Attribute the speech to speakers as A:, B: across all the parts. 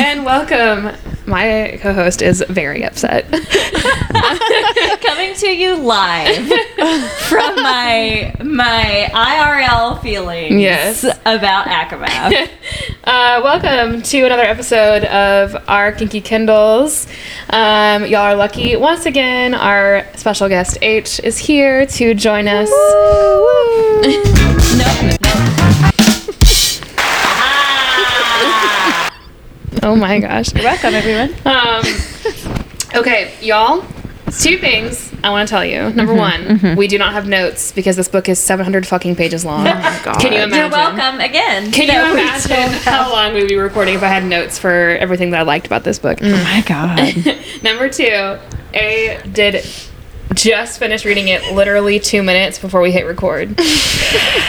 A: Welcome. My co host is very upset.
B: Coming to you live from my my IRL feelings
A: Yes.
B: about Acrobat.
A: uh, welcome to another episode of our Kinky Kindles. Um, y'all are lucky. Once again, our special guest H is here to join us.
B: no. Ah.
A: Oh my gosh.
C: Welcome, everyone.
A: Um, okay, y'all. Two things I want to tell you. Number one, we do not have notes because this book is 700 fucking pages long. Can you imagine?
B: You're welcome again.
A: Can
B: No,
A: you
B: we
A: imagine how long we'd be recording if I had notes for everything that I liked about this book?
C: Oh my god.
A: Number two, A did just finish reading it literally two minutes before we hit record.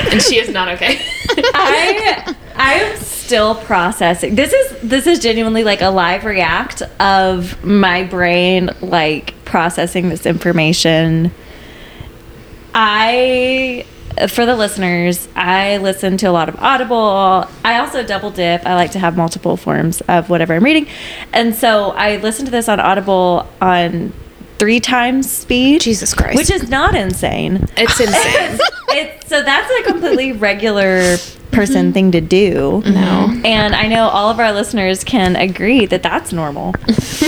A: and she is not okay.
B: I I am still processing. This is this is genuinely like a live react of my brain like processing this information. I for the listeners, I listen to a lot of Audible. I also double dip. I like to have multiple forms of whatever I'm reading. And so I listened to this on Audible on three times speed.
C: Jesus Christ.
B: Which is not insane
A: It's insane.
B: it's so that's a completely regular person thing to do.
A: Mm-hmm. No.
B: And I know all of our listeners can agree that that's normal.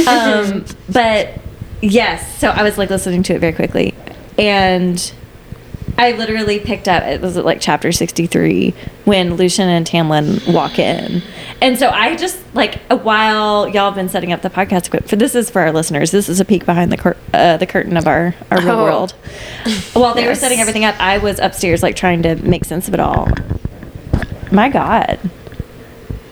B: Um, but yes, so I was like listening to it very quickly. And I literally picked up, it was like chapter 63 when Lucian and Tamlin walk in. And so I just like, uh, while y'all have been setting up the podcast equipment, for this is for our listeners, this is a peek behind the, cur- uh, the curtain of our, our real
A: Oh.
B: world. While they were
A: Yes.
B: setting everything up, I was upstairs like trying to make sense of it all. My God.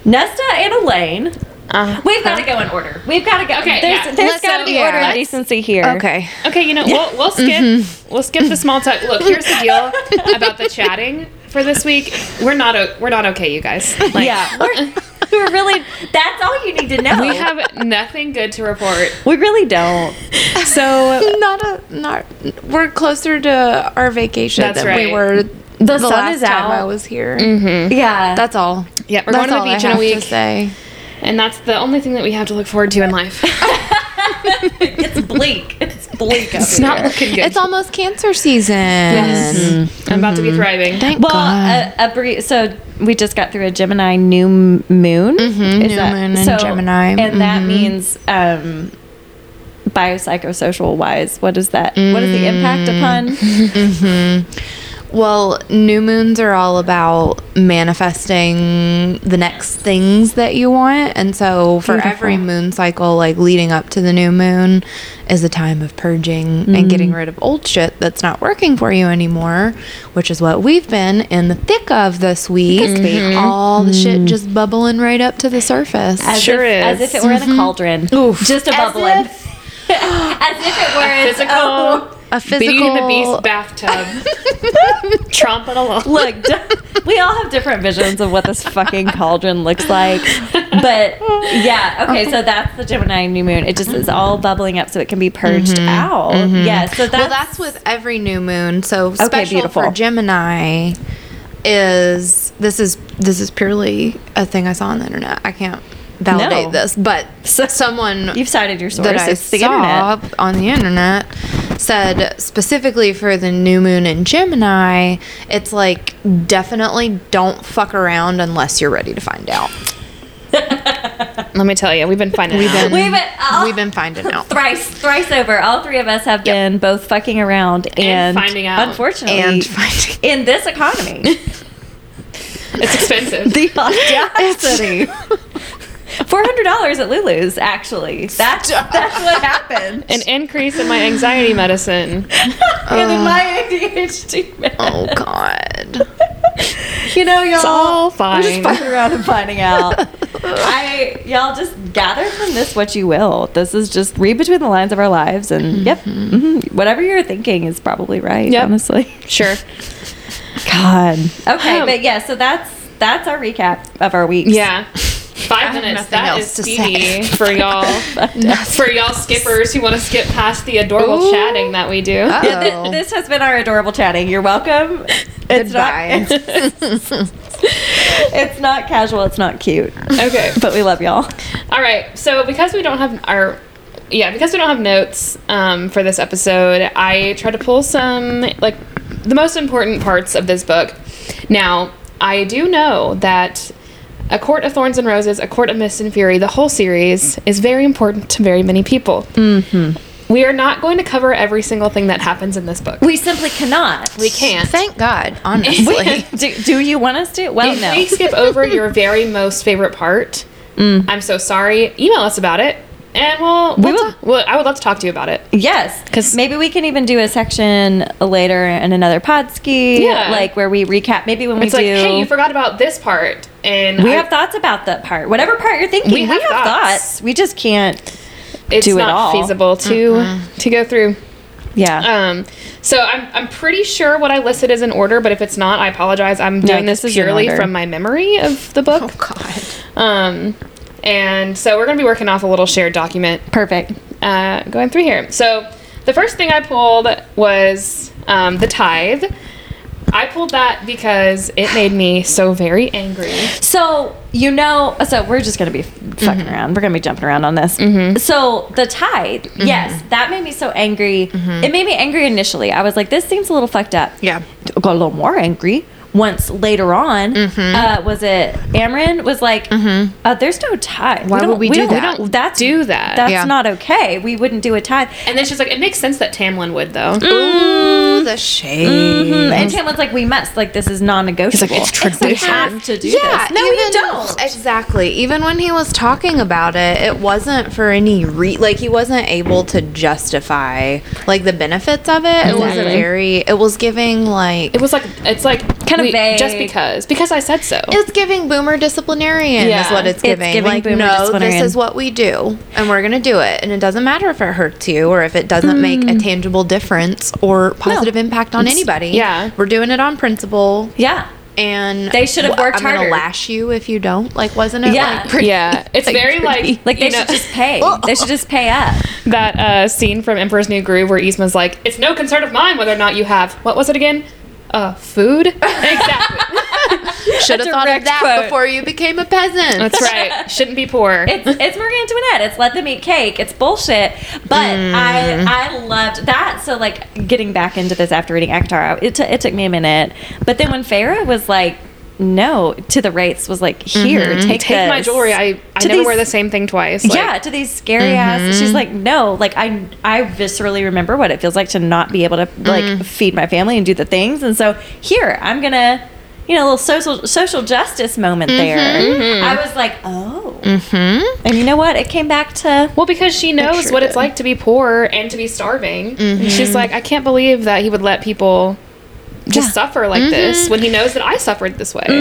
B: Nesta and Elaine.
A: Uh,
B: We've got to go in order. We've got to go.
A: Okay,
B: there's
A: yeah.
B: there's
A: Let's-
B: got to be
C: yeah.
B: order and
C: Uh-huh. Let's-
B: decency here.
C: Okay.
A: Okay, you know, we'll, we'll skip we'll skip the small talk. Look, here's the deal about the chatting for this week. We're not o- we're not okay, you guys. Like,
B: yeah. We're, we're really. That's all you need to know.
A: We have nothing good to report.
B: We really don't.
A: So
C: Not a not. We're closer to our vacation
A: That's
C: than
A: right.
C: we were. The,
B: sun
C: last
B: is
C: time
B: out. Mm.
C: I was here.
B: Yeah.
C: That's all.
A: Yeah, we're
C: That's
A: going to the
C: all I
A: beach in a
C: have to
A: week.
C: say.
A: and that's the only thing that we have to look forward to in life.
B: it's bleak. It's bleak. Up
A: It's not
B: here.
A: looking good.
C: It's almost cancer season.
A: I'm about to be thriving.
C: Thank
B: Well, uh,
C: God.
B: a, a brief, so we just got through a Gemini new m- moon. Mm-hmm,
C: new moon in Gemini. Mm-hmm.
B: and that means um, biopsychosocial wise. What is that? What is the impact
C: Mm.
B: upon?
C: well, new moons are all about manifesting the next things that you want, and so for every moon cycle, like leading up to the new moon, is a time of purging
A: Mm.
C: and getting rid of old shit that's not working for you anymore, which is what we've been in the thick of this week. All the
A: Mm.
C: shit just bubbling right up to the surface.
B: As
A: Sure
B: if, As
A: is.
B: if it were in a cauldron,
C: Oof.
B: just a
C: As
B: bubbling. As if, it were a
A: Physical,
C: a
A: Beauty and the
C: physical-
A: Beast bathtub, tromping along.
B: Look, d- we all have different visions of what this fucking cauldron looks like. But yeah, okay, Mm-hmm. so that's the Gemini new moon. It just is all bubbling up so it can be purged out. Yeah, so Mm-hmm. that's,
C: well, that's with every new moon. So special
B: beautiful.
C: for Gemini is this is this is purely a thing I saw on the internet. I can't validate
B: No.
C: this, but someone
B: you've cited your source.
C: that I
B: it's the
C: saw
B: internet.
C: on the internet said specifically for the new moon in Gemini, it's like definitely don't fuck around unless you're ready to find out.
A: Let me tell you, we've been finding we've
C: been-
B: We've been, oh, all,
C: We've been finding out.
B: thrice, thrice over. All three of us have been both fucking around and,
A: finding out.
B: Unfortunately,
C: And finding
B: in this economy,
A: It's expensive.
B: the audacity. Four hundred dollars at Lulu's. Actually, that's that's what happened.
A: An increase in my anxiety medicine.
B: and in my
A: uh,
B: ADHD. man.
C: Oh God.
B: You know, y'all.
A: all
B: Oh, We're just
A: fine.
B: fucking around and finding out. I, y'all, just gather from this what you will. This is just read between the lines of our lives, and yep, mhm, whatever you're thinking is probably right.
A: Mm-hmm. Yep.
B: Honestly,
A: Sure.
B: God. Okay,
A: Um,
B: but yeah. So that's that's our recap of our weeks.
A: Yeah. Five minutes.
C: nothing
A: That is
C: else to
A: speedy
C: say.
A: for y'all. for y'all skippers who want to skip past the adorable
C: Ooh.
A: chatting that we do.
C: Oh.
B: Yeah, thi- this has been our adorable chatting. You're welcome. It's
C: Goodbye.
B: not. it's not casual. It's not cute.
A: Okay.
B: But we love y'all.
A: All right. So because we don't have our yeah, because we don't have notes um, for this episode, I tried to pull some like the most important parts of this book. Now, I do know that A Court of Thorns and Roses, A Court of Mist and Fury, the whole series is very important to very many people. Mm-hmm. We are not going to cover every single thing that happens in this book.
B: We simply cannot.
A: We can't.
C: Thank God, honestly.
B: do, do you want us to? Well,
A: if
B: Oh, no.
A: we skip over your very most favorite part,
B: Mm.
A: I'm so sorry. Email us about it, and we'll, we'll
B: will-
A: ta- well, I would love to talk to you about it.
B: Yes,
A: 'Cause-
B: because maybe we can even do a section later in another pod ski,
A: Yeah.
B: like where we recap. Maybe when
A: It's
B: we
A: like,
B: do,
A: hey, you forgot about this part, and
B: we
A: I-
B: have thoughts about that part. Whatever part you're thinking,
A: We
B: we
A: have
B: have,
A: thoughts.
B: thoughts. We just can't.
A: it's
B: do it
A: not
B: all.
A: feasible to to go through.
B: Yeah,
A: Um, so I'm I'm pretty sure what I listed is in order, but if it's not, I apologize. I'm doing this
B: this is in
A: purely
B: order. Oh.
A: from my memory of the
C: Oh
A: book.
C: God.
A: Um, and so we're gonna be working off a little shared document
B: perfect.
A: uh, going through here. So the first thing I pulled was um, the tithe. I pulled that because it made me so very angry.
B: So you know, so we're just gonna be fucking
C: Mm-hmm.
B: around. We're gonna be jumping around on this. So the tithe,
C: Mm-hmm.
B: yes, that made me so angry. It made me angry initially. I was like, this seems a little fucked up.
C: Yeah.
B: got a little more angry once later on.
C: Mm-hmm.
B: Uh, was it Amryn was like, uh, there's no tithe.
C: Why
B: don't-
C: would we do
B: don't-
C: that?
B: don't- that's
A: Do that.
B: That's
C: Yeah.
B: not okay. We wouldn't do a tithe.
A: And then she's like, it makes sense that Tamlin would though.
C: Ooh, the shade. Mm-hmm.
B: Mm, And Tamlin's like, we must. Like, this is non-negotiable.
A: "It's
B: We
A: tradition."
B: have to do
C: Yeah,
B: this. No,
C: even,
B: you don't.
C: Exactly. Even when he was talking about it, it wasn't for any re like he wasn't able to justify like the benefits of it. It was a
B: Exactly.
C: very it was giving like
A: It was like it's like
B: Kinda
A: we- just
B: vague.
A: because because I said so.
C: it's giving boomer disciplinarian
A: Yeah.
C: is what it's
B: It's
C: giving.
B: giving
C: like
B: boomer
C: no, this
B: disciplinarian.
C: is what we do and we're gonna do it. And it doesn't matter if it hurts you or if it doesn't make
B: Mm.
C: a tangible difference or positive impact on anybody.
A: yeah.
C: We're doing it on principle.
B: Yeah.
C: And
B: They should have
C: w-
B: worked
C: I'm gonna
B: harder.
C: lash you if you don't. Like, wasn't it?
B: Yeah.
C: like, pretty-
A: yeah, it's very like
B: Like, they
A: you know,
B: should just pay. they should just pay up.
A: that uh, scene from Emperor's New Groove where Yzma's like, "It's no concern of mine whether or not you have what was it again? Uh, food." exactly.
C: Should have thought of
B: direct
C: that
B: quote.
C: before you became a peasant.
A: That's right. Shouldn't be poor.
B: It's it's Marie Antoinette. It's let them eat cake. It's bullshit. But
A: Mm.
B: I I loved that. So like getting back into this after reading Akhtar, it, t- it took me a minute. But then when Farah was like, no to the rates was like here take
A: Mm-hmm. Take my
B: this.
A: jewelry. I, I
B: To
A: never
B: these-
A: wear the same thing twice. Like,
B: yeah, to these scary
C: Mm-hmm.
B: ass. She's like, no, like I, I viscerally remember what it feels like to not be able to like
C: Mm-hmm.
B: feed my family and do the things, and so here I'm gonna, you know, a little social social justice moment
C: Mm-hmm.
B: there. I was like, oh, and you know what? It came back to
A: Well, because she knows
B: Picture
A: what it's
B: them.
A: like to be poor and to be starving.
B: Mm-hmm.
A: She's like, I can't believe that he would let people just
B: Yeah. Mm-hmm. Mm.
A: suffer like this when he knows that I suffered this way.
C: I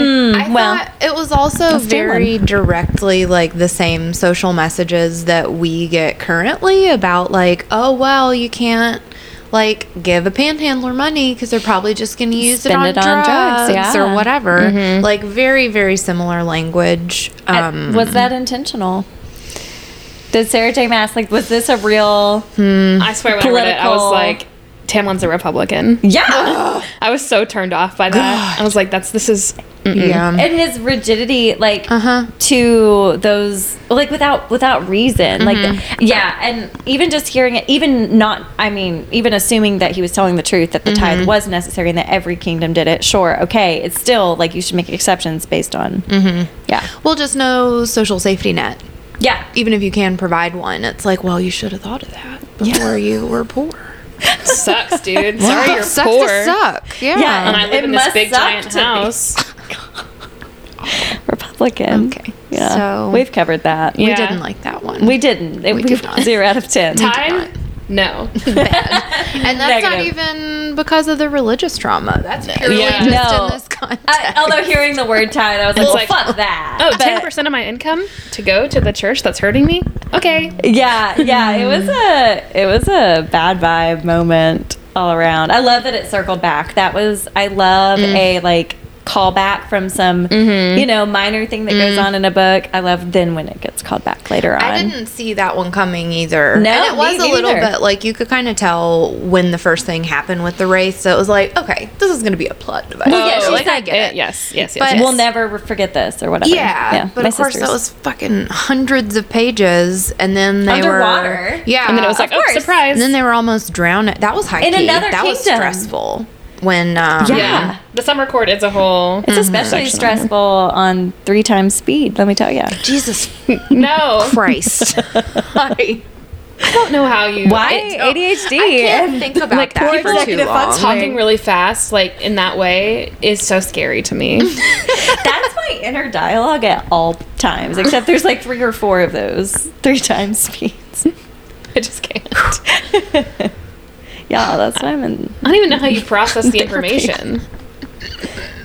B: hmm, well,
C: thought it was also
B: Dylan.
C: very directly like the same social messages that we get currently about like, oh well, you can't like give a panhandler money because they're probably just going to use
B: Spend
C: it
B: it
C: on,
B: on drugs,
C: drugs, Mm-hmm.
B: yeah.
C: or whatever. Like very very similar language.
B: I-
C: Um,
B: uh, was that intentional? Did Sarah J. Mass like was this a real?
A: I swear, when I read it, I was
B: Political-
A: like, Tamlin's a Republican.
B: Yeah.
A: I was so turned off by that. I was like, that's this is. mm,
C: yeah.
B: and his rigidity like
C: Uh-huh.
B: to those like without without reason
C: Mm-hmm.
B: like yeah and even just hearing it even not i mean even assuming that he was telling the truth that the
C: Mm-hmm.
B: tithe was necessary and that every kingdom did it sure okay it's still like you should make exceptions based on
C: Mm-hmm.
B: yeah
C: well, just no social safety net.
B: yeah
C: Even if you can provide one, it's like, well, you should have thought of that before you were poor.
A: Sucks, dude. Sorry, you're
C: Sucks to
A: poor.
C: suck. Yeah.
B: Yeah,
A: And I live
B: It
A: in this
B: must
A: big
B: suck
A: giant
B: to be-
A: house.
B: republican
C: Okay,
B: yeah
C: so-
B: we've covered that
A: Yeah.
C: We didn't like that one.
B: we didn't it,
C: We
B: we
C: did not.
B: zero out of ten
A: Time? No.
C: And that's
B: Negative.
C: not even because of the religious trauma. That's purely
A: Yeah.
C: just
B: no
C: in this context.
B: I, although hearing the word tithe i was like,
A: It's
B: well,
A: like-
B: fuck that
A: Oh,
B: But-
A: 10% of my income to go to the church that's hurting me? Okay.
B: yeah yeah it was a it was a bad
C: Mm.
B: vibe moment all around i love that it circled back that was i love a like callback from some
C: Mm-hmm.
B: you know minor thing that goes on in a book. I love then when it gets called back later on.
C: Mm. I didn't see that one coming either.
B: No,
C: and it
B: me
C: was a little
B: neither.
C: bit like you could kind of tell when the first thing happened with the race. So it was like, okay, this is going to be a plot device.
B: Well, yeah, she's
C: like, I
B: like,
C: get
A: eh,
C: it.
A: yes, yes, yes.
C: But-
A: yes.
B: We'll never re- forget this or whatever.
C: Yeah, but
B: my
C: of course
B: sisters.
C: that was fucking hundreds of pages, and then they
B: Underwater.
C: were yeah,
A: and then it was like,
B: of
A: oh,
B: course.
A: surprise.
C: and then they were almost drowned. That was high
B: In
C: key.
B: another
C: that was
B: kingdom.
C: stressful when um,
B: Yeah.
A: yeah. The summer court is a whole.
C: Mm-hmm.
B: It's especially
A: Section.
B: stressful on three times speed. Let me tell you.
C: Jesus Oh
A: No.
C: Christ, I,
A: I don't know how you.
B: Why
A: it-
B: ADHD?
C: I can't think about
A: like
C: that
A: poor
C: for too
A: executive
C: long.
A: talking really fast, like in that way, is so scary to me.
B: That's my inner dialogue at all times, except there's like three or four of those three times speeds.
A: I just can't.
B: Yeah, that's why I'm in.
A: I don't even know how you process the information.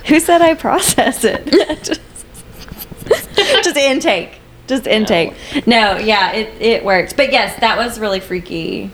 B: Who said I process it? just, just intake. Just intake. No, yeah, it, it worked. But yes, that was really freaky.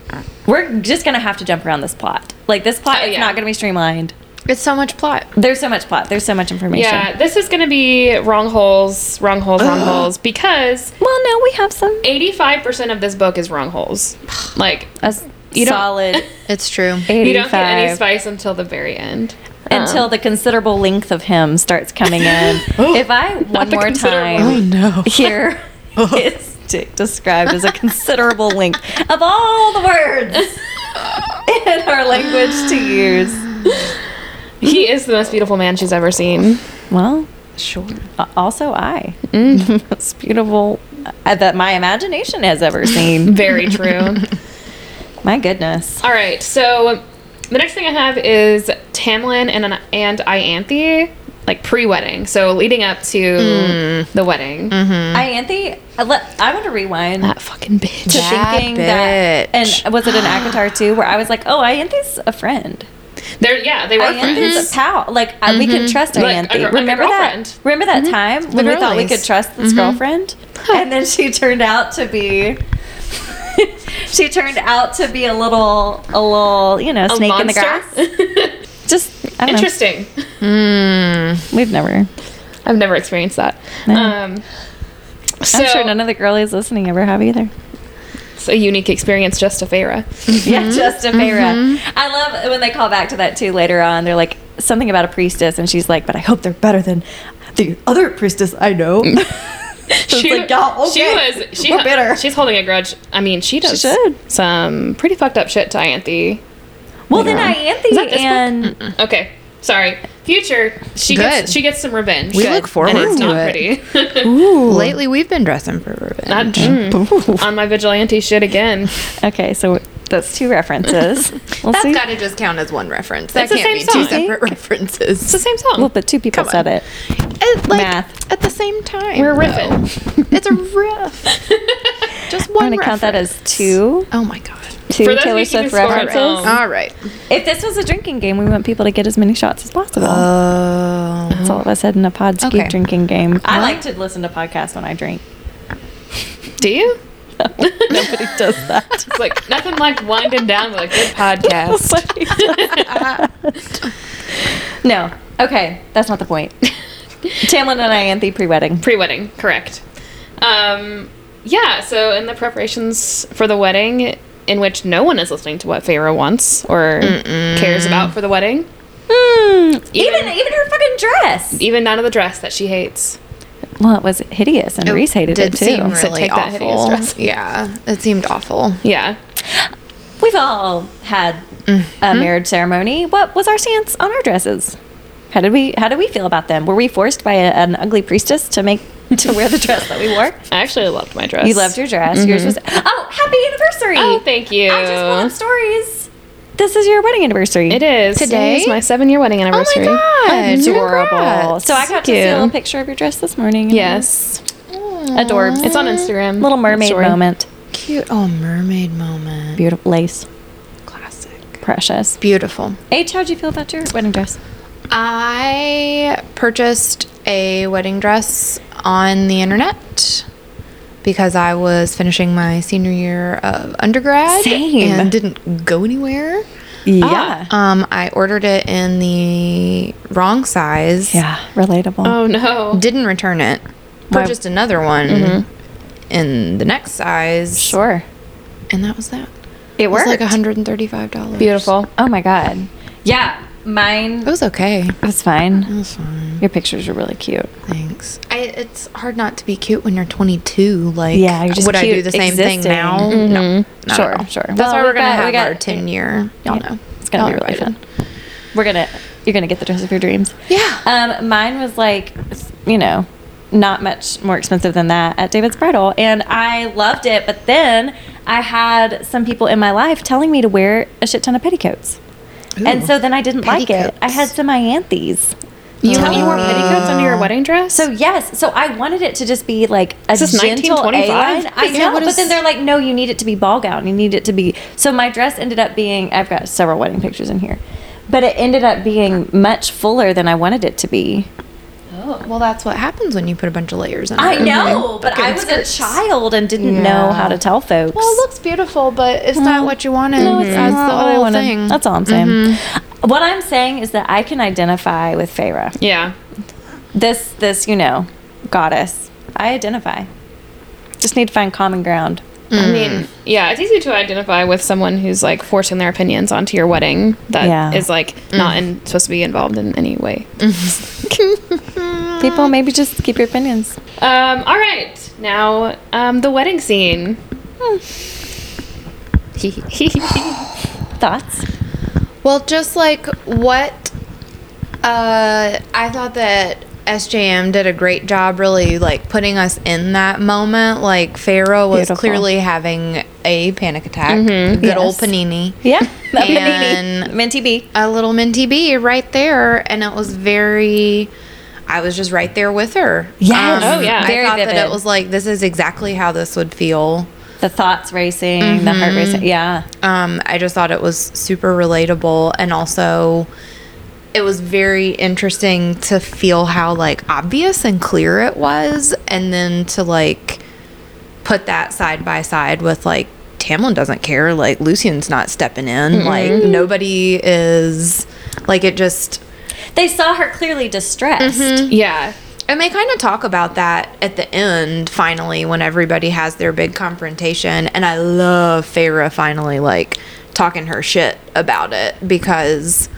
B: We're just going to have to jump around this plot. Like, this plot
A: Oh,
B: is
A: yeah.
B: not going to be streamlined.
C: It's so much plot.
B: There's so much plot. There's so much information.
A: Yeah, this is going to be wrong holes, wrong holes, wrong holes, because
B: Well, no, we have some.
A: 85% of this book is wrong holes. Like,
B: A s-
A: You don't-
B: solid
C: It's true.
B: 85.
A: you don't get any spice until the very end. Uh-uh.
B: until
C: Um,
B: the considerable length of him starts coming in.
C: Oh,
B: if I one
A: the
B: more
A: considerable.
B: time
C: no.
B: hear
C: Oh.
B: his dick described as a considerable length of all the words in our language to use.
A: He is the most beautiful man she's ever seen.
B: Well,
C: Sure. Mm.
B: a- also I. the most beautiful uh, that my imagination has ever seen.
A: Very true.
B: my goodness.
A: All right, so the next thing I have is Tamlin and an, and Ianthe, like pre-wedding, so leading up to
B: Mm.
A: the wedding.
B: Mm-hmm.
C: Mm.
B: Ianthe, I, Uh, let, I want to rewind.
A: That fucking bitch.
B: to
C: That
B: thinking that
C: bitch.
B: and was it an Akatar too where I was like, Oh, Ianthe's a friend.
A: They're yeah, they were friends.
B: Ianthe's a pal. Like I we could trust
A: Like, a
B: Ianthe.
A: gir- like a
B: remember
A: girlfriend.
B: that remember that time when we thought we
C: girlies.
B: could trust this girlfriend? and then she turned out to be she turned out to be a little a little, you know,
A: A
B: snake in the grass.
A: monster.
B: Just I don't know.
A: Interesting.
B: We've never
A: I've never experienced that.
B: No.
A: Um, so,
B: I'm sure none of the girlies listening ever have either.
A: it's a unique experience just to Feyre.
B: Yeah, Justin Vera. I love when they call back to that too later on. They're like something about a priestess, and she's like, "But I hope they're better than the other priestess I know." It's like, "Yeah,
A: she
B: okay,
A: was she
B: we're bitter."
A: She's holding a grudge. I mean, she does
B: should.
A: some pretty fucked up shit to Ianthe.
B: well, then
A: Yeah. Is that
B: Ianthe
A: this
B: and
A: Okay, sorry. Future, she
C: Good.
A: gets she gets some revenge.
C: We look forward
A: and it's
C: to
A: not
C: it.
A: pretty.
C: Lately, we've been dressing for revenge.
A: Not- mm. on my vigilante shit again.
B: okay, so that's two references. We'll
C: That's
B: see.
C: got to just count as one reference. That
A: It's the
C: can't be
A: same
C: two
A: song.
C: separate references.
A: It's the same song.
B: well, but two people
C: Come
B: said
C: on.
B: it.
C: It, eh, like,
B: Math.
C: at the same time.
A: We're
C: though.
A: riffing.
C: it's a riff. Just one.
B: I'm gonna count that
C: reference.
B: as two,
C: Oh my god.
B: two
A: For those who
B: Taylor
A: can
B: Swift
A: score at
B: references.
A: home. Um,
C: All right.
B: If this was a drinking game, we want people to get as many shots as possible.
C: Um,
B: that's all of us had in a pod
C: Oh. Okay.
B: drinking game. I like to listen to podcasts when I drink.
A: Do you?
B: Nobody does that.
A: It's like nothing like winding down with a good podcast.
B: Nobody does that. no. Okay, that's not the point. Tamlin and Ianthe pre-wedding.
A: Pre-wedding, correct. Um, yeah. So in the preparations for the wedding, in which no one is listening to what Pharaoh wants or cares about for the wedding,
B: Hmm. even
A: Even-
B: even her fucking dress.
A: even down to the dress that she hates.
B: Well, it was hideous, and Reese hated it
C: did
B: too.
C: seem
A: So
C: really
A: take that hideous
C: awful.
A: dress.
C: Yeah, it seemed awful.
A: Yeah.
B: We've all had a
C: Mm-hmm.
B: marriage ceremony. What was our stance on our dresses? How did we How did we feel about them? Were we forced by a, an ugly priestess to make to wear the dress that we wore?
A: I actually loved my dress.
B: You loved your dress. Yours was oh, happy anniversary!
A: Oh, thank you.
B: I just pulled up stories. This is your wedding anniversary.
A: It is
C: Today?
A: It is my seven-year weddning anniversary.
C: god.
B: adorable.
C: Congrats.
B: So I got to
A: Thank
B: see a
A: you.
B: little picture of your dress this morning.
A: Yes,
B: adorbs.
A: Mm. it's on Instagram.
B: Little mermaid
A: Story.
B: moment.
C: Cute. Oh, mermaid moment.
B: Beautiful lace,
C: Classic.
B: precious.
C: Beautiful.
B: H, how'd you feel about your wedding dress?
C: I purchased a wedding dress on the internet because I was finishing my senior year of undergrad
B: Same.
C: and didn't go anywhere.
B: Yeah.
C: Um, I ordered it in the wrong size.
B: Yeah, relatable.
A: Oh no.
C: Didn't return it.
B: Why-
C: Purchased another one in the next size.
B: Mm-hmm. sure.
C: And that was that.
B: It
C: It was
B: worked.
C: like $135.
A: Beautiful.
B: oh my god. Yeah, mine
C: It was Mm. okay.
B: It was fine.
C: It was fine.
B: Your pictures are really cute.
C: Thanks. I, it's hard not to be cute when you're 22. Like,
B: Yeah, you're just
C: would I do
B: cute
C: the same thing
B: existing. Mm-hmm.
C: now? No, not at
B: Sure,
C: all.
B: sure.
C: That's
B: Well,
C: why
B: we
C: we're gonna
B: got- we
C: have
B: got-
C: our 10 year. Y'all
B: Yeah.
C: know
B: It's gonna
C: Y'all
B: be
C: know
B: really
C: what I
B: fun.
C: did.
B: We're gonna you're gonna get the dress of your dreams.
C: Yeah.
B: Um, mine was like, you know, not much more expensive than that at David's Bridal, and I loved it. But then I had some people in my life telling me to wear a shit ton of petticoats, and
C: Ooh.
B: so then I didn't like it. I
C: Petticoats.
B: had some ianthes.
A: You, you wore petticoats under your wedding dress?
B: So yes, so I wanted it to just be like a
A: Is this
B: gentle A
A: 1925?
B: line. I know,
A: Yeah, what
B: but
A: is-
B: then they're like, no, you need it to be ball gown. You need it to be. So my dress ended up being. I've got several wedding pictures in here, but it ended up being much fuller than I wanted it to be.
C: Well, that's what happens when you put a bunch of layers in.
B: I
C: it.
B: know,
C: Mhm.
B: but I
C: Fucking
B: was
C: skirts.
B: a child and didn't know
C: Yeah.
B: how to tell folks.
C: Well, it looks beautiful, but it's not what you wanted.
B: Mm-hmm. No, it's
C: Mm-hmm. that's
B: not
C: the
B: what I
C: whole
B: wanted.
C: thing.
B: That's all I'm saying. What I'm saying is that I can identify with Feyre.
A: yeah.
B: This, this, you know, goddess. I identify. Just need to find common ground.
A: I mean, yeah, it's easy to identify with someone who's like forcing their opinions onto your wedding that is
B: Yeah.
A: like not in, supposed to be involved in any way.
B: People, maybe just keep your opinions.
A: Um, all right, now um, the wedding scene.
B: Thoughts?
C: Well, just like what uh, I thought that SJM did a great job really like putting us in that moment. Like Pharaoh was
B: Beautiful. Mm-hmm.
C: clearly having a panic attack. Good old
B: Yes.
C: panini.
B: Yeah.
C: And-
B: Minty B.
C: A little minty bee right there, and it was very. I was just right there with her. Um,
B: Yes.
A: Oh, yeah.
C: I
B: Very
C: thought that
B: vivid.
C: it was like this is exactly how this would feel.
B: The thoughts racing, the heart racing. Yeah.
C: um, I just thought it was super relatable and also it was very interesting to feel how like obvious and clear it was and then to like put that side by side with like Tamlin doesn't care like Lucian's not stepping in like nobody is like it just
B: They saw her clearly distressed.
A: Mm-hmm. yeah.
C: and they kind of talk about that at the end, finally, when everybody has their big confrontation. And I love Farah finally like talking her shit about it because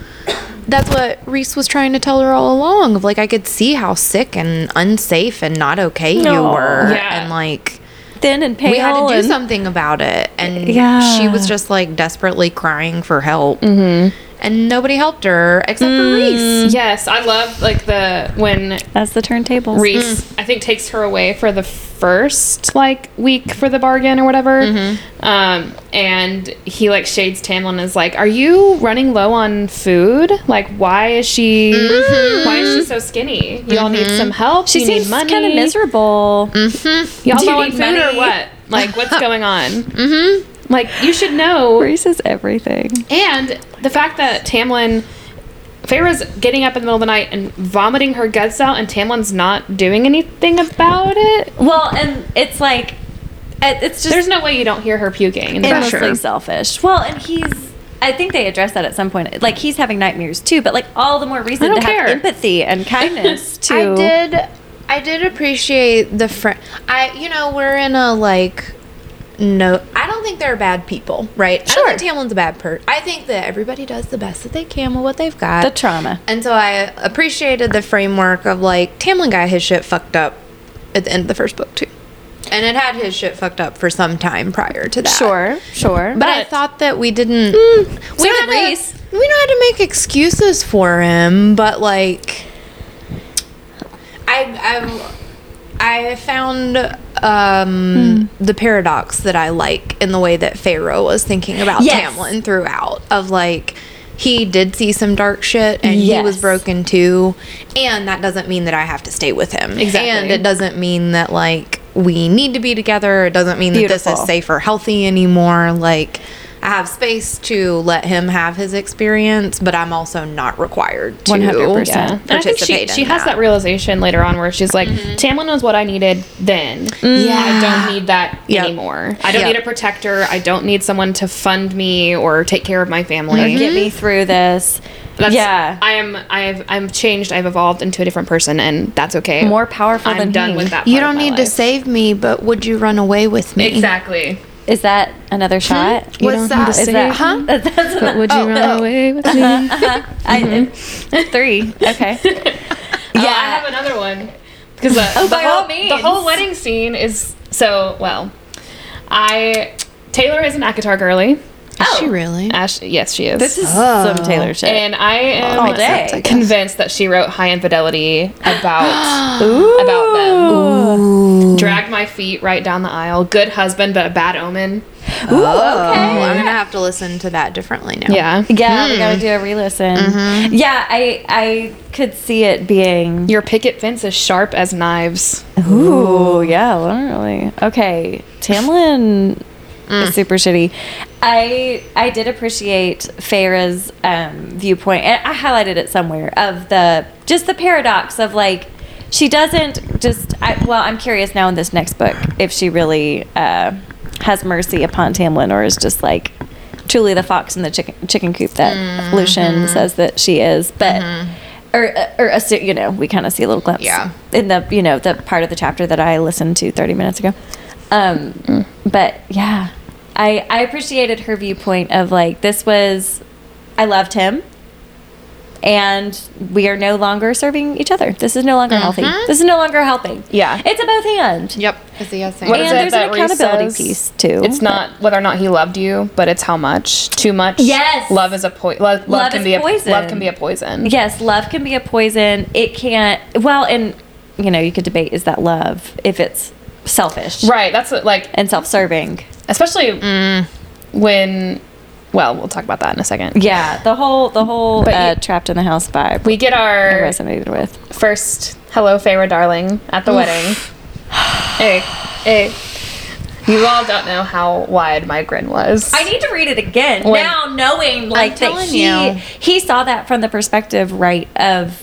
C: that's what Reese was trying to tell her all along. Of like, I could see how sick and unsafe and not okay you
B: Aw.
C: were,
A: Yeah.
C: and like
B: Thin and pale.
C: we had to do
B: and-
C: something about it. And
B: Yeah.
C: she was just like desperately crying for help,
B: Mm-hmm.
C: and nobody helped her except
B: Mm.
C: for Reese.
A: Yes, I love like the when
B: That's the turntables.
A: Reese, I think, takes her away for the first like week for the bargain or whatever.
B: Mm-hmm.
A: Um, and he like shades Tamlin and is like, "Are you running low on food? Like, why is she? Why is she so skinny? Y'all need some help.
B: Mm-hmm. She
A: you
B: seems
A: need money.
B: kind of miserable.
A: Y'all
B: Do you
A: low on
B: need
A: food
B: money?
A: or what? Like, what's going on? mm-hmm. Like, you should know
B: Reese is everything.
A: and the fact that Tamlin, Feyre's getting up in the middle of the night and vomiting her guts out, and Tamlin's not doing anything about it.
B: Well, and it's like, it- it's just
A: There's no way you don't hear her puking. In the back.
B: endlessly
C: pressure.
B: selfish. Well, and he's. I think they address that at some point. Like he's having nightmares too, but like all the more reason
A: I
B: to
A: don't care.
B: have empathy and kindness to.
C: I did. I did appreciate the friend. I, you know, we're in a like. No, I don't think they're bad people, right? I
B: Sure.
C: don't think Tamlin's a bad person. I think that everybody does the best that they can with what they've got.
B: the trauma.
C: and so I appreciated the framework of like Tamlin got his shit fucked up at the end of the first book too, and it had his shit fucked up for some time prior to that.
B: Sure, sure.
C: But, I
A: But-
C: thought that we didn't.
B: so
C: we,
B: did
C: know how to,
B: Reese.
C: we know how to make excuses for him, but like, I I I found um,
B: Hmm.
C: the paradox that I like in the way that Pharaoh was thinking about
B: Yes.
C: Tamlin throughout of like. He did see some dark shit and he was
B: Yes.
C: broken too. And that doesn't mean that I have to stay with him.
A: Exactly.
C: And it doesn't mean that, like, we need to be together. It doesn't mean that this
B: Beautiful.
C: is safe or healthy anymore. Like, I have space to let him have his experience, but I'm also not required to
B: 100%.
A: Yeah. And I think she,
C: participate in
A: she has that. realization later on where she's like, Tamlin was what I needed then.
C: Yeah.
A: I don't need that
C: Yep.
A: anymore. I don't
C: Yep.
A: need a protector. I don't need someone to fund me or take care of my family.
B: Get me through this.
A: That's,
B: Mm-hmm. yeah.
A: I am. I've. I'm changed. I've evolved into a different person, and that's okay.
B: More powerful
A: I'm
B: than
A: done
B: he.
A: with that.
C: you
A: part of
C: don't
A: my
C: need to
A: life.
C: save me, but would you run away with me?
A: exactly.
B: Is that
A: Hmm?
B: another shot?
C: What's
B: don't
C: that?
B: Is
C: Save
B: that,
C: me? Huh?
B: That- that's an-
D: Would you
C: Oh,
D: run
C: oh.
D: away with me?
B: I, three. Okay.
A: Yeah, Oh, I have another one because uh, the,
B: by all
A: whole,
B: means.
A: the whole wedding scene is so well. I Taylor is an ACOTAR girlie.
C: Is
A: Oh.
C: she really?
A: Ash, yes, she is.
B: This is
C: Oh.
B: some Taylor shit.
A: and I am
B: All day.
A: s- convinced that she wrote High Infidelity about about them. Dragged my feet right down the aisle. Good husband, but a bad omen.
C: Oh, I'm gonna have to listen to that differently now.
A: Yeah,
B: Yeah, we
A: Hmm.
B: gotta do a re-listen.
A: Mm-hmm.
B: Yeah, I I could see it being.
A: your picket fence is sharp as knives.
B: Ooh, yeah, literally. Okay, Tamlin is super shitty. I I did appreciate Farah's um, viewpoint, and I highlighted it somewhere of the just the paradox of like she doesn't just. I, well, I'm curious now in this next book if she really uh, has mercy upon Tamlin or is just like truly the fox in the chicken chicken coop that Lucian says that she is, but. Or, uh, or, assu- you know, we kind of see a little glimpse
C: Yeah.
B: in the you know the part of the chapter that I listened to 30 minutes ago. Um, But yeah, I I appreciated her viewpoint of like this was I loved him, and we are no longer serving each other. This is no longer healthy. This is no longer helping.
A: Mm-hmm. Yeah.
B: it's a both hand.
C: Yep. Is he a thing?
A: What is
B: And
A: it
B: there's an
A: that Reese
B: accountability
A: says?
B: piece, too.
A: It's not whether or not he loved you, but it's how much. Too much.
B: Yes.
A: Love is a po- love, love,
B: Love
A: can
B: is
A: be a
B: poison.
A: Love can be a poison.
B: Yes, love can be a poison. It can't. Well, and you know you could debate is that love if it's selfish
A: Right. That's what, like
B: and self-serving.
A: especially when. Well, we'll talk about that in a second.
B: Mm. Yeah, the whole the whole
A: But
B: uh,
A: you-
B: trapped in the house vibe
A: We get
B: I
A: our
B: resonated with.
A: first hello, Feyre darling, at the wedding. Hey, hey. You all don't know how wide my grin was.
B: I need to read it again
A: When-
B: now, knowing like that
C: telling
B: he
C: you.
B: he saw that from the perspective right of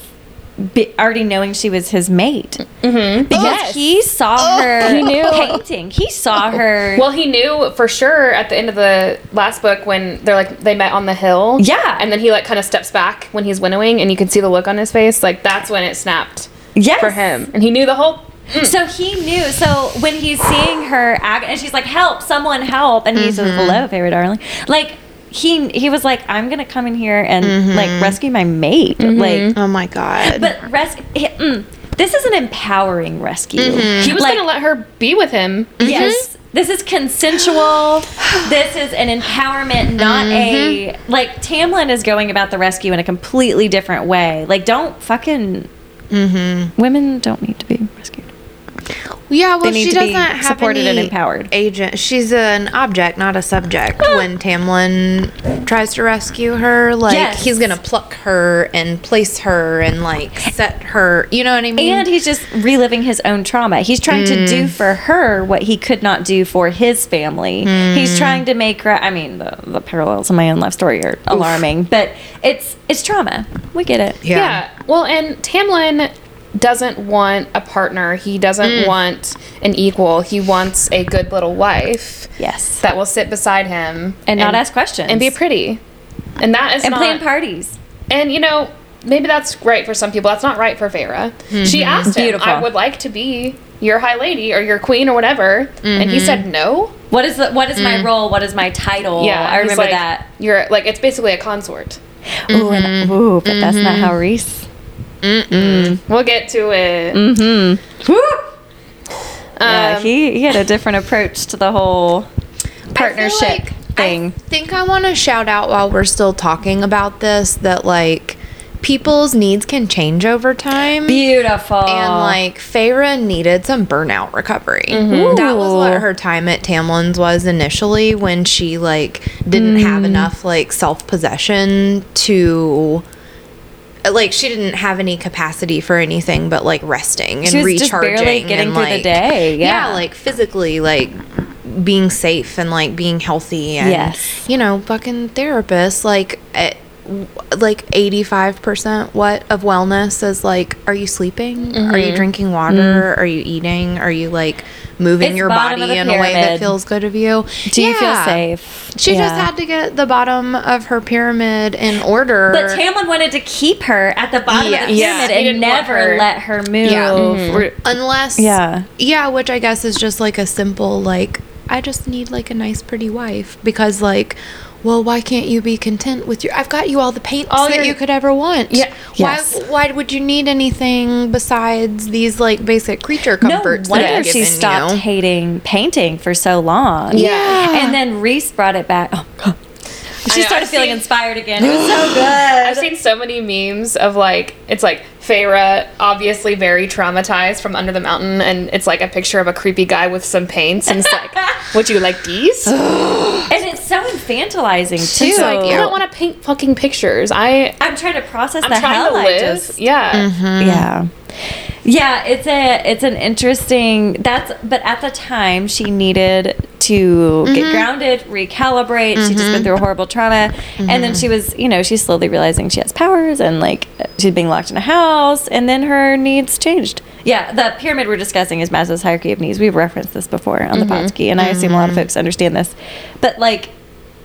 B: bi- already knowing she was his mate because
A: Yes.
B: Mm-hmm. Oh, he Oh. saw her
A: He knew.
B: painting. He saw her.
A: Well, he knew for sure at the end of the last book when they're like they met on the hill.
B: Yeah.
A: and then he like kind of steps back when he's winnowing, and you can see the look on his face. Like that's when it snapped
B: yes.
A: for him, and he knew the whole.
B: So he knew. So when he's seeing her ag- and she's like, "Help! Someone help!" and he says, "Hello, favorite darling." Like he he was like, "I'm gonna come in here and like rescue my mate." Like
C: Oh my god.
B: But rescue. Mm, this is an empowering rescue.
A: He was
B: Like,
A: gonna let her be with him.
B: Yes. This is consensual. this is an empowerment, not a like Tamlin is going about the rescue in a completely different way. Like don't fucking women don't need to be rescued.
C: yeah, well,
B: They need
C: she
B: to
C: doesn't
B: be
C: have
B: supported and
C: any
B: empowered.
C: Agent. She's an object, not a subject. when Tamlin tries to rescue her, like
B: Yes.
C: he's gonna pluck her and place her and like set her. You know what I mean?
B: And he's just reliving his own trauma. He's trying to do for her what he could not do for his family. He's trying to make her. I mean, the, the parallels in my own life story are alarming, but it's it's trauma. We get it.
A: Yeah. Well, and Tamlin doesn't want a partner. He doesn't
B: Mm.
A: want an equal. He wants a good little wife
B: Yes.
A: that will sit beside him
B: And not ask questions.
A: and be pretty. And that is
B: and
A: not
B: plan parties.
A: And you know, maybe that's right for some people. That's not right for Feyre. She asked him,
B: Mm-hmm. Beautiful.
A: "I would like to be your high lady or your queen or whatever," and
B: Mm-hmm.
A: he said, "No."
B: What is the what is
C: Mm.
B: my role? What is my title?
A: yeah,
B: I
A: he's
B: remember
A: like,
B: that.
A: You're like it's basically a consort.
B: Ooh,
C: Mm-hmm.
B: and, ooh, but that's not how Reese.
A: We'll get to it. Um,
B: Mm-hmm. yeah, uh, he he had a different approach to the whole partnership
C: I feel like-
B: thing.
C: I think I want to shout out while we're still talking about this that like people's needs can change over time.
B: Beautiful.
C: and like Feyre needed some burnout recovery.
B: Mm-hmm.
C: That was what her time at Tamlin's was initially when she like didn't have
B: Mm.
C: enough like self possession to like she didn't have any capacity for anything but like resting and
B: She was just
C: recharging
B: barely getting
C: and,
B: through the
C: like-
B: day, yeah.
C: like physically like being safe and like being healthy and
B: Yes.
C: you know fucking therapists like eh, w- like 85% what of wellness is like are you sleeping are
B: Mm-hmm.
C: you drinking water are you eating are you like moving
B: It's
C: your
B: bottom
C: body
B: of the
C: in a way that
B: pyramid.
C: feels good of you
B: Do you feel
C: Yeah.
B: safe?
C: she
B: Yeah.
C: just had to get the bottom of her pyramid in order
B: But Tamlin wanted to keep her at the bottom
C: Yeah.
B: of the
C: Yeah.
B: pyramid
A: He
B: and
A: didn't want
B: never
A: her-
B: let her move.
C: Yeah.
B: Yeah.
C: Mhm. unless
B: Mm-hmm. Yeah.
C: yeah which i guess is just like a simple like i just need like a nice pretty wife because like well why can't you be content with your i've got you all the paints
A: All
C: that
A: your-
C: you could ever want
A: Yeah.
C: why
B: Yes.
C: why would you need anything besides these like basic creature
B: No
C: comforts that
B: wonder
C: I've
B: she
C: given
B: stopped
C: you?
B: hating painting for so long.
A: Yeah.
B: And then Reese brought it back. Oh, she
A: know,
B: started
A: I've
B: feeling
A: seen-
B: inspired again. It was so good.
A: I've seen so many memes of like it's like Feyre obviously very traumatized from under the mountain, and it's like a picture of a creepy guy with some paints, and it's like, would you like these? I
B: And it's so infantilizing too.
C: It's like, yeah.
A: don't want to paint fucking pictures. I
B: I'm trying to process
A: I'm
B: the
A: trying
B: hell
A: to
B: I
A: live.
B: just.
A: Yeah,
B: Yeah. Yeah, it's a it's an interesting that's but at the time she needed to get grounded, recalibrate. She just been through a horrible trauma. And then she was, you know, she's slowly realizing she has powers and like she's being locked in a house and then her needs changed. Yeah, the pyramid we're discussing is Maslow's hierarchy of needs. We've referenced this before on the Podski, and I assume a lot of folks understand this. But like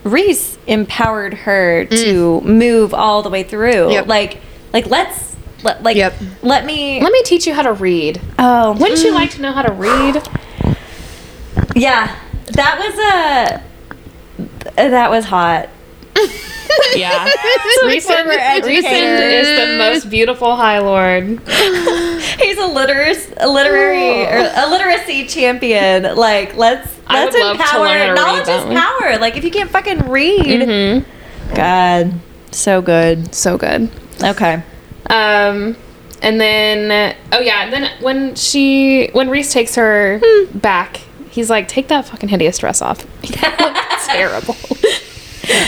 B: Reese empowered her to move all the way through.
C: Yep.
B: Like like let's let, like
C: Yep.
B: let me
A: let me teach you how to read.
B: oh
A: Wouldn't you like to know how to read?
B: yeah that was a that was hot
A: Yeah,
B: Like
A: Recent,
B: we're educators.
A: is the most beautiful High Lord.
B: he's a literacy a literary or a literacy champion like let's
A: I
B: let's
A: would love to
B: empower
A: learn how to read
B: knowledge
A: that
B: is
A: one.
B: power like if you can't fucking read Mm-hmm. god so good
A: So good.
B: okay
A: Um, and then oh yeah, and then when she when Reese takes her
B: Hmm.
A: back, he's like, "Take that fucking hideous dress off." It's terrible.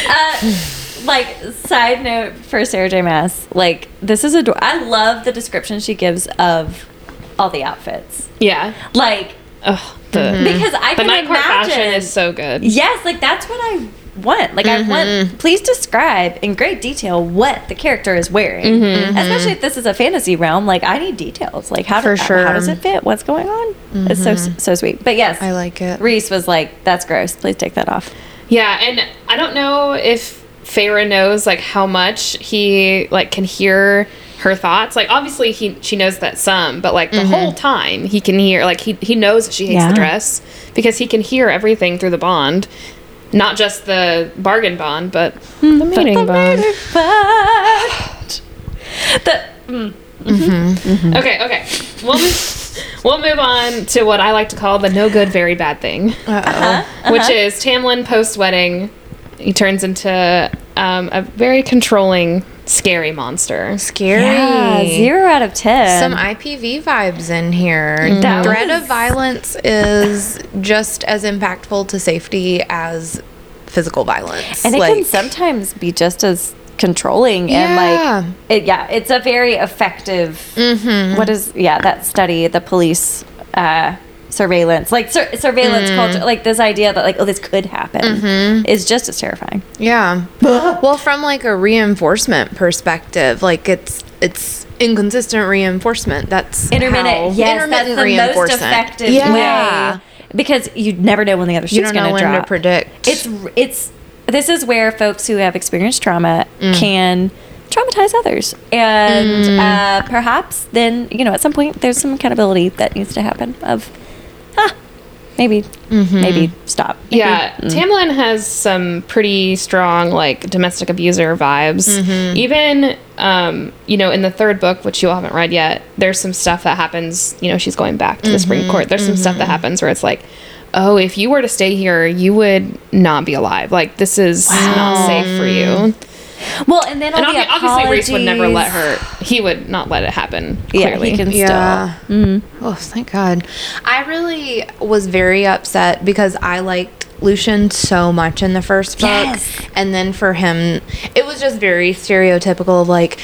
B: uh, like side note for Sarah J Mass, like this is a I love the description she gives of all the outfits.
A: Yeah.
B: Like
A: Ugh, the
B: because Mm-hmm. I
A: the
B: can
A: nightcore fashion
B: imagine
A: is so good.
B: Yes, like that's what I want. Like I
C: Mm-hmm.
B: want please describe in great detail what the character is wearing. Especially if this is a fantasy realm, like I need details. Like how
C: Mm-hmm. For
B: does how does
C: sure. Mm-hmm.
B: it fit? What's going on? It's so so sweet. But yes.
C: I like it.
B: Reese was like, that's gross. Please take that off.
A: Yeah, and I don't know if Feyre knows like how much he like can hear her thoughts. Like obviously he she knows that some, but like the whole time he can hear like he he knows that she hates
B: Yeah.
A: the dress because he can hear everything through the bond. Not just the bargain bond, but Hmm, the mating bond.
B: But the mm,
A: Okay, okay. We'll move, we'll move on to what I like to call the no good, very bad thing,
C: Uh-oh.
A: which is Tamlin post wedding. He turns into um, a very controlling, scary monster.
C: scary
B: yeah, zero out of ten.
C: some IPV vibes in here.
B: That
C: Threat
B: was-
C: of violence is just as impactful to safety as physical violence.
B: and it can
C: Like-
B: sometimes be just as controlling
C: Yeah.
B: and
C: Mm-hmm.
B: like it, yeah it's a very effective what is yeah that study the police uh surveillance like sur- surveillance
C: Mm.
B: culture like this idea that like oh this could happen
C: Mm-hmm.
B: is just as terrifying
C: Yeah. well, from like a reinforcement perspective, like it's it's inconsistent reinforcement. That's how-
B: intermittent yes
C: intermittent
B: that's the most
C: reinforcement.
B: effective
C: Yeah.
B: way because you never know when the other shoe's
C: You don't know
B: going
C: when
B: to drop
C: to predict.
B: it's it's this is where folks who have experienced trauma can traumatize others and uh, perhaps then you know at some point there's some accountability that needs to happen of ah, maybe maybe stop maybe- mm.
A: Yeah, Tamlin has some pretty strong like domestic abuser vibes. Even um, you know in the third book, which you all haven't read yet, there's some stuff that happens. You know, she's going back to the Supreme Court. There's some stuff that happens where it's like, oh, if you were to stay here, you would not be alive. Like this is not safe for you.
B: well and then all
A: And
B: the
A: obvi- obviously, Reese would never let
B: apologies-
A: her. He would not let it happen.
B: yeah Mm.
A: Clearly.
B: he can still
C: yeah. Oh, thank God. I really was very upset because I liked Lucian so much in the first book.
B: Yes.
C: And then for him, it was just very stereotypical of like,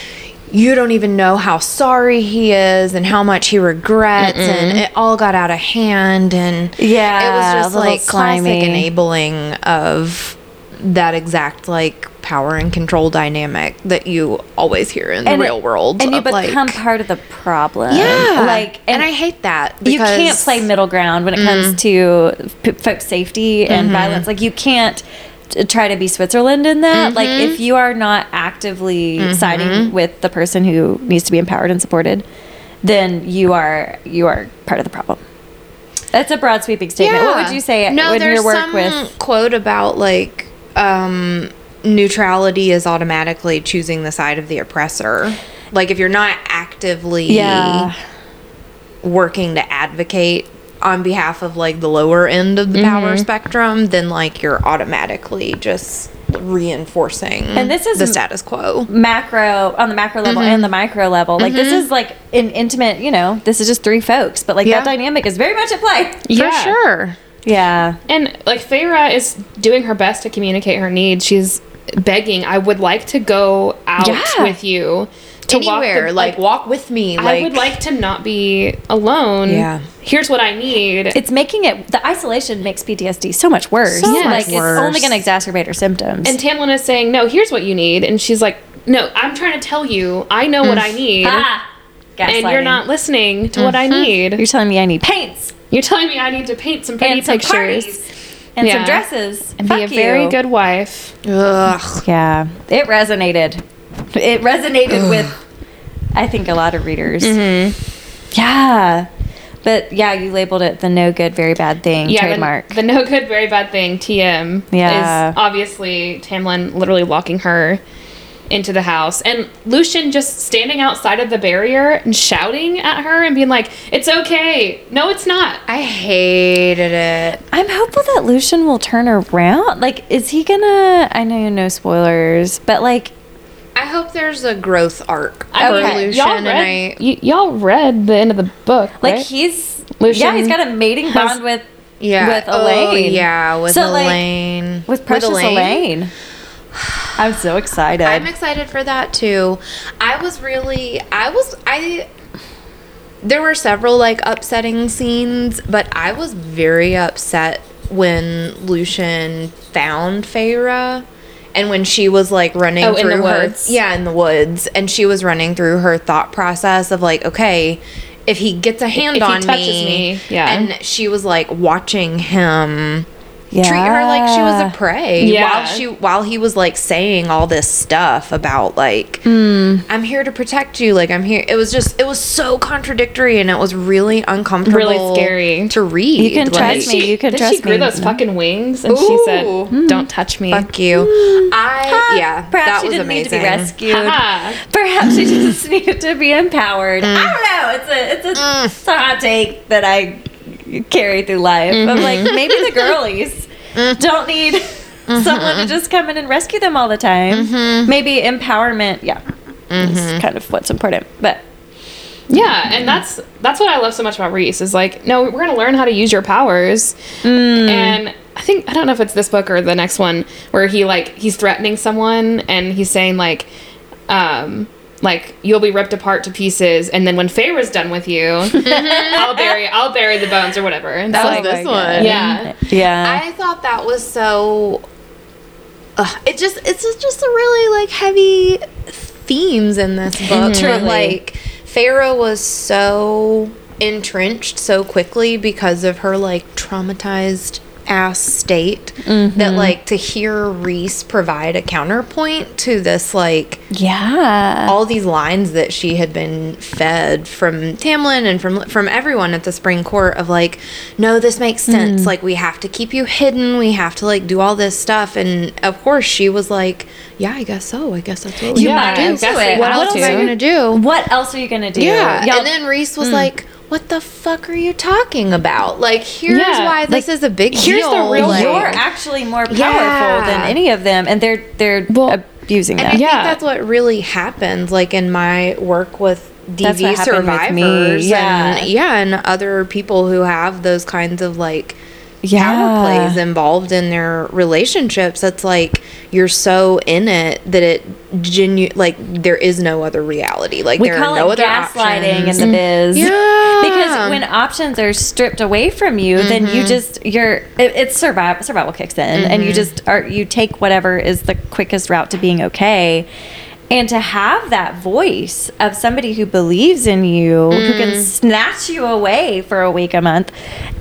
C: you don't even know how sorry he is and how much he regrets and it all got out of hand and it
B: Yeah,
C: was
B: a
C: just
B: little
C: like classic
B: slimy.
C: enabling of that exact like power and control dynamic that you always hear in the real world
B: and you
C: of, like-
B: become part of the problem.
C: yeah
B: like
C: and, I hate that
B: you can't
C: because- Mm.
B: play middle ground when it comes to p- folks' safety and
C: Mm-hmm.
B: violence. Like you can't t- try to be Switzerland in that. Like
C: Mm-hmm.
B: if you are not actively siding with the person who needs to be empowered and supported, then you are you are part of the problem. That's a broad sweeping statement. What would you say
C: No,
B: when
C: there's
B: your work
C: some
B: with
C: quote about like um, neutrality is automatically choosing the side of the oppressor. Like if you're not actively
B: yeah
C: working to advocate on behalf of like the lower end of the power
B: Mm-hmm.
C: spectrum, then like you're automatically just reinforcing
B: And this is
C: the
B: m-
C: status quo.
B: macro on the macro level
C: Mm-hmm.
B: and the micro level like this is like an intimate you know this is just three folks but like
C: Yeah.
B: that dynamic is very much at play
A: Yeah.
C: For sure.
B: yeah
A: And like Feyre is doing her best to communicate her needs. She's begging, I would like to go out
C: Yeah.
A: with you to walk the-
C: Anywhere, like, walk with me.
A: I would like to not be alone.
C: Yeah.
A: Here's what I need.
B: it's making it the isolation makes PTSD so much worse.
A: So much
B: like
C: worse.
B: it's only going to exacerbate her symptoms.
A: and Tamlin is saying, No, here's what you need. And she's like, No, I'm trying to tell you. I know what I need.
B: ah, Mm-hmm.
A: And
B: gaslighting.
A: you're not listening to what I need.
B: You're telling me I need paints
A: You're telling me I need to paint some pretty
B: and some
A: pictures
B: parties and
A: Yeah.
B: some dresses
A: and
B: Fuck
A: be a very
B: you.
A: good wife.
C: Ugh.
B: Yeah, it resonated. It resonated with I think a lot of readers.
A: Mm-hmm.
B: Yeah, but yeah, you labeled it the no good, very bad thing
A: Yeah, the-
B: trademark.
A: The, no good, very bad thing, TM,
B: Yeah.
A: is obviously Tamlin literally locking her into the house. And Lucian just standing outside of the barrier and shouting at her and being like, It's okay. No, it's not.
C: I hated it.
B: I'm hopeful that Lucian will turn around. Like, is he gonna? I know no spoilers, but like,
C: I hope there's a growth arc for
A: I
B: Okay.
C: Lucian,
A: y'all
C: and
A: read,
C: I
A: y- y'all read the end of the book,
B: Like
A: right?
B: he's
A: Lucian
B: yeah, he's got a mating
A: has-
B: bond with
C: Yeah.
B: with
C: Oh,
B: Elaine.
C: yeah, with
B: So, like,
C: Elaine.
B: with precious
C: Elaine.
B: Elaine. I'm so excited.
C: I'm excited for that too. I was really I was I there were several like upsetting scenes, but I was very upset when Lucian found Feyre and when she was like running
A: Oh, in the
C: through her
A: woods.
C: yeah, in the woods and she was running through her thought process of like, okay, if he gets a hand
A: If he
C: on
A: touches me, yeah.
C: And she was like watching him
B: yeah.
C: treat her like she was a prey
A: Yeah.
C: while she while he was like saying all this stuff about like
B: Hmm.
C: I'm here to protect you like I'm here it was just it was so contradictory and it was really uncomfortable
A: scary.
C: to read
B: You can
C: like,
B: trust me. You can
A: then she
B: trust
A: grew
B: me.
A: those fucking wings and she said,
C: Ooh.
A: Don't touch me.
C: fuck you I yeah
B: Hmm. Perhaps
C: that
B: she
C: was
B: didn't
C: amazing
B: need to be rescued.
A: Haha.
B: Perhaps she just needed to be empowered. I don't know. It's a it's a, it's a hot take that I carry through life. I'm like maybe the girlies don't need someone to just come in and rescue them all the time. Maybe empowerment. Yeah, it's kind of what's important. But
A: Yeah, and that's that's what I love so much about Reese is like, no, we're gonna learn how to use your powers.
C: Mm.
A: And I think I don't know if it's this book or the next one where he like he's threatening someone and he's saying like, um, like you'll be ripped apart to pieces, and then when Feyre's done with you, I'll bury I'll bury the bones or whatever. And
C: That
A: so,
C: was
A: like,
C: this
B: Oh my
C: one.
B: God.
A: Yeah.
B: yeah,
C: I thought that was so Ugh, it just it's just- just a really like heavy themes in this book.
B: Mhm. Truly.
C: From, like Pharaoh was so entrenched so quickly because of her like traumatized ass state
B: Mm-hmm.
C: that like to hear Reese provide a counterpoint to this like
A: Uh.
B: yeah.
C: all these lines that she had been fed from Tamlin and from from everyone at the Spring Court of like, no, this makes
A: Hmm.
C: sense. Like we have to keep you hidden. We have to like do all this stuff. And of course, she was like, yeah, I guess so. I guess that's what we
B: You
A: Yeah,
B: might
A: I
B: do
A: guess
B: it.
A: we
C: What
A: have
C: else
A: to.
C: am I gonna do?
B: What else are you gonna do?
C: Yeah.
B: Y'all-
C: And then Reese
A: hmm.
C: was like. What the fuck are you talking about? Like, here's
A: Yeah,
C: why this
A: like,
C: is a big
A: here's
C: deal.
A: the real
C: like-
B: you're actually more powerful
C: Yeah.
B: than any of them, and they're they're
A: Well,
B: abusing
C: And
B: them.
C: I
A: Yeah.
C: think that's what really happens, like in my work with
B: That's
C: DV
B: what happened with me,
C: survivors,
B: yeah.
C: and yeah, and other people who have those kinds of like power
B: Yeah.
C: plays involved in their relationships. It's like you're so in it that it genu- like there is no other reality. Like
B: we
C: there
B: call
C: are no
B: it
C: other
B: gaslighting
C: options.
B: in the biz.
C: Yeah.
B: Because when options are stripped away from you, then you just you're it, it's survival survival kicks in and you just are you take whatever is the quickest route to being okay. And to have that voice of somebody who believes in you, who can snatch you away for a week, a month,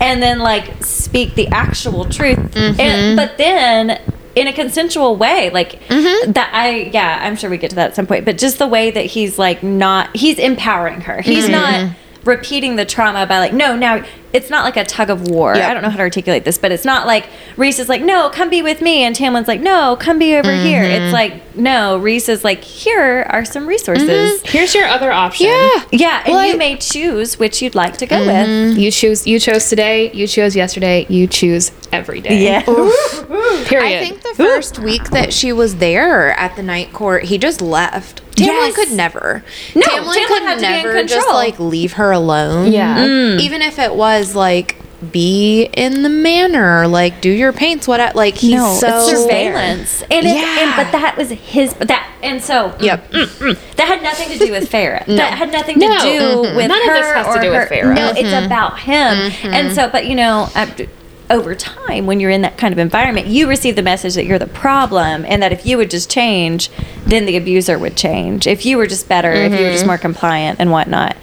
B: and then like speak the actual truth. And, but then in a consensual way like that i yeah i'm sure we get to that at some point but just the way that he's like not he's empowering her he's not repeating the trauma by like no now it's not like a tug of war
C: Yeah.
B: i don't know how to articulate this but it's not like reese is like no come be with me and tamlin's like no come be over here
C: Mm-hmm.
B: it's like no reese is like here are some resources
A: Here's your other option.
C: yeah,
B: yeah and
C: Like-
B: you may choose which you'd like to go
C: Mm-hmm.
B: with
A: You choose. You chose today. You chose yesterday. You choose every day.
C: Oh,
A: Period.
C: I think the first week that she was there at the night court, he just left. Tamlin
B: Yes.
C: could never.
B: No,
C: Tamlin,
B: Tamlin
C: could
B: had to be in
C: never just
B: control. Mm.
C: like leave her alone.
A: Yeah.
C: Even if it was like be in the manor, like do your paints, what I, like he's
B: no,
C: so
B: it's surveillance, and, it, and
C: Yeah.
B: but that was his that, and so
C: Yep.
B: That had nothing to do with Farah. That had nothing to
A: No. Mm-hmm.
B: do
A: Mhm.
B: with
A: None of
B: her.
A: this has to
B: or
A: do with
B: her-
A: Farrah.
B: No, it's about him.
A: Mm-hmm.
B: And so, but you know, after, over time, when you're in that kind of environment, you receive the message that you're the problem, and that if you would just change, then the abuser would change. If you were just better, if you
A: Mm-hmm.
B: were just more compliant and whatnot.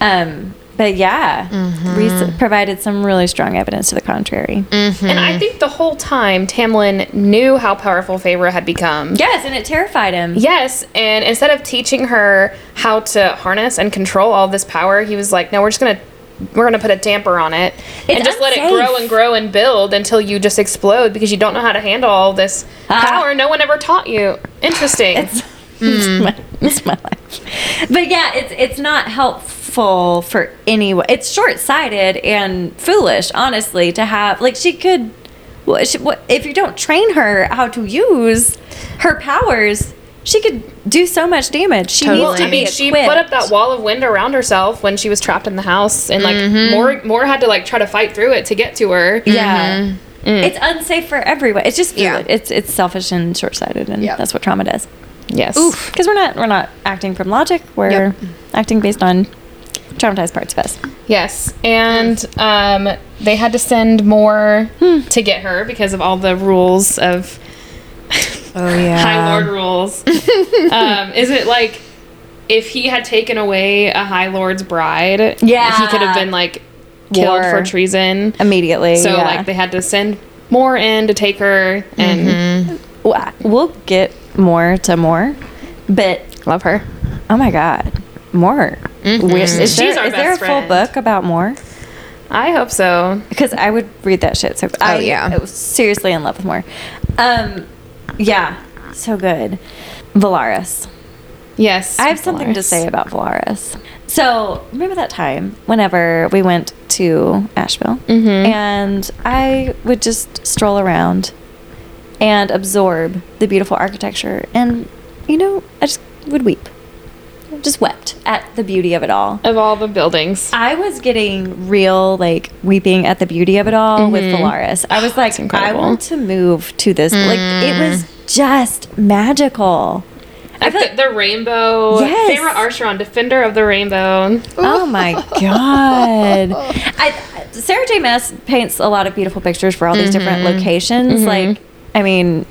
B: Um, but yeah,
A: Mm-hmm.
B: Reese provided some really strong evidence to the contrary.
A: And
B: Hmm.
A: I think the whole time Tamlin knew how powerful Feyre had become.
B: Yes, and it terrified him.
A: Yes, and instead of teaching her how to harness and control all this power, he was like, "No, we're just gonna." We're gonna put a damper on it and
B: It's
A: just let it grow
B: unsafe.
A: and grow and build until you just explode because you don't know how to handle all this
B: Ah.
A: power. No one ever taught you. Interesting.
B: it's, it's,
C: Hmm.
B: my, it's my life. But yeah, it's it's not helpful for anyone. It's short sighted and foolish, honestly, to have like she could. What, she, what, if you don't train her how to use her powers, she could do so much damage. She
C: Totally.
B: needs to
A: I
B: be
A: mean,
B: equipped.
A: she put up that wall of wind around herself when she was trapped in the house, and like
B: Mm-hmm.
A: more more had to like try to fight through it to get to her.
B: Yeah. It's unsafe for everyone. It's just
C: Mm-hmm. Mm. Yeah.
B: foolish. it's it's selfish and short sighted, and
C: Yep.
B: that's what trauma does.
A: Yes.
B: Because we're not we're not acting from logic. We're
C: Yep.
B: acting based on traumatized parts of us.
A: Yes. And um, they had to send more
B: Hmm.
A: to get her because of all the rules of
C: Oh yeah.
A: High Lord rules. um, is it like if he had taken away a High Lord's bride,
B: Yeah.
A: he could have been like killed
B: War.
A: for treason.
B: immediately.
A: So
B: yeah. Hmm.
A: like they had to send more in to take her and
B: Well, I- we'll get more to more, but
A: love her. Mm-hmm.
B: oh my god, more. Where- Is,
A: She's
B: there,
A: our
B: is there a
A: best friend.
B: full book about more?
A: I hope so.
B: Because I would read that shit. So
A: Oh,
B: I,
C: yeah.
B: I was seriously in love with more. Um, yeah, so good. Valaris.
A: Yes.
B: I have something to
A: Polaris.
B: say about Valaris. So remember that time whenever we went to Asheville, and I would just stroll around and absorb the beautiful architecture, and you know, I just would weep, just wept at the beauty of it all.
A: Of all the buildings.
B: I was getting real like weeping at the beauty of it all with Valaris. I was like, I
A: incredible.
B: want to move to this. Like it was just magical.
A: I feel like the rainbow.
B: Yes.
A: Sarah Archeron, Defender of the Rainbow.
B: Oh my god! I, Sarah J. Maas paints a lot of beautiful pictures for all these different
A: Mm-hmm.
B: locations. Like, I mean,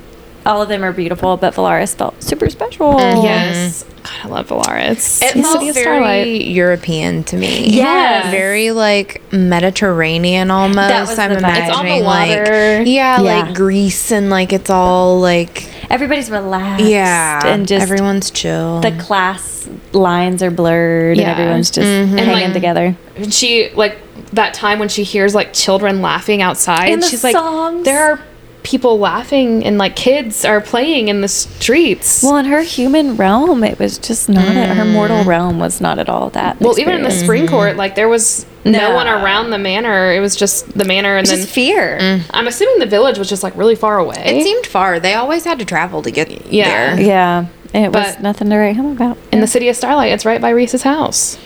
B: all of them are beautiful, but Valaris felt super special.
A: Mm-hmm. Um, Yes. God, I love Valaris.
C: It
A: Used to be
C: felt
A: a
C: very European to me.
B: Yes.
C: Very like Mediterranean almost.
B: was
C: I'm
B: the vibe.
C: imagining
B: It's
A: on the water.
C: like
B: Yeah.
C: yeah, like Greece and like it's all like
B: Everybody's relaxed.
C: yeah,
B: and just
C: everyone's chill.
B: the class lines are blurred,
A: Yeah. Mm-hmm.
B: and everyone's just
A: And,
B: hanging
A: like,
B: together.
A: And she like that time when she hears like children laughing outside
B: And the
A: she's like
B: songs.
A: there are people laughing and like kids are playing in the streets well,
B: Well, in her human realm, it was just not. her mortal realm was not at all that.
A: Mm-hmm. even in the
B: experience.
A: spring court like there was no.
B: No.
A: one around the manor it was just the manor and
B: It's
A: then
B: just fear.
A: i'm assuming the village was just like really far away
C: it seemed far. They always had to travel to get
A: Eh? Yeah.
C: there.
B: Yeah, it was
A: But-
B: nothing to write home about.
A: in the city of starlight it's right by reese's house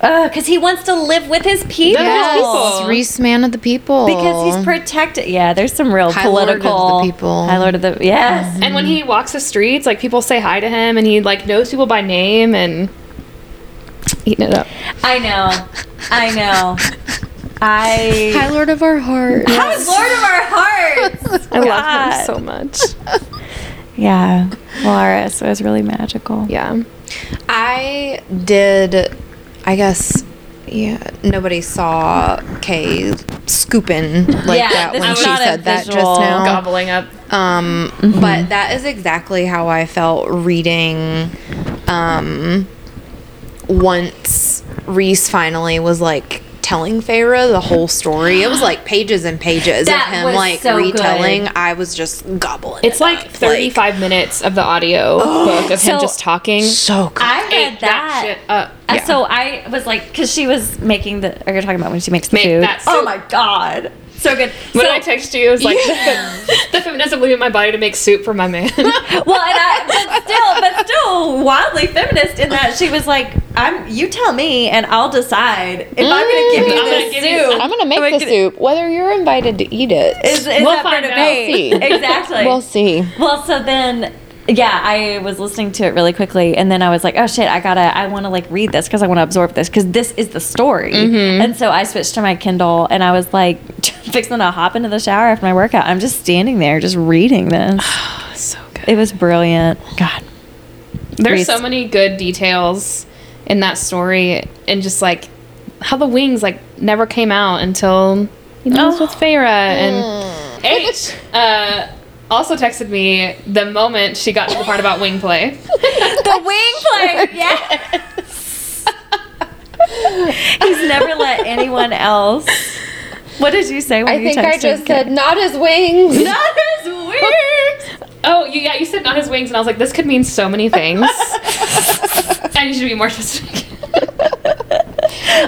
B: because Uh, he wants to live with his people.
A: Yes. people.
C: Reese, man of the people.
B: Because he's protected. Yeah, there's some real
C: High Lord of the
B: political.
C: people.
B: High Lord of the yes.
A: And when he walks the streets, like people say hi to him, and he like knows people by name and eating it up.
B: I know. I know. I.
C: High Lord of our heart.
B: High Lord of our hearts.
A: I love
B: God.
A: him so much.
B: Yeah, Laris was really magical.
A: Yeah,
C: I did, I guess, yeah, nobody saw Kay scooping like
B: Yeah,
C: that
B: this
C: when
B: is
C: she
B: not a
C: said that just
B: visual
C: now.
A: gobbling up.
B: Uh,
C: Um,
B: Mm-hmm.
C: But that is exactly how I felt reading. Um, once Reese finally was like telling Feyre the whole story, it was like pages and pages
B: That
C: of him
B: was
C: like
B: so
C: retelling.
B: good.
C: I was just gobbling.
A: It's
C: it
A: like
C: up,
A: 35 minutes of the audio book of him
B: So-
A: just talking.
C: so good.
B: I read
A: Ate that shit up.
B: Uh,
A: Yeah.
B: So I was like, because she was making the. Are you talking about when she makes the
A: Make
B: food?
A: that
B: Oh
A: soup.
B: my god, so good.
A: When
B: so,
A: I text you, it was like the, the feminist leaving my body to make soup for my man.
B: well, and I, but still, but still, wildly feminist in that she was like, "I'm. You tell me, and I'll decide if I'm going to give you
A: Mm. I'm gonna
B: this
A: give you-
B: soup."
D: I'm gonna make the soup, whether you're invited to eat
B: Is,
D: it.
B: is up for
A: find out.
B: debate.
D: We'll see.
B: Exactly.
D: We'll see.
B: Well, so then, yeah, I was listening to it really quickly, and then I was like, oh shit, I gotta, I want to like read this because I want to absorb this because this is the story.
D: Mm-hmm.
B: And so I switched to my Kindle, and I was like, fixing to hop into the shower after my workout. I'm just standing there, just reading this.
A: so good.
B: It was brilliant. God,
A: There's
B: Reese.
A: so many good details in that story, and just like how the wings like never came out until you know
B: Oh.
A: it's with Feyre and
B: Mm.
A: H. Uh, also texted me the moment she got to the part about wing play.
B: the wing play, yes. He's never let anyone else. What did you say when
D: I
B: you
D: think I
B: texted
D: just
B: Kim?
D: said not his wings.
B: Not as weird.
A: Oh, you, yeah, you said not his wings, and I was like, this could mean so many things. and you should be more specific.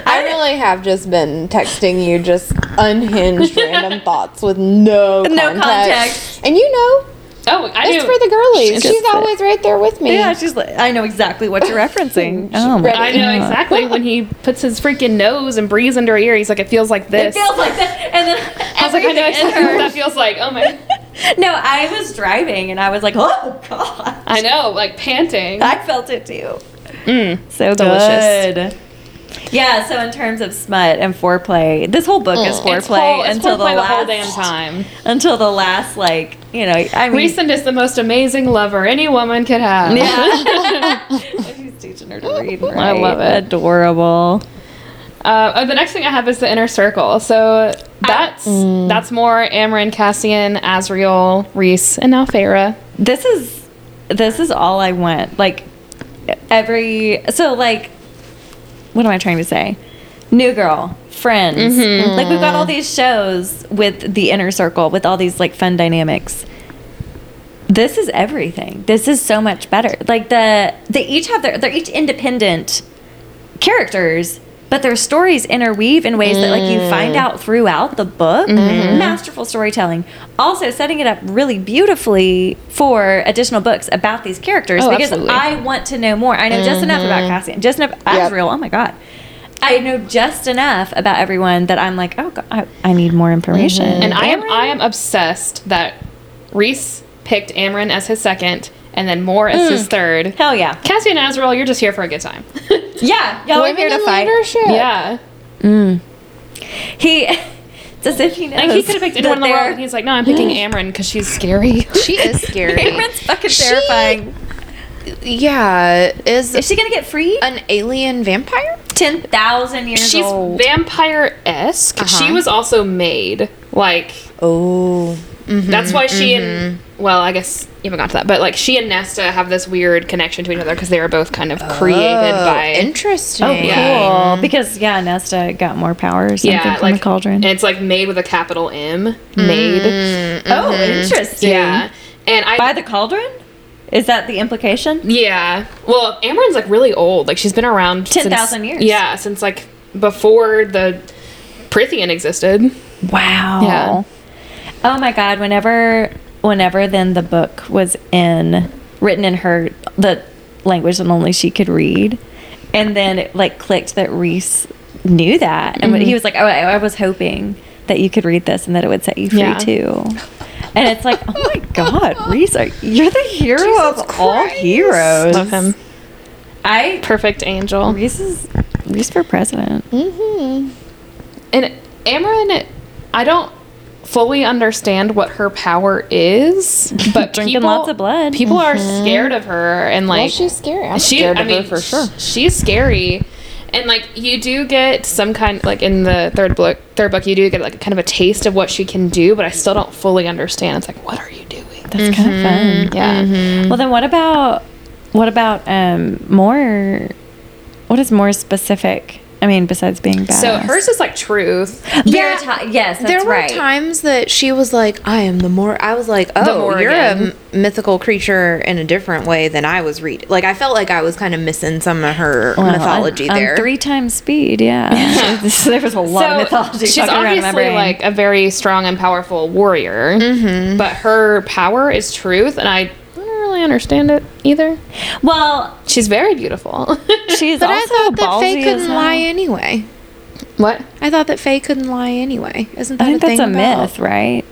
D: I really have just been texting you just unhinged random thoughts with no
B: No
D: context.
B: context.
D: And you know,
A: Oh, I
D: it's
A: knew.
D: for the girlies.
A: It's
D: She's
A: just-
D: always right there with me.
B: Yeah, she's like, I know exactly what you're referencing. Oh my
A: I know exactly when he puts his freaking nose and breathes under her ear. He's like, it feels like
B: It
A: this.
B: feels like that. And then
A: I was like, I know
B: everything in
A: exactly
B: her-
A: what that feels like. Oh my.
B: No, I was driving and I was like, oh god.
A: I know, like panting.
B: I felt it too.
A: Mm.
B: So
A: Delicious.
B: good. Yeah. So in terms of smut and foreplay, this whole book is foreplay
A: Mm. It's whole- it's foreplay
B: until the
A: the,
B: last
A: whole damn time.
B: until the last like you know I mean
A: Recent is the most amazing lover any woman could have.
B: yeah. she's teaching her to read. and
A: I
B: write.
A: love it.
B: Adorable.
A: Uh, oh, the next thing I have is the inner circle. So that's
B: Mm.
A: that's more Amarin, Cassian, Azriel, Reese, and now Feyre.
B: this is this is all I want. Like every so like what am I trying to say? New Girl, Friends. Like we've got all these shows with the inner circle with all these like fun dynamics. This is everything. This is so much better. Like the they each have their they're each independent characters, but their stories interweave in ways that like you
A: Mm.
B: find out throughout the book.
A: Mm-hmm.
B: Mm-hmm. Masterful storytelling. Also setting it up really beautifully for additional books about these characters
A: Oh,
B: because
A: absolutely. Mm-hmm.
B: I want to know more. I know just enough about Cassian, just enough
D: Yep.
B: Azrael. Oh my god. I know just enough about everyone that I'm like, oh, god, I, I need more information.
A: Mm-hmm. And I am
B: Amarin?
A: I am obsessed that Reese picked Amarin as his second, and then Moore as his third.
B: Hmm. hell yeah,
A: Cassian and Azriel, you're just here for a good time.
B: yeah, y'all are
D: Women
B: here to
D: in
B: fight.
D: leadership.
A: yeah.
B: He, does if he knows,
A: Like he could have picked anyone in the world, and he's like, no, I'm picking Amarin because she's scary.
C: she is scary.
B: Cameron's fucking terrifying.
C: yeah, is
B: Is she gonna get free?
C: an alien vampire?
B: Uh, Ten thousand years
A: She's
B: old.
A: vampire esque. She was also made like
C: Uh-huh.
A: Mm-hmm,
C: Oh, mm-hmm.
A: that's why she and well, I guess you haven't got to that, but like she and Nesta have this weird connection to each other because they were both kind of created by
C: Oh, interesting.
B: Oh, Cool, because yeah, Nesta got more power or something
A: yeah,
B: from
A: like
B: the cauldron.
A: and it's like made with a capital M,
C: Mm,
A: made.
B: oh, interesting.
A: Mm-hmm. Yeah, and I
B: by the cauldron. Is that the implication?
A: yeah. Well, Amarin's like really old. Like she's been around since-
B: 10,000 years.
A: Yeah, since like before the Prithian existed.
B: Wow.
A: Yeah.
B: Oh my God! Whenever, whenever then the book was in written in her the language that only she could read, and then it like clicked that Reese knew that, and when he was like, "Oh, I, I was hoping that you could read this and that it would set you free
A: Yeah.
B: too." And it's like, oh my God, Reese, are, you're the hero of all heroes.
A: Love him.
B: I
A: Perfect angel.
B: Reese is Reese for president.
A: And Amarin, I don't fully understand what her power is, but
B: Drinking
A: people-
B: lots of blood. Mm-hmm.
A: People are scared of her, and like
D: well, she's scary. I'm
A: she,
D: scared
A: I
D: of her
A: mean,
D: for sure.
A: sh- She's scary. And like you do get some kind like in the third book third book you do get like kind of a taste of what she can do, but I still don't fully understand. It's like what are you doing?
B: That's kind of fun.
A: Yeah.
B: Well, then what about what about um more? What is more specific? I mean, besides being bad.
A: So hers is like truth.
B: yeah, yes, that's
C: there were
B: right.
C: times that she was like, "I am the more." I was like, "Oh, you're a
A: Morrigan."
C: m- mythical creature in a different way than I was reading." Like, I felt like I was kind of missing some of her
B: Well,
C: mythology
B: on- on
C: there.
B: three times speed. Yeah, there was a lot of mythology.
A: she's
B: fucking around in my
A: obviously
B: brain.
A: like a very strong and powerful warrior,
B: Mm-hmm.
A: but her power is truth, and I don't really understand it either.
B: well,
A: She's very beautiful.
B: she's
C: but I
B: also
C: thought that
B: ballsy
C: Faye
B: as
C: couldn't
B: hell.
C: lie anyway.
A: what?
C: I thought that Faye couldn't lie anyway. Isn't that
B: I think
C: a
B: that's a
C: thing about-
B: myth, right?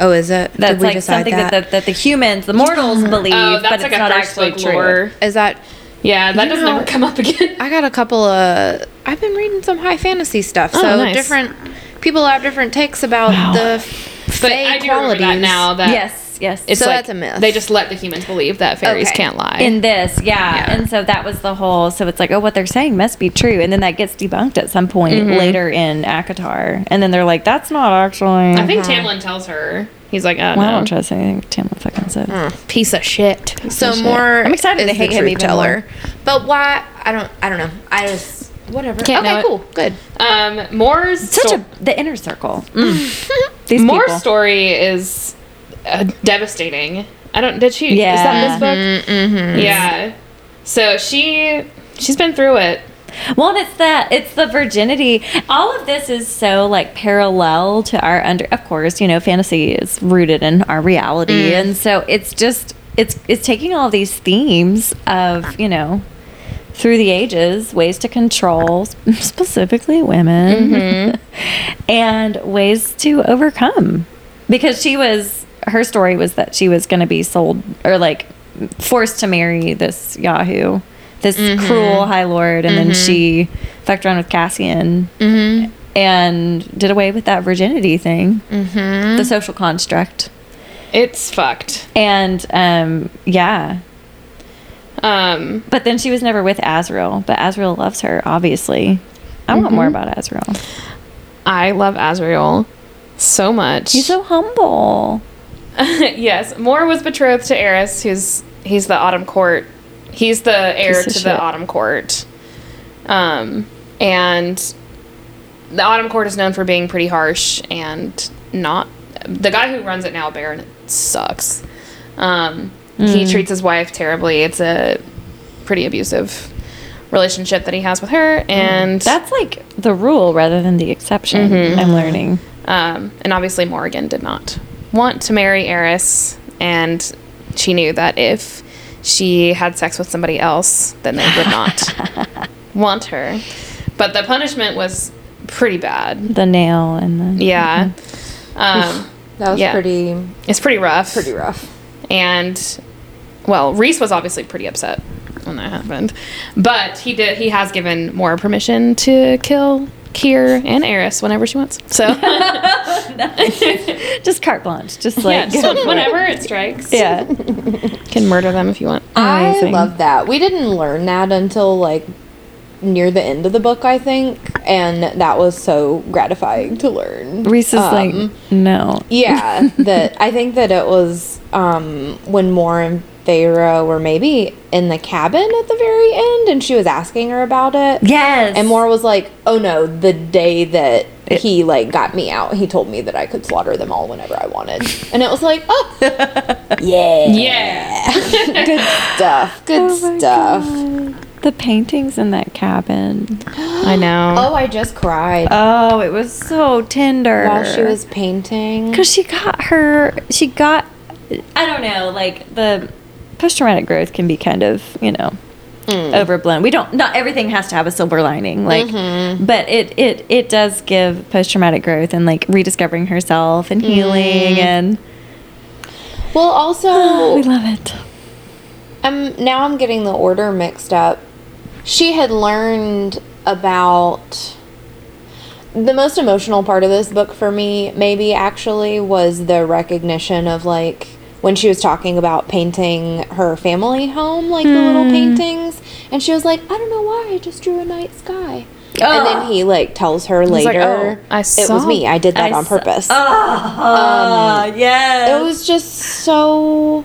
C: Oh, is it?
B: That's like something that? the, that the humans, the mortals, believe,
A: Oh,
B: but
A: that's
B: it's
A: like a
B: not
A: first
B: actually
A: book
B: true.
A: lore.
C: Is that
A: Yeah, that
C: You
A: doesn't
C: know-
A: ever come up again.
C: I got a couple of. I've been reading some high fantasy stuff, so
A: Oh, nice.
C: different people have different takes about
B: Wow.
C: the f-
A: But
C: Faye
A: I do
C: qualities.
A: remember that now. That
B: Yes, yes.
A: it's
C: So
A: like
C: that's a myth.
A: They just let the humans believe that fairies
C: Okay.
A: can't lie.
B: in this yeah.
A: Yeah.
B: and so that was the whole so it's like oh what they're saying must be true and then that gets debunked at some point
A: Mm-hmm.
B: later in akatar and then they're like that's not actually
A: I think Tamlin tells her. He's like, oh,
B: well, I
A: no.
B: don't trust anything Tamlin fucking says.
A: piece of shit.
C: So
B: shit.
C: more.
B: I'm excited
C: is
B: to
C: the
B: hate him
C: truth
B: even more.
C: But why? I don't. I don't know. I just whatever.
A: Can't know
C: okay,
A: it.
C: cool, good.
A: Um, Moore's
B: Such
A: sto-
B: a the inner circle.
A: Mm.
B: Mm. These
A: Moore's
B: people.
A: story is uh, devastating. I don't. Did she? Is
B: Yeah.
A: that this book? Yeah. So she she's been through it.
B: Well, and it's the it's the virginity. All of this is so like parallel to our under. Of course, you know, fantasy is rooted in our reality,
A: Mm.
B: and so it's just it's it's taking all these themes of you know through the ages ways to control specifically women and ways to overcome because she was her story was that she was going to be sold or like forced to marry this yahoo this cruel high lord and then she fucked around with cassian and did away with that virginity thing the social construct
A: It's fucked.
B: and um yeah
A: Um,
B: but then she was never with Azrael, but Azrael loves her, obviously. I want more about Azrael.
A: I love Azrael so much.
B: He's so humble.
A: yes, Moore was betrothed to Eris, who's he's the Autumn Court. He's the heir
B: Piece
A: to
B: of
A: the
B: shit.
A: Autumn Court. Um, and the Autumn Court is known for being pretty harsh and not the guy who runs it now, Baron, sucks. Um, He
B: Hmm.
A: treats his wife terribly. It's a pretty abusive relationship that he has with her,
B: Hmm.
A: and
B: That's like the rule rather than the exception, I'm learning.
A: Um, and obviously, Morgan did not want to marry Eris, and she knew that if she had sex with somebody else, then they would not want her. But the punishment was pretty bad.
B: The nail and the.
A: Yeah. Um,
D: That was
A: Yeah.
D: pretty
A: it's pretty rough.
D: pretty rough.
A: And, well, Reese was obviously pretty upset when that happened. But he did. He has given more permission to kill Kier and Eris whenever she wants. So,
B: Just carte blanche. Just
A: yeah,
B: like.
A: just whenever it strikes.
B: Yeah.
A: can murder them if you want.
B: Oh, Amazing.
D: I love that. We didn't learn that until like near the end of the book, I think, and that was so gratifying to learn.
B: Reese is
D: Um,
B: like, no.
D: yeah, that I think that it was um, when Moore and Pharaoh were maybe in the cabin at the very end, and she was asking her about it.
B: Yes.
D: And Moore was like, "Oh no, the day that
B: It-
D: he like got me out, he told me that I could slaughter them all whenever I wanted." And it was like, "Oh, yeah,
A: Yeah.
D: good stuff, good
B: Oh my
D: stuff."
B: God. The paintings in that cabin.
A: I know.
D: Oh, I just cried
B: Oh, it was so tender.
D: while she was painting.
B: because she got her she got i don't know like the post-traumatic growth can be kind of you know overblown. We don't not everything has to have a silver lining, like, but it it it does give post traumatic growth and like rediscovering herself and healing and
D: Well,
C: Oh.
D: also,
B: we love it.
D: I'm now I'm getting the order mixed up. She had learned about the most emotional part of this book for me, maybe actually, was the recognition of like when she was talking about painting her family home, like the
A: Hmm.
D: little paintings, and she was like, I don't know why, I just drew a night sky. And then he like tells her
A: like,
D: later,
A: "Oh, I
D: it was
A: saw-
D: me. I did that
B: I
D: on
B: saw-
D: purpose.
B: Oh, yes.
D: It was just so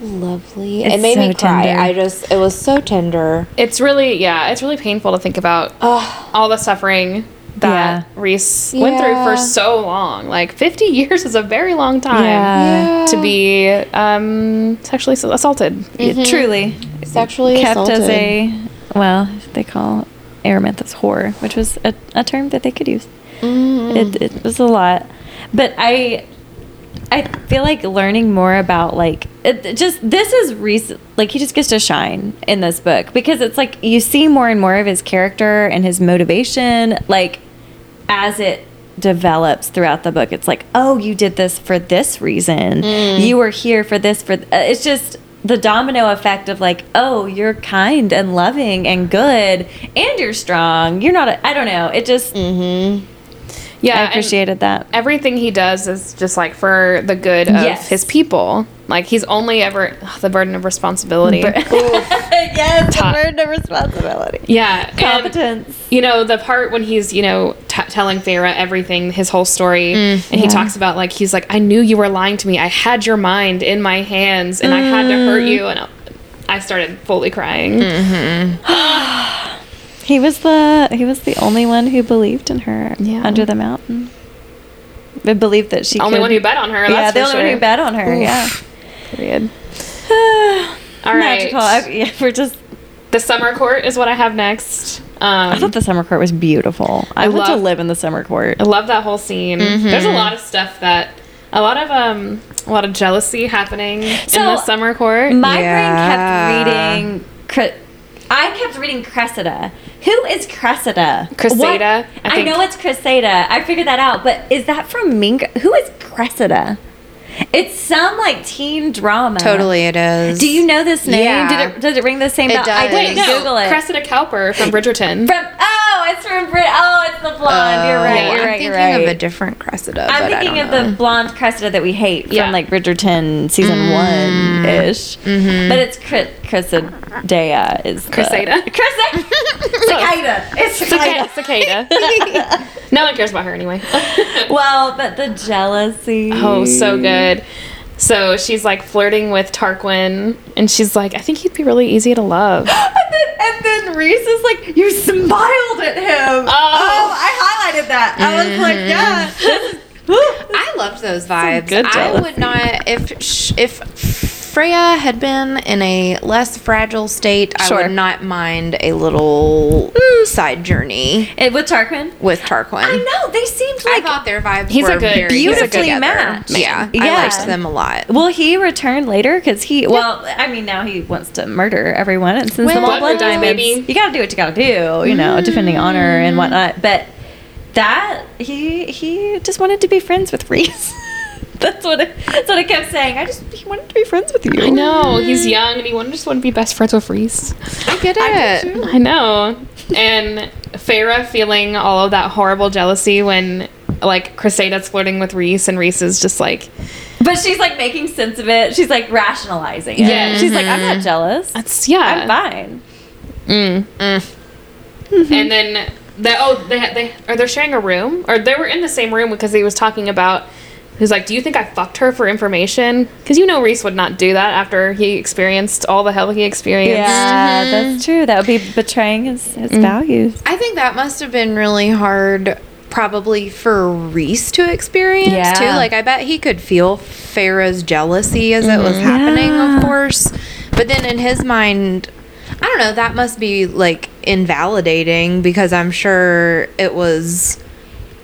D: lovely.
B: It's
D: it made me
B: so
D: cry.
B: tender.
D: I just it was so tender.
A: It's really, yeah, it's really painful to think about
D: Ugh.
A: all the suffering that Reese went through
D: Yeah.
A: for so long. Like 50 years is a very long time
B: Yeah.
A: to be um, sexually assaulted.
B: It truly
D: sexually
B: kept
D: assaulted.
B: as a well, they call Aramanthus horror, which was a, a term that they could use. It, it was a lot, but I I feel like learning more about like it, it just this is recent. Like he just gets to shine in this book because it's like you see more and more of his character and his motivation, like as it develops throughout the book. It's like, oh, you did this for this reason.
A: Mm.
B: You were here for this. For th-. uh, it's just the domino effect of like, oh, you're kind and loving and good, and you're strong. You're not. A, I don't know. It just
A: Mm.
C: Mm-hmm.
A: Yeah,
B: I
A: and
B: appreciated that.
A: everything he does is just like for the good of
B: Yes.
A: his people. Like he's only ever ugh, the burden of responsibility.
B: yes,
A: Top.
B: burden of responsibility.
A: yeah, and-
B: Competence.
A: you know the part when he's you know t- telling Feyre everything his whole story and
B: Mm-hmm.
A: he talks about like he's like I knew you were lying to me I had your mind in my hands and I had to hurt you and I- I started fully crying
B: Mm. He was the he was the only one who believed in her
A: Yeah.
B: under the mountain. They believed that she
A: only
B: could-
A: one who bet on her
B: yeah,
A: that's
B: the
A: for
B: only one who
A: sure.
B: bet on her. Yeah.
A: period all right
B: Magical. I- yeah, we're just.
A: the summer court is what I have next
B: I
A: um,
B: thought the summer court was beautiful. I,
A: I
B: want
A: love-
B: to live in the summer court.
A: I love that whole scene
B: Mm-hmm.
A: there's a lot of stuff that a lot of um a lot of jealousy happening
B: So,
A: in the summer court
B: My
C: Yeah.
B: brain kept reading. Cre- I kept reading Cressida. Who is Cressida?
A: Cressida,
B: What-
A: I
B: I,
A: think.
B: know it's Cressida. I figured that out. But is that from Mingo? Who is Cressida? It's some like teen drama.
C: Totally, it is.
B: Do you know this name?
C: Yeah.
B: Did it did it ring the same
C: It
B: bell? I
C: does.
B: didn't
A: Wait, no,
B: Google it.
A: Cressida Cowper from Bridgerton.
B: from oh, it's from Brit. Oh, it's the blonde. you're right.
A: yeah.
B: You're right.
C: I'm thinking
B: You're right.
C: of a different Cressida.
B: I'm
C: but I
B: thinking
C: don't
B: of
C: know.
B: the blonde Cressida that we hate
A: Yeah.
B: from like Bridgerton season
C: Mm-hmm.
B: one ish, but it's Cre- Cressida is the-
A: Cressida.
B: Cressida. Cicada. It's
A: Cicada.
B: cicada.
A: cicada. no one cares about her anyway.
B: Well, but the jealousy.
A: oh, so good. So she's like flirting with Tarquin, and she's like, I think he'd be really easy to love.
B: And then, and then Reese is like, "You smiled at him." Oh, I highlighted that. I was like,
C: Mm-hmm.
B: "Yeah." this is- woo.
C: I loved those vibes.
A: good
C: I
A: jealousy.
C: would not if sh- if Freya had been in a less fragile state. I
B: Sure.
C: would not mind a little side journey
B: And with Tarquin.
C: with Tarquin.
B: I
C: I,
B: know they seemed like
C: thought their vibes
A: He's a
C: were
A: good-
C: very
A: he's a good
C: together.
B: match.
C: Yeah,
B: Yeah.
C: I liked them a lot.
B: Will he return later? Because he, well, I mean, now he wants to murder everyone, and since the
C: Well,
B: Mall blood
A: Blood Diamonds,
B: diamonds,
A: maybe.
B: you gotta do what you gotta do, you know, defending honor and whatnot. But that he he just wanted to be friends with Reese. that's what it, that's what I kept saying. I just he wanted to be friends with you.
A: I know he's young, and he wanted, just want to be best friends with Reese.
C: I get it.
A: I know. And Farah feeling all of that horrible jealousy when like Crusade's flirting with Reese, and Reese is just like,
B: But she's like making sense of it. She's like rationalizing it.
A: Yeah.
B: she's like, I'm not jealous.
A: that's yeah,
B: I'm fine.
A: and then the oh they had- they are they sharing a room or they were in the same room because he was talking about he's like do you think I fucked her for information because you know Reese would not do that after he experienced all the hell he experienced
B: Yeah, that's true. That would be betraying his, his values.
C: I think that must have been really hard, probably for Reese to experience
B: Yeah.
C: too. Like, I bet he could feel Farah's jealousy as it was happening,
B: Mm-hmm. Yeah.
C: of course. But then in his mind, I don't know, that must be like invalidating because I'm sure it was,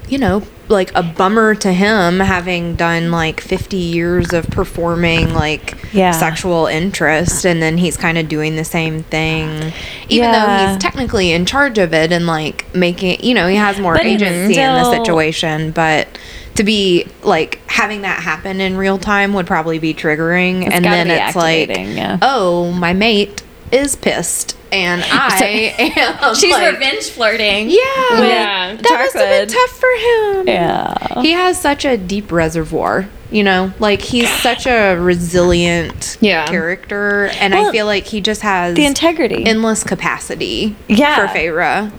C: you know, like a bummer to him having done like 50 years of performing like
B: Yeah.
C: sexual interest and then he's kind of doing the same thing even though
B: Yeah.
C: he's technically in charge of it and like making it you know he has more
B: But it's
C: agency in the
B: still-
C: situation but to be like having that happen in real time would probably be triggering and
B: gotta
C: then
B: be
C: it's like
B: activating, yeah.
C: oh my mate is pissed and i am
B: She's
C: like,
B: revenge flirting.
C: yeah,
A: Yeah.
C: that must have been
B: Tarquin.
C: tough for him.
B: Yeah.
C: He has such a deep reservoir, you know? Like he's such a resilient
A: Yeah.
C: character and I
B: Well,
C: feel like he just has
B: The integrity.
C: endless capacity
B: Yeah.
C: for Feyre,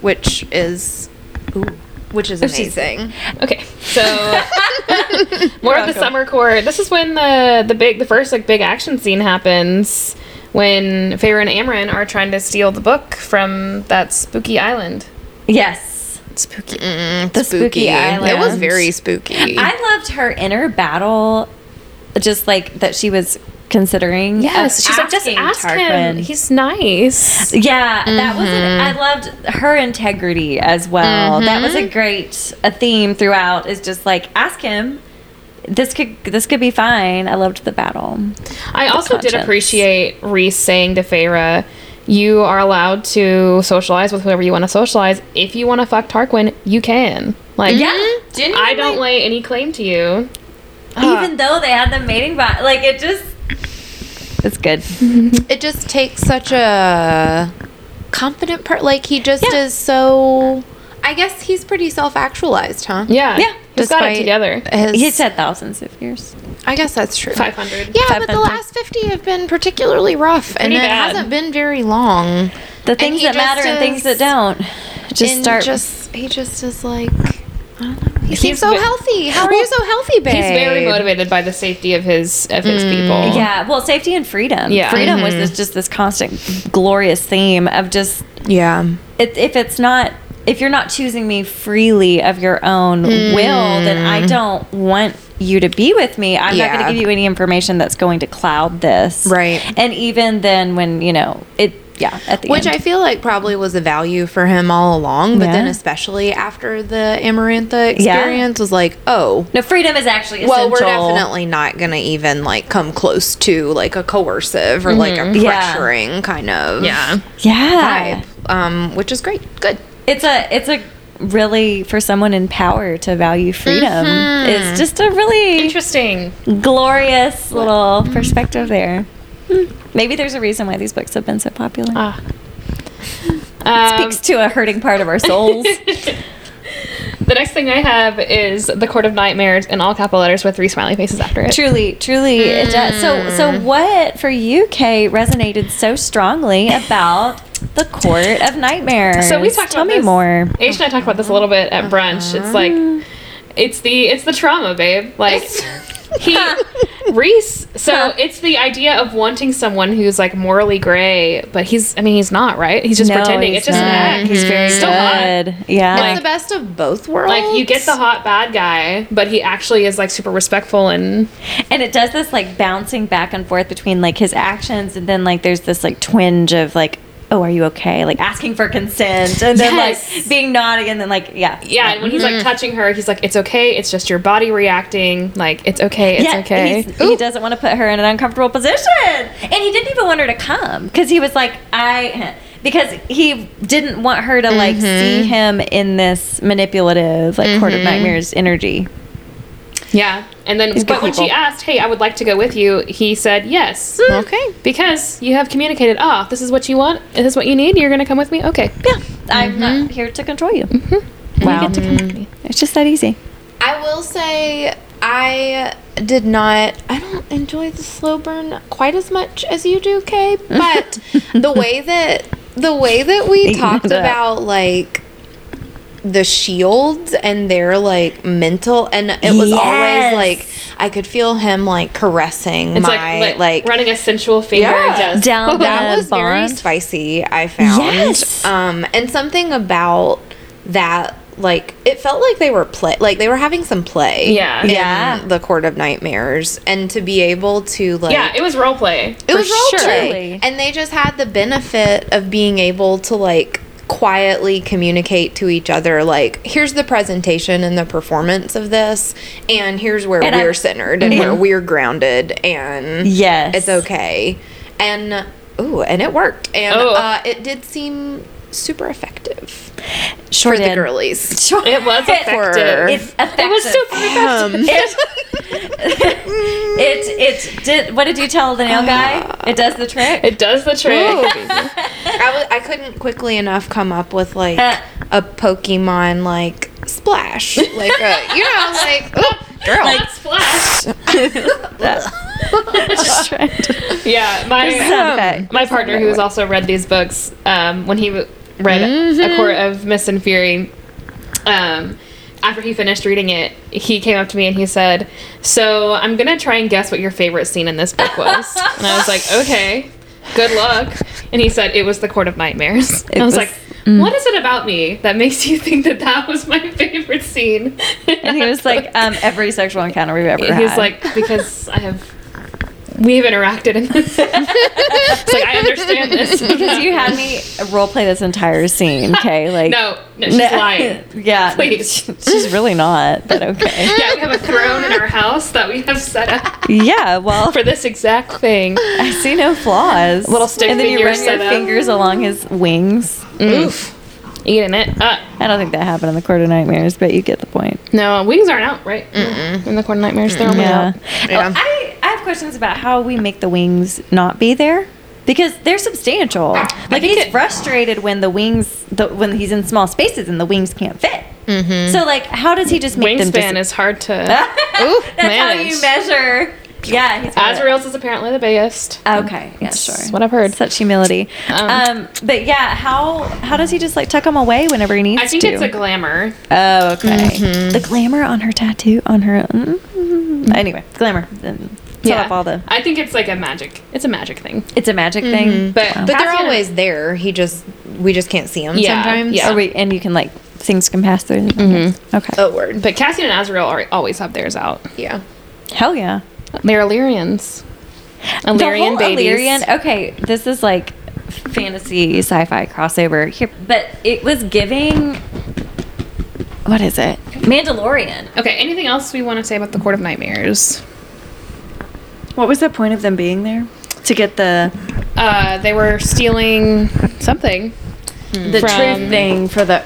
C: which is ooh, which is
B: she's-
C: amazing.
A: Okay, so more of the summer court. This is when the the big the first like big action scene happens when Feyre and Amryn are trying to steal the book from that spooky island.
B: yes.
A: Spooky.
B: The spooky, island.
C: It was very spooky.
B: I loved her inner battle, just like that she was considering. of
A: Yes, she's like just
B: asking
A: ask him.
B: Tarquin.
A: He's nice.
B: yeah, that was. An, I loved her integrity as well. That was a great a theme throughout. Is just like ask him. This could this could be fine. I loved the battle.
A: I also did
B: conscience.
A: appreciate Reese saying to Feyre, "You are allowed to socialize with whoever you want to socialize. If you want to fuck Tarquin, you can." Like, I don't lay any claim to you.
B: even though they had the mating bot. Like it just. It's good.
C: it just takes such a confident part like he just
B: Yeah.
C: is so I guess he's pretty self-actualized, huh?
A: Yeah,
B: Yeah,
A: just got it
C: Despite
A: together.
C: his-
B: He said thousands of years.
C: I guess that's true.
A: Five hundred.
C: Yeah, but the
B: 500.
C: last 50 have been particularly rough and
A: Pretty
C: it
A: bad.
C: hasn't been very long.
B: The things
C: he
B: that
C: just
B: matter and things
C: is-
B: that don't. Just
C: and
B: start.
C: just he just is like I don't know. He
A: He's
C: seems so
A: ve-
C: healthy. How are you so healthy, babe?
A: He's very motivated by the safety of his of his people.
B: Mm, Yeah, well, safety and freedom.
A: Yeah.
B: freedom
C: Mm-hmm.
B: was this, just this constant, glorious theme of just
C: Yeah.
B: it, if it's not if you're not choosing me freely of your own will, then I don't want you to be with me. I'm not going
C: Mm. Yeah.
B: to give you any information that's going to cloud this.
C: Right.
B: And even then, when you know it, yeah, at the
C: Which I
B: end.
C: feel like probably was a value for him all along, but then
B: Yeah.
C: especially after the Amarantha
B: Yeah.
C: experience was like, oh,
B: no freedom is actually essential.
C: well, we're definitely not gonna even like come close to like a coercive or like a
B: Mm-hmm. Yeah.
C: pressuring kind of
A: Yeah.
B: yeah.
C: vibe, um, which is great, good.
B: it's a it's a really for someone in power to value freedom
A: Mm-hmm.
B: It's just a really
A: Interesting.
B: Mm. glorious little
A: Mm-hmm.
B: perspective there maybe there's a reason why these books have been so popular
A: Ah. Um,
B: speaks to a hurting part of our souls
A: the next thing I have is the Court of Nightmares in all capital letters with three smiley faces after it.
B: truly truly it does so so
A: Mm.
B: what for you kate resonated so strongly about the court of nightmares
A: So we talked
B: tell
A: about
B: me
A: this-
B: more
A: Aisha and I talked about this a little bit at brunch.
B: Uh-huh.
A: It's like it's the it's the trauma, babe. Like he Reese. So it's the idea of wanting someone who's like morally gray, but he's I mean he's not right. He's just
B: No,
A: pretending.
B: he's
A: it's just an
B: not.
A: act. He's very still hot.
B: good yeah
C: It's the best of both worlds.
A: Like you get the hot bad guy, but he actually is like super respectful and
B: and it does this like bouncing back and forth between like his actions and then like there's this like twinge of like oh are you okay like asking for consent and then
A: Yes.
B: like being naughty and then like yeah
A: yeah. And when he's
B: Mm-hmm.
A: like touching her, he's like, "It's okay. It's just your body reacting. Like it's okay. It's
B: yeah,
A: okay."
B: he's- he doesn't want to put her in an uncomfortable position, and he didn't even want her to come because he was like, I, because he didn't want her to like
A: Mm-hmm.
B: see him in this manipulative, like court of nightmares energy.
A: Yeah. And then,
B: He's good
A: but when she
B: people.
A: asked, "Hey, I would like to go with you," he said yes.
C: okay.
A: Because you have communicated, ah, this is what you want, this is what you need, you're gonna come with me? Okay.
B: Yeah, I'm
A: Mm-hmm.
B: not here to control you.
A: Wow.
B: You get to come with me. It's just that easy.
C: I will say I did not I don't enjoy the slow burn quite as much as you do, Kay, but the way that the way that we
B: Eating
C: talked
B: it up.
C: about like the shields and their like mental and it was
B: Yes.
C: always like I could feel him like caressing
A: It's
C: my
A: like, like,
C: like,
A: running a sensual finger
C: Yeah.
A: just
B: Down
C: that
B: the
C: was very
B: bond.
C: spicy i found
B: Yes.
C: um and something about that like it felt like they were play like they were having some play
A: Yeah.
C: in
B: Yeah.
C: the court of nightmares and to be able to like
A: Yeah, it was role play.
C: it was
B: For
C: role
B: sure.
C: play and they just had the benefit of being able to like quietly communicate to each other like here's the presentation and the performance of this and here's where
B: And Mm-hmm.
C: we're
B: I'm-
C: centered and where we're grounded and
B: Yes.
C: it's okay and ooh and it worked and
A: Oh.
C: uh, it did seem super effective
B: Sure
C: for the
B: did.
C: girlies
B: Sure.
A: It was effective.
B: It's
A: It was
B: effective.
A: so effective.
B: it it did. What did you tell the nail guy? It does the trick.
A: It does the trick.
C: I, was, I couldn't quickly enough come up with like
B: Uh.
C: a pokemon like splash like a, you know like oh, girl
A: Like splash.
B: Just trying to- Um,
A: Yeah, my
B: There's a sound effect.
A: my partner who has also read these books um, when he w- read
B: Mm-hmm.
A: a court of mist and fury um, after he finished reading it he came up to me and he said so i'm gonna try and guess what your favorite scene in this book was and i was like okay good luck and he said it was the court of nightmares and i was,
B: was- mm.
A: like what is it about me that makes you think that that was my favorite scene
B: and he was like, um, every sexual encounter we've ever
A: He's
B: had.
A: like, because I have, we have interacted in this. it's like, I understand this.
B: because you had me role play this entire scene. Okay, like
A: No, no, she's lying.
B: Yeah,
A: Please.
B: she's really not. But okay.
A: Yeah, we have a throne in our house that we have set up
B: Yeah, well,
A: for this exact thing.
B: I see no flaws.
A: Little stick
B: and then you
A: figure
B: run your
A: set up.
B: fingers along his wings.
A: Oof. Eating it Uh, up.
B: I don't think that happened in the Court of Nightmares, but you get the point.
A: No, wings aren't out, right? In the Court of Nightmares, they're only
B: Yeah.
A: out.
B: Oh,
C: Yeah.
B: I, I have questions about how we make the wings not be there because they're substantial. Like
A: think
B: he's
A: it-
B: frustrated when the wings, the, when he's in small spaces and the wings can't fit.
A: Mm-hmm.
B: So like, how does he just make them?
A: Wingspan
B: dis-
A: is hard to.
B: That's how you
A: managed.
B: measure. Yeah, he's got it.
A: Azrael's is apparently the biggest.
B: Okay, yeah, sure.
A: what I've heard.
B: Such humility. Um,
A: Um,
B: but yeah, how how does he just like tuck them away whenever he needs
A: I think
B: to?
A: it's a glamour.
B: Oh, okay.
A: Mm-hmm.
B: The glamour on her tattoo on her. mm Anyway, glamour. Then Fill up all the.
A: I think it's like a magic. It's a magic thing.
B: It's a magic thing.
A: But
C: but they're
A: Cassian-
C: always there he just we just can't see them
A: Yeah,
C: sometimes
A: yeah.
B: Or we, and you can like things can pass through. Mm-hmm. Okay.
C: oh word
A: But Cassian and Azrael are, always have theirs out.
C: yeah
B: Hell yeah.
A: They're Illyrians.
B: The
A: Illyrian
B: whole
A: babies.
B: Illyrian- okay, this is like fantasy sci-fi crossover here, but it was giving. What is it? Mandalorian.
A: Okay, anything else we want to say about the Court of Nightmares?
B: What was the point of them being there? To get the
A: Uh, they were stealing something.
B: the
A: From-
B: truth thing for the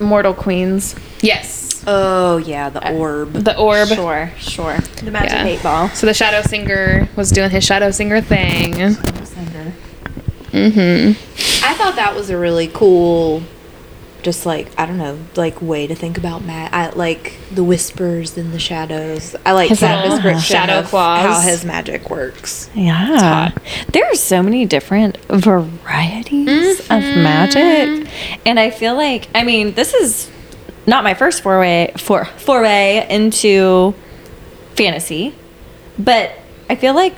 B: mortal queens.
A: Yes.
C: oh yeah the orb
A: The orb.
B: Sure, sure. The magic
A: Yeah.
B: eight ball.
A: So the Shadow Singer was doing his Shadow Singer thing.
C: i thought that was a really cool just like i don't know like way to think about matt i like the whispers in the shadows i like
A: His
C: that
A: little
C: description
A: shadow
C: of
A: claws.
C: how his magic works
B: Yeah. There are so many different varieties of
A: Mm-hmm.
B: magic. And I feel like I mean, this is not my first foray for foray into fantasy, but I feel like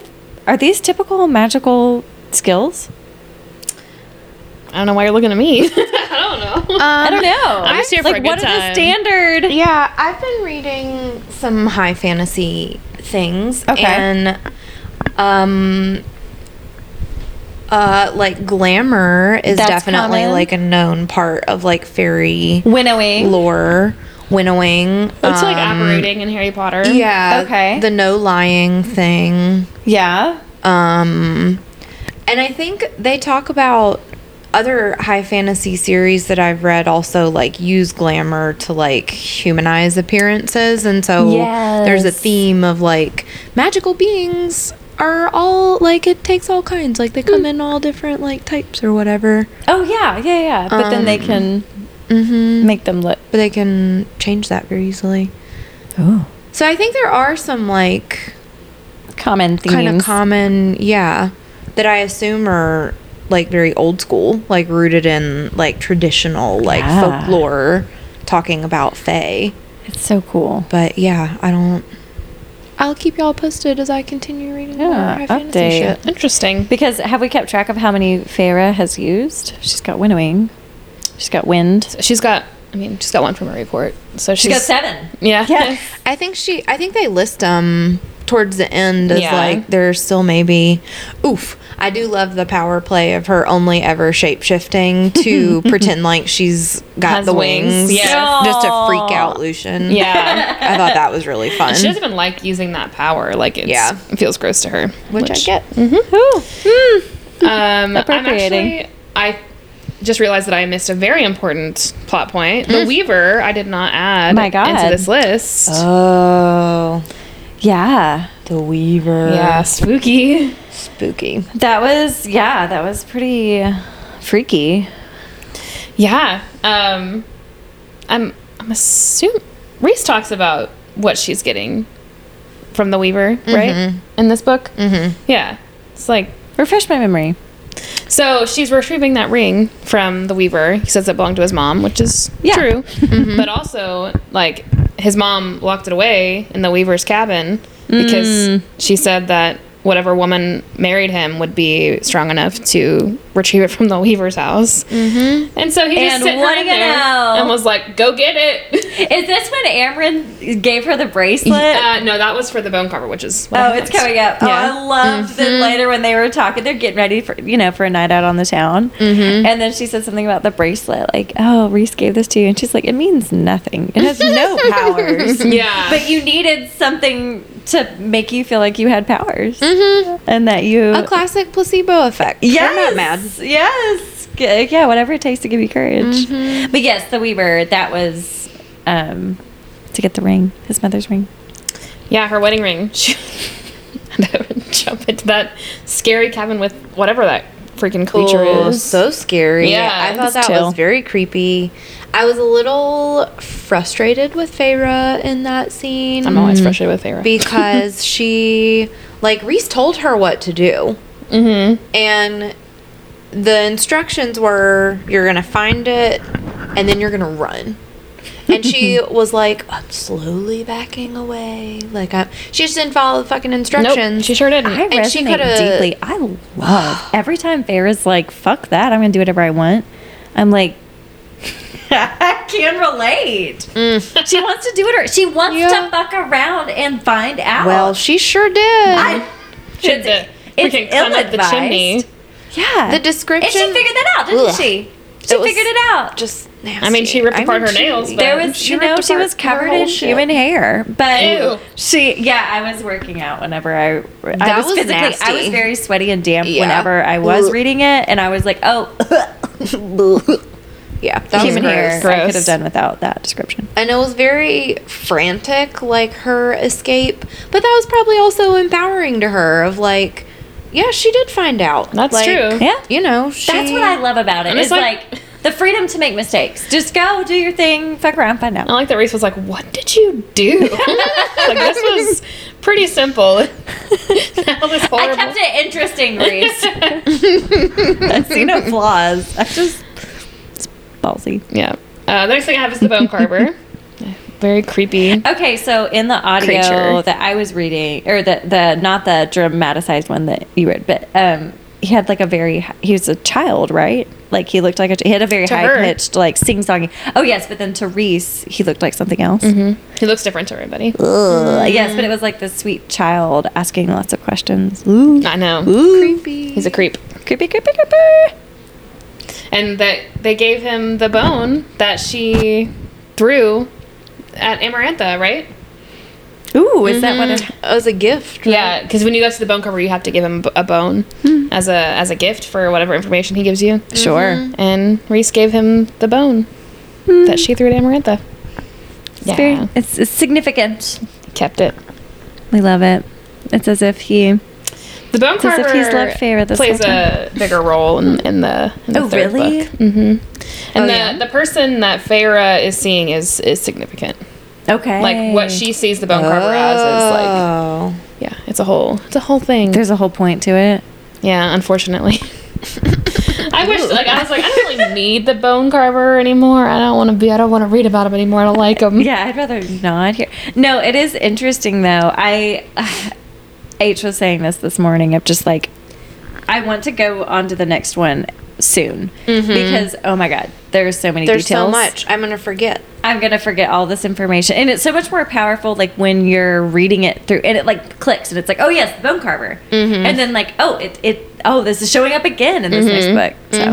B: are these typical magical skills?
A: I don't know why you're looking at me. I don't know.
B: I don't know.
A: Um, I'm just here for
B: like
A: a good
B: what are the
A: time.
B: standard
C: Yeah, I've been reading some high fantasy things.
B: Okay.
C: And um uh like glamour is
B: That's
C: definitely
B: common.
C: like a known part of like fairy
B: winnowing?
C: lore, winnowing.
A: It's like
C: um,
A: operating in Harry Potter.
C: Yeah.
B: Okay.
C: The no lying thing.
B: Yeah.
C: Um, and I think they talk about other high fantasy series that I've read also like use glamour to like humanize appearances. And so there's a
B: Yes.
C: theme of like magical beings are all like it takes all kinds, like they
B: Hmm.
C: come in all different like types or whatever,
B: Oh yeah, yeah, yeah. But then
A: Um,
B: they can
A: mm-hmm.
B: make them look.
C: but they can change that very easily.
B: Oh,
C: So I think there are some like
B: common themes.
C: kind of common, yeah, that I assume are like very old school, like rooted in like traditional like
B: Yeah.
C: folklore talking about fae.
B: it's so cool.
C: But yeah, I don't I'll keep y'all posted as I continue reading more
B: Yeah,
C: high fantasy
B: update.
C: shit.
A: Interesting.
B: Because have we kept track of how many Farah has used? She's got winnowing. She's got wind.
A: She's got, I mean, she's got one from a report. So she's,
B: seven.
A: Yeah.
B: Yes.
C: I think she I think they list them towards the end is
A: Yeah.
C: like there's still maybe oof. I do love the power play of her only ever shape shifting to pretend like she's got
A: Has
C: the
A: wings.
C: wings.
A: Yes.
C: Just to freak out Lucian.
A: Yeah.
C: I thought that was really fun.
A: She doesn't even like using that power. Like it's,
C: Yeah.
A: it feels gross to her.
C: which, I get.
B: Mm-hmm. Hmm.
A: Um, I'm
B: Appropriating.
A: actually, I just realized that I missed a very important plot point.
C: Mm.
A: The Weaver, I did not add
B: My God.
A: into this list.
C: Oh,
B: Yeah.
C: the Weaver.
A: Yeah, spooky.
C: Spooky.
B: That was, yeah, that was pretty freaky.
A: Yeah. Um, I'm I'm assuming Reese talks about what she's getting from the Weaver, right? In this book. Mm-hmm. Yeah. It's like
B: Refresh my memory.
A: so she's retrieving that ring from the Weaver. He says it belonged to his mom, which is
B: Yeah. Mm-hmm.
A: true. But also, like his mom locked it away in the Weaver's cabin because
B: Mm.
A: she said that whatever woman married him would be strong enough to retrieve it from the Weaver's house. Mm-hmm. And so he just
B: And
A: sent
B: what
A: her in
B: do you
A: there
B: know?
A: and was like, "Go get it."
B: Is this when Amryn gave her the bracelet?
A: Uh, no, that was for the bone cover, which is what
B: Oh,
A: I
B: it's
A: missed.
B: coming up.
C: Yeah.
B: Oh, I loved that later when they were talking. They're getting ready for you know for a night out on the town, and then she said something about the bracelet, like, "Oh, Reese gave this to you," and she's like, "It means nothing. It has no powers."
A: Yeah.
B: but you needed something to make you feel like you had powers and that you.
C: Mm-hmm. A classic placebo effect.
B: Yes,
C: I'm not mad.
B: Yes, G- yeah, whatever it takes to give you courage.
C: Mm-hmm.
B: But yes, the Weaver. That was um, to get the ring, his mother's ring.
A: Yeah, her wedding ring. She- I would jump into that scary cabin with whatever that freaking creature
C: Oh,
A: is.
C: so scary.
A: Yeah,
C: I thought
A: it's
C: that
B: chill.
C: was very creepy. I was a little frustrated with Feyre in that scene.
A: I'm always frustrated with Feyre.
C: because she like Reese told her what to do. Mm-hmm. And the instructions were you're gonna find it and then you're gonna run. And she was like, I'm slowly backing away. Like I she just didn't follow the fucking instructions.
A: nope, she sure didn't.
B: I
C: And she
B: resonate
C: coulda-
B: deeply. I love every time Farrah's like, "Fuck that! I'm gonna do whatever I want." I'm like, I can relate. She wants to do it. Or she wants
C: Mm. Yeah.
B: to fuck around and find out.
C: well, she sure did.
B: I,
A: Should the freaking climb up the
B: ill-advised.
A: chimney.
B: Yeah,
C: the
B: and she
C: description
B: figured that out, didn't
C: Ugh.
B: she? She
C: was
B: figured it out.
C: just nasty.
A: I mean, she ripped apart her nails, but-
B: there was,
C: she
B: you know,
C: ripped
B: she
C: apart
B: was
C: her
B: covered
C: whole
B: in
C: shit.
B: human hair, but
A: Ew.
B: she, yeah, I was working out whenever I, I
C: That
B: was,
C: was
B: physically, I was
C: nasty.
B: very sweaty and damp
C: Yeah.
B: whenever I was
C: Ugh.
B: reading it, and I was like, oh,
C: yeah, that
B: human
C: was
B: hair.
C: gross.
B: I could
A: Gross.
B: have done without that description.
C: And it was very frantic, like her escape. But that was probably also empowering to her, of like, yeah, she did find out.
A: That's
C: Like,
A: true.
B: Yeah.
C: You know, she,
B: That's what I love about it.
A: And it's
B: It's
A: like-
B: like, the freedom to make mistakes. Just go do your thing, fuck around, find out.
A: I like that Reese was like, "What did you do?" like this was pretty simple. now Oh, this horrible.
B: I kept it interesting, Reese. I see no flaws. I just it's ballsy.
A: yeah. Uh, the next thing I have is the bone carver. Very creepy.
B: Okay, so in the audio
A: Creature.
B: that I was reading, or the the not the dramatized one that you read, but um, he had like a very hi- he was a child, right? Like he looked like a ch- he had a very
A: To
B: high
A: her.
B: pitched like sing songy. Oh yes, but then to Reese, he looked like something else.
A: He looks different to everybody.
B: Ugh, Yes, but it was like this sweet child asking lots of questions.
A: I know.
C: creepy.
A: He's a creep.
B: Creepy, creepy, creepy.
A: and that they gave him the bone that she threw at Amarantha, right?
B: Ooh, is that what? It,
C: it was a gift.
A: Yeah, because when you go to the bone cover, you have to give him b- a bone as a as a gift for whatever information he gives you.
B: Hmm.
A: Mm-hmm.
B: Sure. Hmm.
A: And Reese gave him the bone that she threw at Amarantha.
B: It's
A: yeah,
B: very- it's, it's significant.
A: kept it.
B: We love it. It's as if he.
A: The bone
B: It's as if
A: carver
B: he's loved Feyre this
A: plays
B: whole
A: a bigger role in, in the in the
B: Oh,
A: third
B: really?
A: book. hmm And
B: Oh,
A: the
B: yeah?
A: the person that Feyre is seeing is is significant.
B: Okay.
A: Like what she sees the bone carver as is like
C: Oh.
A: yeah it's a whole it's a whole thing
B: There's a whole point to it.
A: yeah unfortunately i wish like i was like i don't really need the bone carver anymore i don't want to be i don't want to read about him anymore i don't like him
B: Mm-hmm. Yeah, I'd rather not hear. No, it is interesting though. I H was saying this this morning of just like I want to go on to the next one soon because oh my god, there's so many
C: There's
B: details.
C: so much I'm gonna forget.
B: I'm gonna forget all this information, and it's so much more powerful. Like when you're reading it through, and it like clicks, and it's like, oh yes, the bone carver,
C: Mm-hmm.
B: and then like, oh it it oh this is showing up again in this next book. So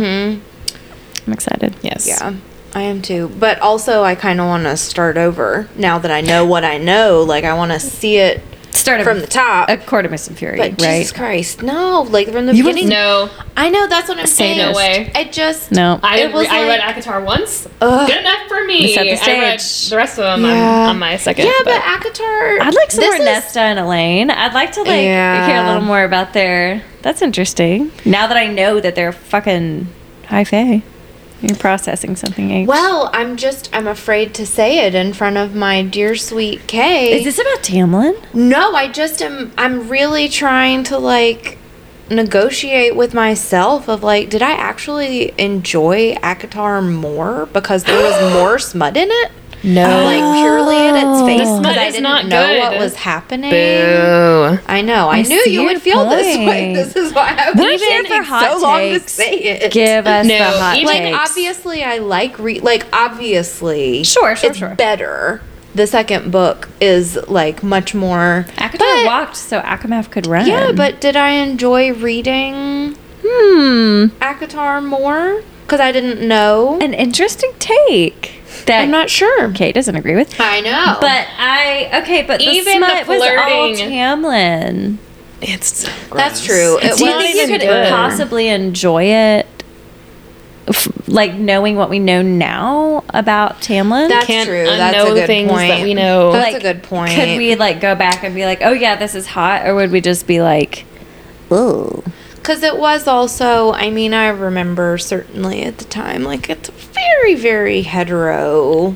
B: I'm excited.
A: Yes.
C: Mm-hmm. Yeah, I am too. But also, I kind of want to start over now that I know what I know. Like, I want to see it
B: Start
C: from the top.
B: A court of Mist and Fury,
C: but
B: right?
C: Jesus Christ, no! Like from the
B: You
C: beginning.
A: No,
C: I know that's what I'm
A: Say
C: saying.
A: no way.
C: I just
B: No.
A: I,
C: It was
A: re- I read
C: like-
A: Akatar once.
C: Ugh.
A: Good enough for me.
B: They set the
A: I read
B: stage.
A: the rest of them on,
C: Yeah.
A: on my second.
C: yeah, but Akatar.
B: I'd like some
C: this
B: more
C: is-
B: Nesta and Elaine. I'd like to like
C: Yeah.
B: hear a little more about their. That's interesting. Now that I know that they're fucking high fae, you're processing something. H.
C: Well, I'm just I'm afraid to say it in front of my dear sweet Kay.
B: is this about Tamlin?
C: no, I just am I'm really trying to like negotiate with myself of like did I actually enjoy Akatar more because there was more smut in it?
A: no.
C: Like purely in its
B: Oh.
C: face
A: The smut
C: because I
A: is
C: didn't
A: not
C: know
A: good.
C: what was happening.
A: Boo.
C: I know. I,
B: I
C: knew
B: see
C: you
B: your
C: would feel this way.
B: point.
C: This is why I
B: We're
C: was
B: here
C: taking
B: for hot
C: so long to
B: takes.
C: say it.
B: Give us
A: No,
B: the hot
A: even-
C: like
B: takes.
C: obviously I like re- like obviously
B: Sure, sure,
C: it's
B: sure.
C: better. The second book is like much more
B: Akatar
C: but-
B: walked so Akamath could run.
C: Yeah, but did I enjoy reading
B: hmm,
C: Akatar more? Cuz I didn't know.
B: an interesting take that
C: I'm not sure.
B: Kate doesn't agree with.
C: I know.
B: But I okay, but the
A: Even the
B: smut was all
A: flirting.
B: Tamlin.
A: It's
C: that's true. It
A: It's
C: was
B: Do you think you
A: even
B: could
A: good.
B: possibly enjoy it, f- like knowing what we know now about Tamlin?
C: That's
A: Can't
C: true. That's a
A: unknow
C: good
A: things
C: point.
A: that we know.
C: That's
B: Like,
C: a good point.
B: Could we like go back and be like, oh yeah, this is hot, or would we just be like, oh,
C: Because it was also, I mean, I remember certainly at the time, like it's very, very hetero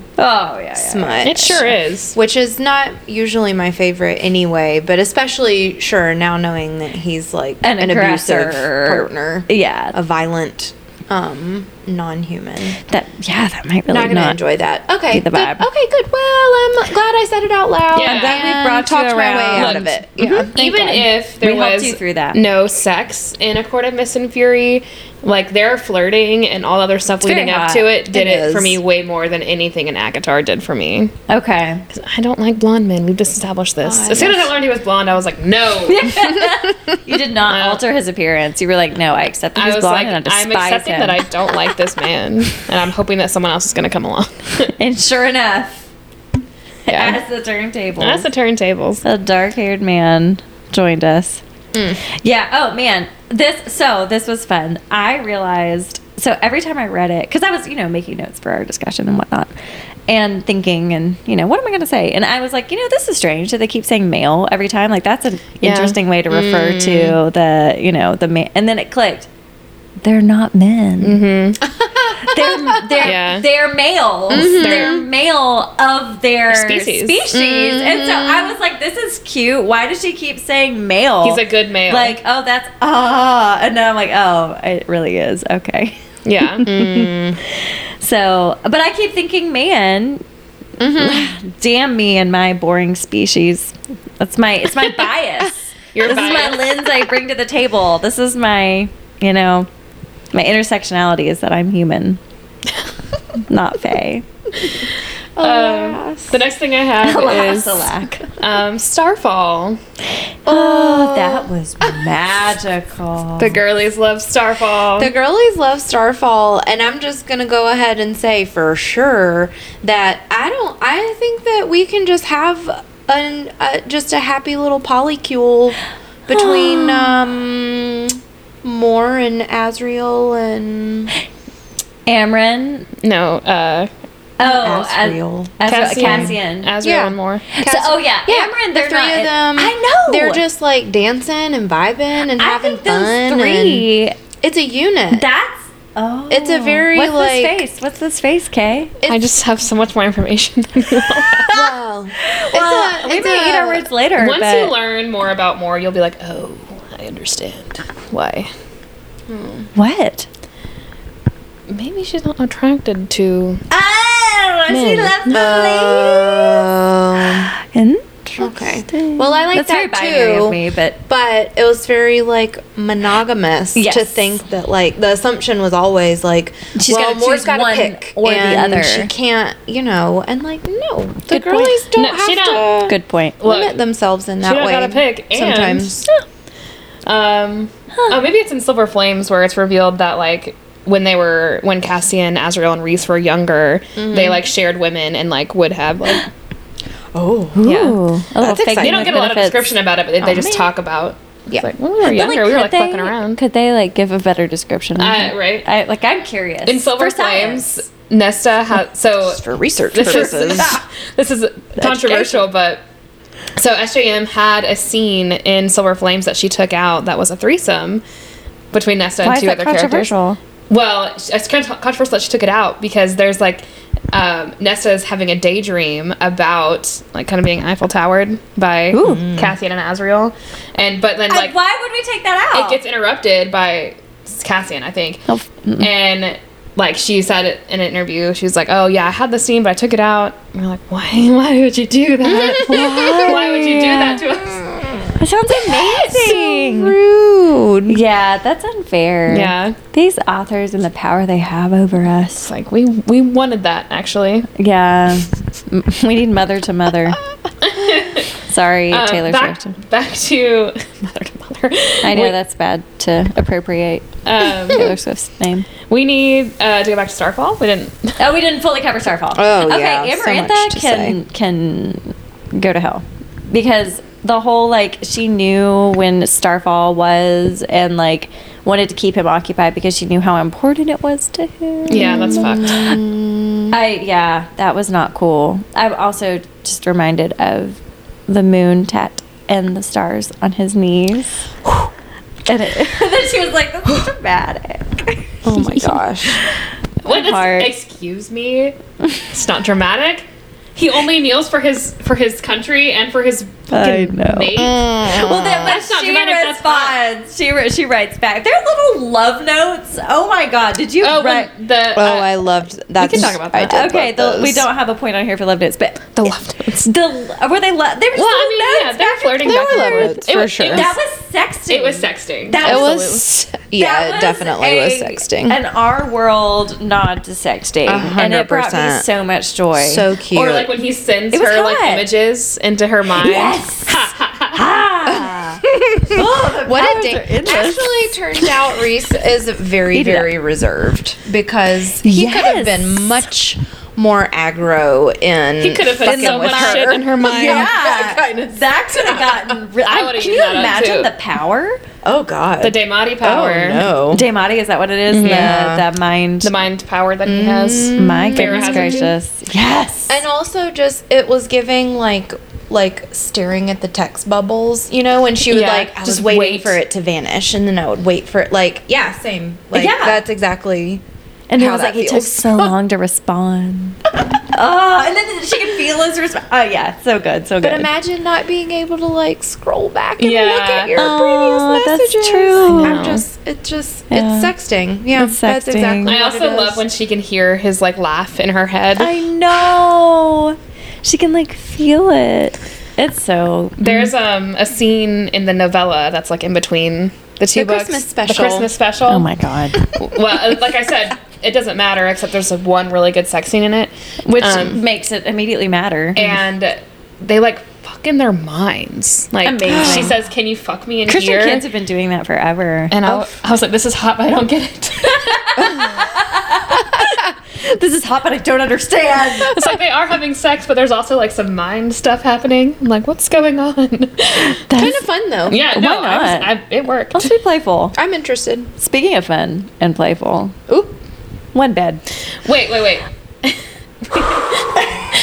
B: oh yeah, yeah.
C: smut.
A: It sure is.
C: Which is not usually my favorite anyway, but especially, sure, now knowing that he's like
B: An
C: an, abusive
B: aggressor.
C: partner,
B: yeah,
C: a violent, um, non human.
B: that yeah, that might really
C: not
B: not.
C: gonna enjoy that. Okay.
B: the
C: good.
B: vibe.
C: Okay, good. Well, I'm glad I said it out loud.
A: Yeah. I'm glad
B: we
C: and
B: brought you
C: talked my way
B: around.
C: out of it. Yeah.
A: Mhm. Even
B: God.
A: if there
B: We helped
A: was
B: you through that.
A: no sex in A Court of Mist and Fury, like their flirting and all other stuff
B: very
A: leading up
B: hot.
A: to it did
C: It
A: it, for
C: is.
A: me way more than anything an Akatar did for me.
B: Okay,
A: 'Cause I don't like blonde men. We've just established this.
C: Oh, I
A: as soon as I learned he was blonde, I was like, no.
B: you did not alter his appearance. You were like, no, I accept that
A: I
B: he's
A: was
B: blonde
A: like,
B: and I despise
A: I'm accepting
B: him.
A: that I don't like this man, and I'm hoping that someone else is going to come along.
B: and sure enough,
A: yeah.
B: as the turntable,
A: That's the turntables.
B: a dark haired man joined us.
A: Mm.
B: Yeah. Oh man. This so this was fun. I realized so every time I read it because I was you know making notes for our discussion and whatnot, and thinking and you know what am I going to say? And I was like, you know, this is strange that they keep saying male every time. Like that's an
A: Yeah. Mm.
B: interesting way to refer to the you know the man. And then it clicked. They're not men. they're they're
A: Mm-hmm. Yeah. Mm-hmm.
B: they're males. They're male of their
A: Species.
B: species. And so I was like, this is cute. Why does she keep saying male?
A: Mm-hmm. He's a good male.
B: Like, oh, that's ah, and then I'm like, oh, it really is okay.
A: yeah.
B: mm-hmm. So, but I keep thinking, man,
A: Mm-hmm.
B: damn me and my boring species. That's my it's my bias.
A: Your
B: this is my
A: bias.
B: lens I bring to the table. This is my you know my intersectionality is that I'm human, not fae.
A: Um, the next thing I have
B: Alas,
A: is
B: alack.
A: um, Starfall.
B: Oh, that was magical.
A: The girlies love Starfall.
B: Um,
C: The girlies love Starfall, and I'm just gonna go ahead and say for sure that I don't. I think that we can just have an uh, just a happy little polycule between um, Moore and Azriel and
B: Amran.
A: no, uh,
B: Oh,
C: Asriel.
B: As- Cassian.
A: Azriel
C: Yeah.
A: and more.
B: So, oh yeah, Amran. They're
C: the three
B: not.
C: of them.
B: I know.
C: they're just like dancing and vibing and
B: I
C: having
B: think
C: fun.
B: those
C: and-
B: three.
C: it's a unit.
B: That's oh.
C: It's a very,
B: What's
C: like-
B: this face? What's this face, Kay?
A: I just have so much more information. Than you all have.
C: well, it's
B: well,
C: a-
B: we
C: it's
B: may eat
C: a-
B: our words later.
A: Once
B: but
A: you learn more about more, you'll be like, oh, I understand why.
B: what?
A: Maybe she's not attracted to.
B: Oh, she
A: Men.
B: left the
C: Um,
B: leaf.
C: Okay. Well, I like
B: That's very
C: that
B: binary
C: too.
B: of me, but
C: but it was very like monogamous
B: Yes.
C: to think that like the assumption was always like
B: She's
C: well,
B: gotta
C: Moore's
B: choose
C: gotta
B: one
C: pick
B: or the
C: and
B: other.
C: She can't, you know, and like no, the
B: Good point.
C: girlies don't
A: No,
C: have
A: she
C: to
A: don't.
B: good point.
A: Look,
C: limit themselves in that
A: don't
C: way.
A: gotta pick, and-
C: sometimes.
A: Um, oh, maybe it's in Silver Flames where it's revealed that like when they were when Cassian, Azrael, and Reese were younger, they like shared women and like would have like
C: Oh,
A: yeah.
B: a little
C: That's
B: fake
C: exciting.
A: They don't
B: with
A: get a lot of
B: benefits.
A: description about it, but they, they just talk about. it's
C: Yeah.
A: like when we were
B: But, like,
A: younger, we were
B: could
A: like fucking
B: they-
A: around.
B: Could they like give a better description?
A: Uh, right.
B: I, like I'm curious.
A: in Silver
B: For science.
A: Flames, Nesta has so
C: for research
A: this
C: purposes.
A: is this is controversial, but so SJM had a scene in Silver Flames that she took out that was a threesome between Nesta
B: Why
A: and
B: is
A: two
B: that
A: other characters.
B: controversial?
A: Well, it's kind of controversial that she took it out because there's like um, Nesta is having a daydream about like kind of being Eiffel Towered by
B: Ooh.
A: Cassian and Azrael, and but then like
B: why would we take that
A: it gets interrupted by Cassian, I think.
B: Oh, f- mm-mm.
A: And like she said it in an interview, she was like, "Oh yeah, I had the scene, but I took it out." And we're like, "Why? Why would you do that? why? would you do that to
B: Mm.
A: us?"
B: that sounds amazing.
E: Rude.
B: yeah, that's unfair.
A: Yeah,
B: These authors and the power they have over
A: it's
B: us.
A: like we we wanted that actually.
B: Yeah. M- we need mother to mother. Sorry,
A: Um,
B: Taylor
A: back,
B: Swift.
A: Back to mother to mother.
B: I know
A: We-
B: that's bad to appropriate
A: Um,
B: Taylor Swift's name.
A: we need uh, to go back to Starfall. We didn't.
B: Oh, we didn't fully cover Starfall.
C: Oh,
B: okay,
C: yeah, so much
B: Amarantha
C: to
B: can can go to hell because the whole like she knew when Starfall was and like wanted to keep him occupied because she knew how important it was to him.
A: Yeah, that's fucked.
B: I yeah, that was not cool. I'm also just reminded of the moon tat and the stars on his knees. And, it, then she was like, "This is dramatic."
C: Oh my gosh.
A: What is,
B: Heart.
A: excuse me? It's not dramatic. He only kneels for his for his country and for his
B: I
A: fucking
B: know.
A: mate.
C: Mm.
B: Well, then when
A: That's not
B: she
A: dramatic, that's
B: responds, she re- she writes back. They're little love notes. Oh my god! Did you?
A: Oh,
B: write-
A: when the
C: Oh,
A: uh,
C: I loved that.
A: can talk about
C: I
A: that.
C: did
B: okay.
C: love
B: The, we
C: those.
B: don't have a point on here for love notes, but
A: the love notes.
B: the were they love? They were just
A: Well, I
B: little
A: mean, yeah, they're
B: notes back and
A: flirting
C: They
A: back
C: were
A: and
C: love
A: forth.
C: notes,
A: It
C: for
A: was-
C: sure.
A: It
B: forth.
A: was,
B: That was sexting.
A: it was sexting.
B: That
C: It
B: was-
C: was yeah,
B: That
C: it definitely was
B: a-
C: sexting.
B: An our world nod to sexting,
C: A
B: and it
C: hundred
B: brought me
C: percent.
B: so much joy.
C: so cute.
A: or like when he sends
B: It was
A: her like
B: hot.
A: images into her mind.
B: yes. ah. oh, the
C: What a
B: powers are
C: date!
B: endless.
C: Actually, turns out Reese is very,
B: Eat it up.
C: very reserved because he could have been
B: Yes.
C: much more aggro in.
A: He could have put
C: fucking
A: so
C: with
A: much shit in her mind.
B: Yeah, that could have gotten. Re-
A: I
B: I
A: would've eaten
B: can you
A: that up, too.
B: imagine the power?
C: Oh God.
A: The Daimati power.
C: Oh no.
B: Damati, is that what it is?
C: Yeah.
B: The, the mind.
A: The mind power that he
C: Mm.
A: has.
B: My
A: Pharaoh
B: goodness
A: has
B: gracious. Yes.
C: And also, just it was giving like like staring at the text bubbles. You know, when she would
A: Yeah,
C: like
A: I
C: just
A: would
C: waiting
A: wait.
C: for it to vanish, and then I would wait for it. Like yeah, same. Like
B: Yeah.
C: that's exactly.
B: And it
C: how
B: was
C: that
B: like, it took
C: feels.
B: so long to respond. oh, and then she could feel his response. Oh, yeah. So good. So good.
C: But imagine not being able to like scroll back and look
A: Yeah.
C: at your
B: Oh,
C: previous
B: that's
C: messages.
B: true.
C: I'm just, it just,
B: Yeah.
C: it's sexting. Yeah,
B: It's
C: that's
B: sexting.
C: exactly.
A: I
C: what it
A: also love
C: is.
A: when she can hear his like laugh in her head.
B: I know. She can like feel it. It's so. oh
A: There's um a scene in the novella that's like in between the two
C: The
A: books.
C: Christmas
A: The
C: special.
A: Christmas special.
B: Oh my God.
A: Well, uh, like I said, it doesn't matter except there's like, one really good sex scene in it,
B: Which
A: Um,
B: makes it immediately matter.
A: and they like fuck in their minds. Like
B: Amazing.
A: she says, "Can you fuck me in
B: Christian
A: here?"
B: kids have been doing that forever.
A: and I, I was like, "This is hot, but I don't get it."
B: this is hot, but I don't understand.
A: it's like they are having sex, but there's also like some mind stuff happening. I'm like, "What's going on?"
C: Kind of fun though.
A: yeah, no,
B: Why
A: I was-
B: not?
A: I- it worked.
B: Let's be playful.
C: I'm interested.
B: Speaking of fun and playful,
C: Oop.
B: one bed.
A: Wait, wait, wait.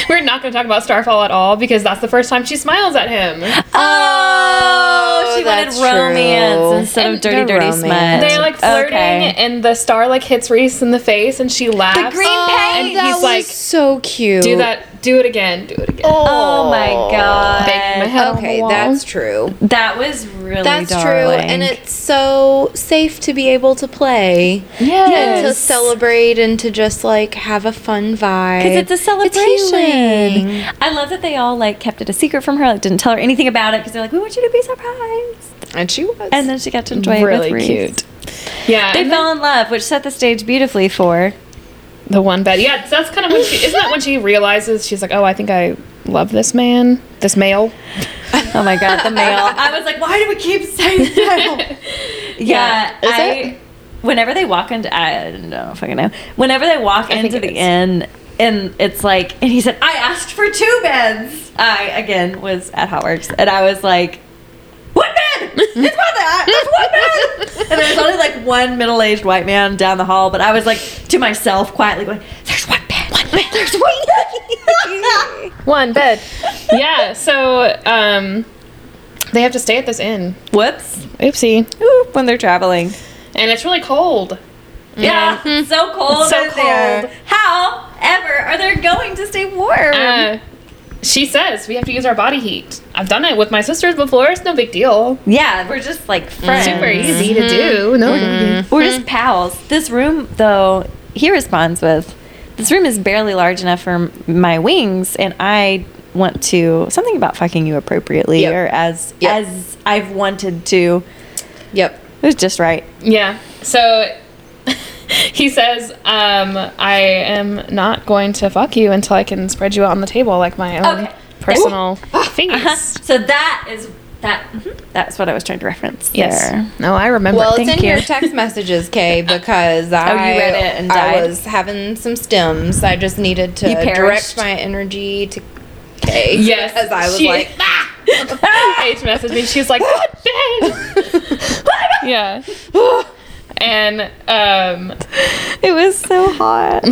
A: We're not going to talk about Starfall at all because that's the first time she smiles at him.
B: Oh, she wanted
C: that's
B: romance
C: true.
B: instead
A: And
B: of dirty,
C: the
B: dirty
C: romance.
B: smut.
A: They're like flirting,
B: Okay.
A: and the
C: Oh,
A: star like hits Reese in the face, and she laughs.
B: green-
A: and he's like,
C: so cute.
A: "Do that, Do it again. Do it again.
B: Oh my god.
A: Bang my head on
D: Okay,
A: the wall.
D: that's true.
B: That was really
D: That's true,
B: darling.
D: and it's so safe to be able to play and to
B: Yes.
D: celebrate and to just like have a fun vibe.
B: because it's a celebration.
D: healing.
B: I love that they all like kept it a secret from her, like didn't tell her anything about it because they're like, we want you to be surprised,
C: And she was.
B: and then she got to enjoy
A: really
B: it with Reese.
A: cute. Yeah,
B: They
A: and
B: fell in love, which set the stage beautifully for.
A: the one bed. Yeah, that's kind of when she isn't that when she realizes she's like, oh, I think I love this man, this male.
B: Oh my god, the male! I was like, why do we keep saying that? yeah,
A: Is
B: I.
A: it?
B: Whenever they walk into, I don't know if I can know. Whenever they walk
A: think
B: into
A: it
B: the
A: is.
B: inn, and it's like, and he said, I asked for two beds. I again was at Hot Works, and I was like. One bed! It's one bed! There's one bed! And there's only like one middle aged white man down the hall, but I was like to myself quietly going, There's one bed! One bed! There's one bed!
A: One bed. yeah. So um, they have to stay at this inn.
B: Whoops.
A: Oopsie.
B: Oop, when they're traveling.
A: And it's really cold.
B: Yeah,
A: Mm-hmm.
B: it's so cold.
A: It's so
B: in there.
A: cold.
B: However, are they going to stay warm?
A: Uh, she says we have to use our body heat. I've done it with my sisters before. It's no big deal.
B: yeah, we're just like friends.
A: mm-hmm. Super Mm-hmm. easy to
D: Mm-hmm.
A: do. No.
B: We're just pals. This room, though, he responds with, "This room is barely large enough for m- my wings, and I want to something about fucking you appropriately,
D: Yep.
B: or as
D: Yep.
B: as I've wanted to."
D: Yep.
B: It was just right.
A: Yeah. So he says, um, I am not going to fuck you until I can spread you out on the table like my own
B: Okay.
A: personal feast.
B: Uh-huh. So that is that. mhm, That's what I was trying to reference.
A: Yes.
B: there.
A: No, I remember.
D: Well,
A: Thank
D: it's in
A: you.
D: your text messages, Kay, because I
B: Oh, read it and
D: I
B: died?
D: was having some stems. I just needed to
B: You perished?
D: direct my energy to Kay.
A: Yes.
D: because I was
A: she- Ah!
D: like,
A: Paige messaged me. She's like, "What day?" yeah. And um,
B: It was so hot.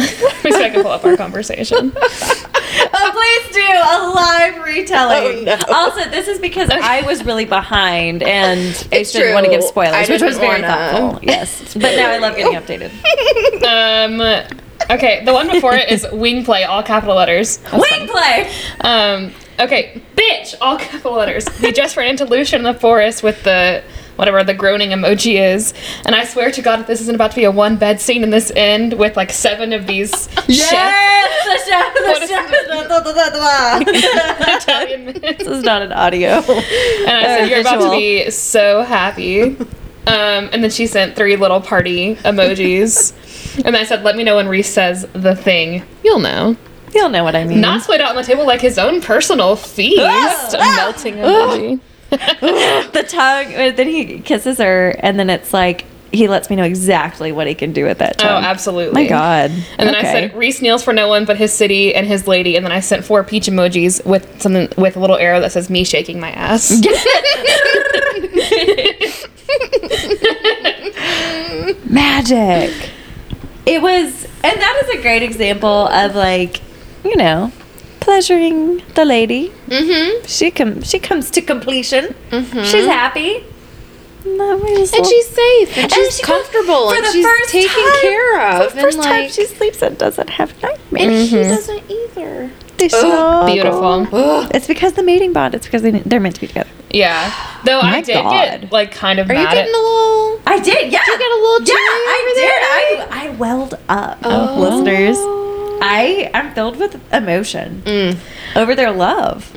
A: we I can pull up our conversation.
B: Oh, please do a live retelling.
D: Oh, no.
B: Also, this is because I was really behind and I
D: It's
B: didn't want to give
D: true.
B: spoilers,
D: I
B: which was
D: didn't
B: very
D: wanna.
B: thoughtful. Yes, but now I love getting updated.
A: Um, okay, the one before it is wing play, all capital letters.
B: Wing play.
A: Um, okay, bitch, all capital letters. We just ran into Lucian in the forest with the whatever the groaning emoji is, and I swear to God, if this isn't about to be a one bed scene in this end with like seven of these chefs
B: Yes, the chef,
A: What
B: the
A: is
B: chef, da, da, da, da, da.
A: Italian men.
B: This is not an audio.
A: And I said,
B: Uh,
A: "You're about to
B: visual.
A: be so happy." Um, and then she sent three little party emojis, and I said, "Let me know when Reese says the thing. You'll know."
B: You'll know what I mean.
A: Not spread out on the table like his own personal feast.
B: Ah!
A: A melting emoji.
B: the tongue. uh, Then he kisses her, and then it's like he lets me know exactly what he can do with that
A: Oh,
B: tongue.
A: absolutely.
B: My God.
A: And then I said Reese kneels for no one but his city and his lady, and then I sent four peach emojis with something with a little arrow that says me shaking my ass.
B: magic. It was, and that is a great example of like, you know, pleasuring the lady. Mm-hmm. She com- she comes to completion. She's happy. And that we just
D: and
B: love-
D: she's safe and she's
B: she goes-
D: comfortable
B: for
D: and
B: the
D: she's
B: first
D: taken
B: time-
D: care
B: for
D: of.
B: The first
D: and
B: time Mm-hmm.
D: like,
B: she sleeps and doesn't have nightmares.
D: she doesn't either.
B: They snuggle.
A: beautiful.
D: Ugh.
B: It's because the mating bond. It's because they, they're meant to be together.
A: Yeah. Though
B: My
A: I did
B: God.
A: get like kind of
D: Are you
A: mad at
D: getting a little?
B: I did. Yeah,
D: you get a little
B: Yeah,
D: teary over there?
B: I did. I I welled up, listeners. I am filled with emotion over their love.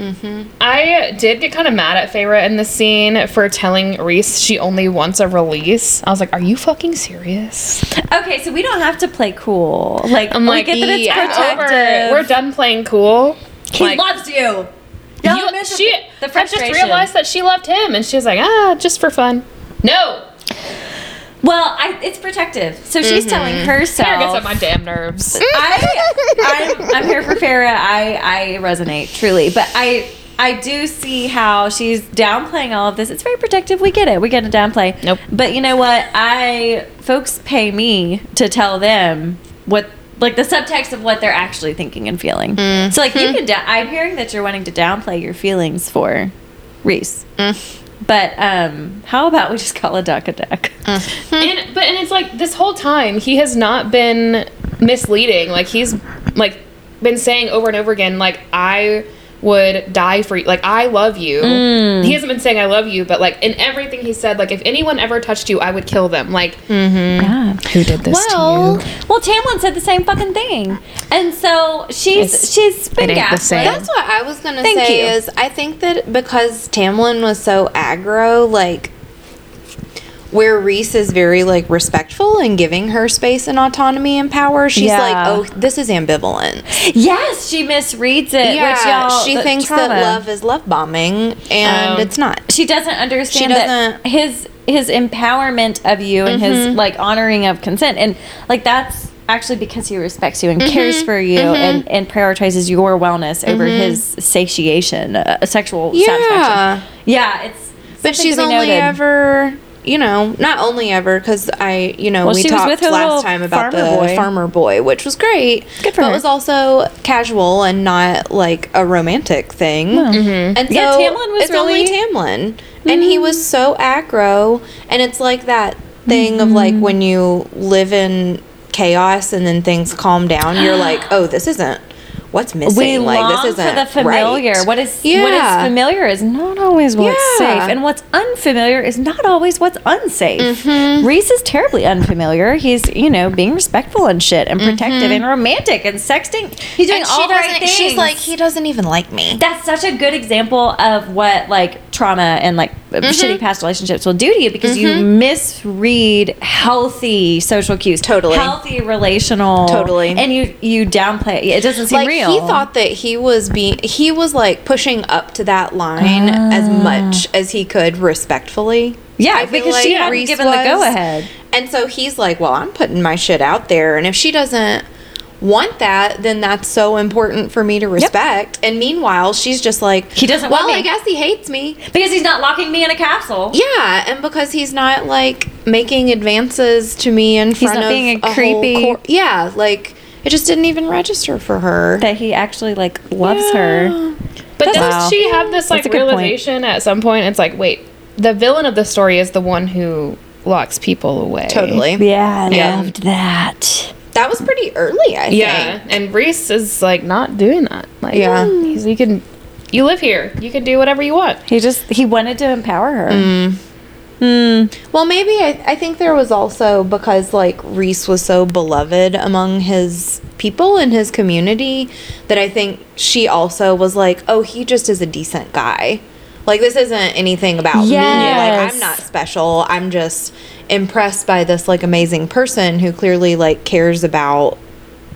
A: I did get kind of mad at Feyre in the scene for telling Reese she only wants a release. I was like, "Are you fucking serious?"
B: Okay, so we don't have to play cool. Like
A: I'm
B: we
A: like,
B: get that it's
A: "Yeah, I'm over
B: protective.
A: it. We're done playing cool.
B: He
A: Like,
B: loves you.
A: you-
B: Y'all miss
A: she,
B: the, the
A: I just
B: frustration.
A: realized that she loved him, and she was like, "Ah, just for fun." No,
B: Well, I, it's protective. So she's telling
A: Mm-hmm. Feyre gets
B: herself.
A: on my damn nerves.
B: I, I'm, I'm here for Farah. I, I resonate truly, but I I do see how she's downplaying all of this. It's very protective. We get it. We get a downplay.
A: Nope.
B: But you know what? I folks pay me to tell them what like the subtext of what they're actually thinking and feeling. So like you can. Da- I'm hearing that you're wanting to downplay your feelings for Reese. But um, how about we just call a duck a duck?
A: And but and it's like this whole time he has not been misleading. Like he's like been saying over and over again, like I would die for you. Like I love you. He hasn't been saying I love you, but like in everything he said, like if anyone ever touched you, I would kill them. Like
B: Yeah.
F: Who did this
B: Well,
F: to you?
B: well, Tamlin said the same fucking thing, and so she's
A: It's-
B: she's been
A: it ain't the same.
B: gaslit.
C: That's what I was gonna
B: Thank
C: say
B: you.
C: is I think that because Tamlin was so aggro, like where Reese is very like respectful and giving her space and autonomy and power, she's
B: Yeah.
C: like, Oh, this is ambivalent.
B: Yes, she misreads it. which y'all,
C: she
B: the
C: thinks
B: trauma.
C: that love is love bombing and
A: Um,
C: it's not.
B: She doesn't understand
C: She
B: that
C: doesn't- Mm-hmm.
B: his his empowerment of you and his like honoring of consent and like that's actually because he respects you and
C: Mm-hmm.
B: cares for you and and prioritizes your wellness over his satiation, uh, sexual
C: Mm-hmm. Yeah.
B: satisfaction. Yeah, it's something
C: But
B: to
C: she's
B: be
C: only
B: noted.
C: ever, you know, not only ever because I, you know,
B: Well,
C: we
B: she was with
C: talked
B: her little
C: last time about
B: farmer
C: the
B: boy.
C: farmer boy, which was great.
B: Good for
C: but
B: her.
C: it was also casual and not like a romantic thing. And so
B: Yeah, Tamlin was
C: it's only
B: really- Mm.
C: Tamlin, and he was so aggro, and it's like that thing of like
B: Mm-hmm.
C: when you live in chaos and then things calm down, you're like, oh, this isn't. What's missing?
B: we
C: like
B: long
C: this isn't
B: for the familiar.
C: Right.
B: What is what
C: Yeah.
B: is familiar is not always what's
C: Yeah.
B: safe, and what's unfamiliar is not always what's unsafe.
C: Mm-hmm.
B: Reese is terribly unfamiliar. He's you know being respectful and shit, and protective, and
C: Mm-hmm.
B: romantic, and sexting. He's doing
C: And she
B: all the right
C: doesn't-
B: things.
C: She's like, he doesn't even like me.
B: That's such a good example of what like trauma and like
C: Mm-hmm.
B: shitty past relationships will do to you because you misread healthy social cues,
C: Totally.
B: healthy relational,
C: Totally.
B: and you you downplay it. It doesn't seem
C: like
B: real.
C: he thought that he was being he was like pushing up to that line as much as he could respectfully
B: Ah. Yeah,
C: I feel
B: because she
C: like
B: hadn't
C: Reese
B: given the
C: was.
B: go-ahead.
C: and so he's like well i'm putting my shit out there and if she doesn't want that then that's so important for me to respect and meanwhile she's just like
B: He doesn't
C: well
B: want me."
C: i guess he hates me
B: Because he's not locking me in a capsule.
C: yeah and because he's not like making advances to me in front
B: not
C: of
B: being a
C: whole
B: creepy-
C: cor- yeah like it just didn't even register for her
B: That he actually like loves her.
A: But
B: That's-
A: doesn't
B: Wow.
A: she have this like
B: That's a good point.
A: realization at some point? It's like, wait, the villain of the story is the one who locks people away.
C: totally
B: Yeah, I
C: Yeah.
B: loved that.
C: That was pretty early, I
A: Yeah,
C: think.
A: and Reese is like not doing that. Like,
C: Yeah.
A: he's, you can, you live here, you can do whatever you want.
B: He just he wanted to empower her.
C: Well, maybe I, I think there was also because like Reese was so beloved among his people in his community that I think she also was like, oh, he just is a decent guy. Like this isn't anything about me. Like
B: Yes.
C: I'm not special. I'm just impressed by this like amazing person who clearly like cares about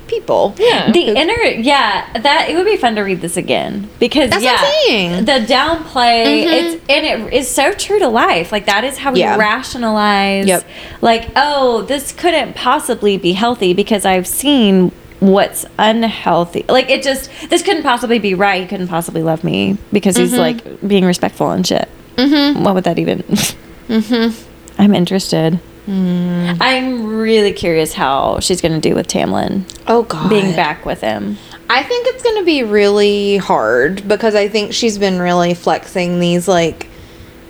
C: people.
A: Yeah.
B: The inner yeah, that it would be fun to read this again because
C: That's
B: yeah,
C: what I'm saying. Mm-hmm.
B: the downplay it's and it is so true to life. Like that is how we
C: Yeah.
B: rationalize.
C: Yep.
B: Like oh, this couldn't possibly be healthy because I've seen what's unhealthy. Like it just this couldn't possibly be right. He couldn't possibly love me because
C: Mm-hmm.
B: he's like being respectful and shit. Mm-hmm. What would that even? mm-hmm. I'm interested.
C: Mm.
B: I'm really curious how she's going to do with Tamlin
C: Oh god.
B: being back with him.
C: I think it's going to be really hard because I think she's been really flexing these like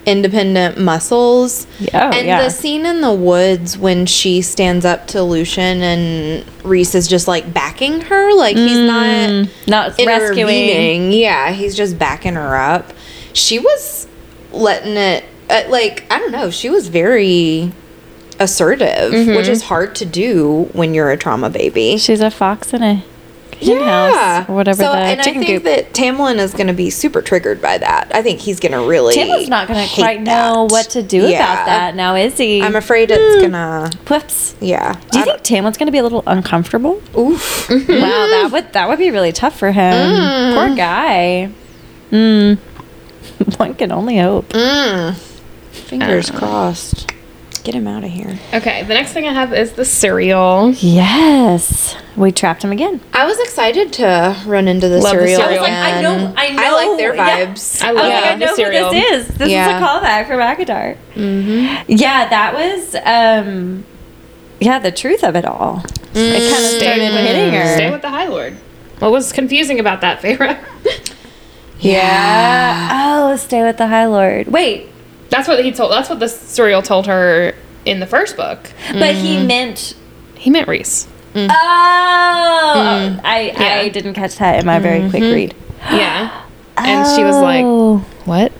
C: independent muscles.
B: Oh,
C: and
B: yeah.
C: the scene in the woods when she stands up to Lucian and Reese is just like backing her, like he's not
B: Not Mm. rescuing.
C: intervening. Yeah, he's just backing her up. She was letting it, uh, like, I don't know, she was very assertive, which
B: Mm-hmm.
C: is hard to do when you're a trauma baby.
B: She's a fox in a hen house or whatever
C: So,
B: the
C: and
B: chicken
C: I think
B: coop.
C: that Tamlin is going to be super triggered by that. I think he's going to really.
B: Tim's not going to
C: hate
B: quite know
C: that.
B: what to do
C: Yeah.
B: about that now, is he?
C: I'm afraid it's gonna.
B: Whoops.
C: Yeah.
B: Do you
C: I
B: think Tamlin's going to be a little uncomfortable? Mm-hmm.
C: don't- Oof. Mm-hmm.
B: Wow, that would that would be really tough for him. Poor guy. Mm. One can only hope.
C: Mm. Fingers crossed. Get him out of here.
A: Okay, the next thing I have is the cereal.
B: Yes, we trapped him again.
C: I was excited to run into the
A: Love the
C: cereal.
A: cereal. I was like,
B: I
C: again.
B: know- I
C: I
B: know,
C: like their
B: yeah.
C: vibes.
A: I
B: I
A: love
B: was
A: yeah.
B: like, I know
A: the cereal.
B: who this is. This
C: Yeah.
B: is a callback from Akadar.
A: Mm-hmm.
B: Yeah, that was, um, yeah, the truth of it all. It kind of started hitting her.
A: Mm. Hmm. Stay with the High Lord. What was confusing about that, Feyre?
C: Yeah.
B: Oh, stay with the High Lord. Wait,
A: that's what he told. That's what the cereal told her in the first book.
B: but he meant.
A: He meant Reese.
B: Oh, I I
A: Mm. Yeah.
B: didn't catch that in my very quick read.
A: Yeah. And she was like,
B: Oh,
A: What?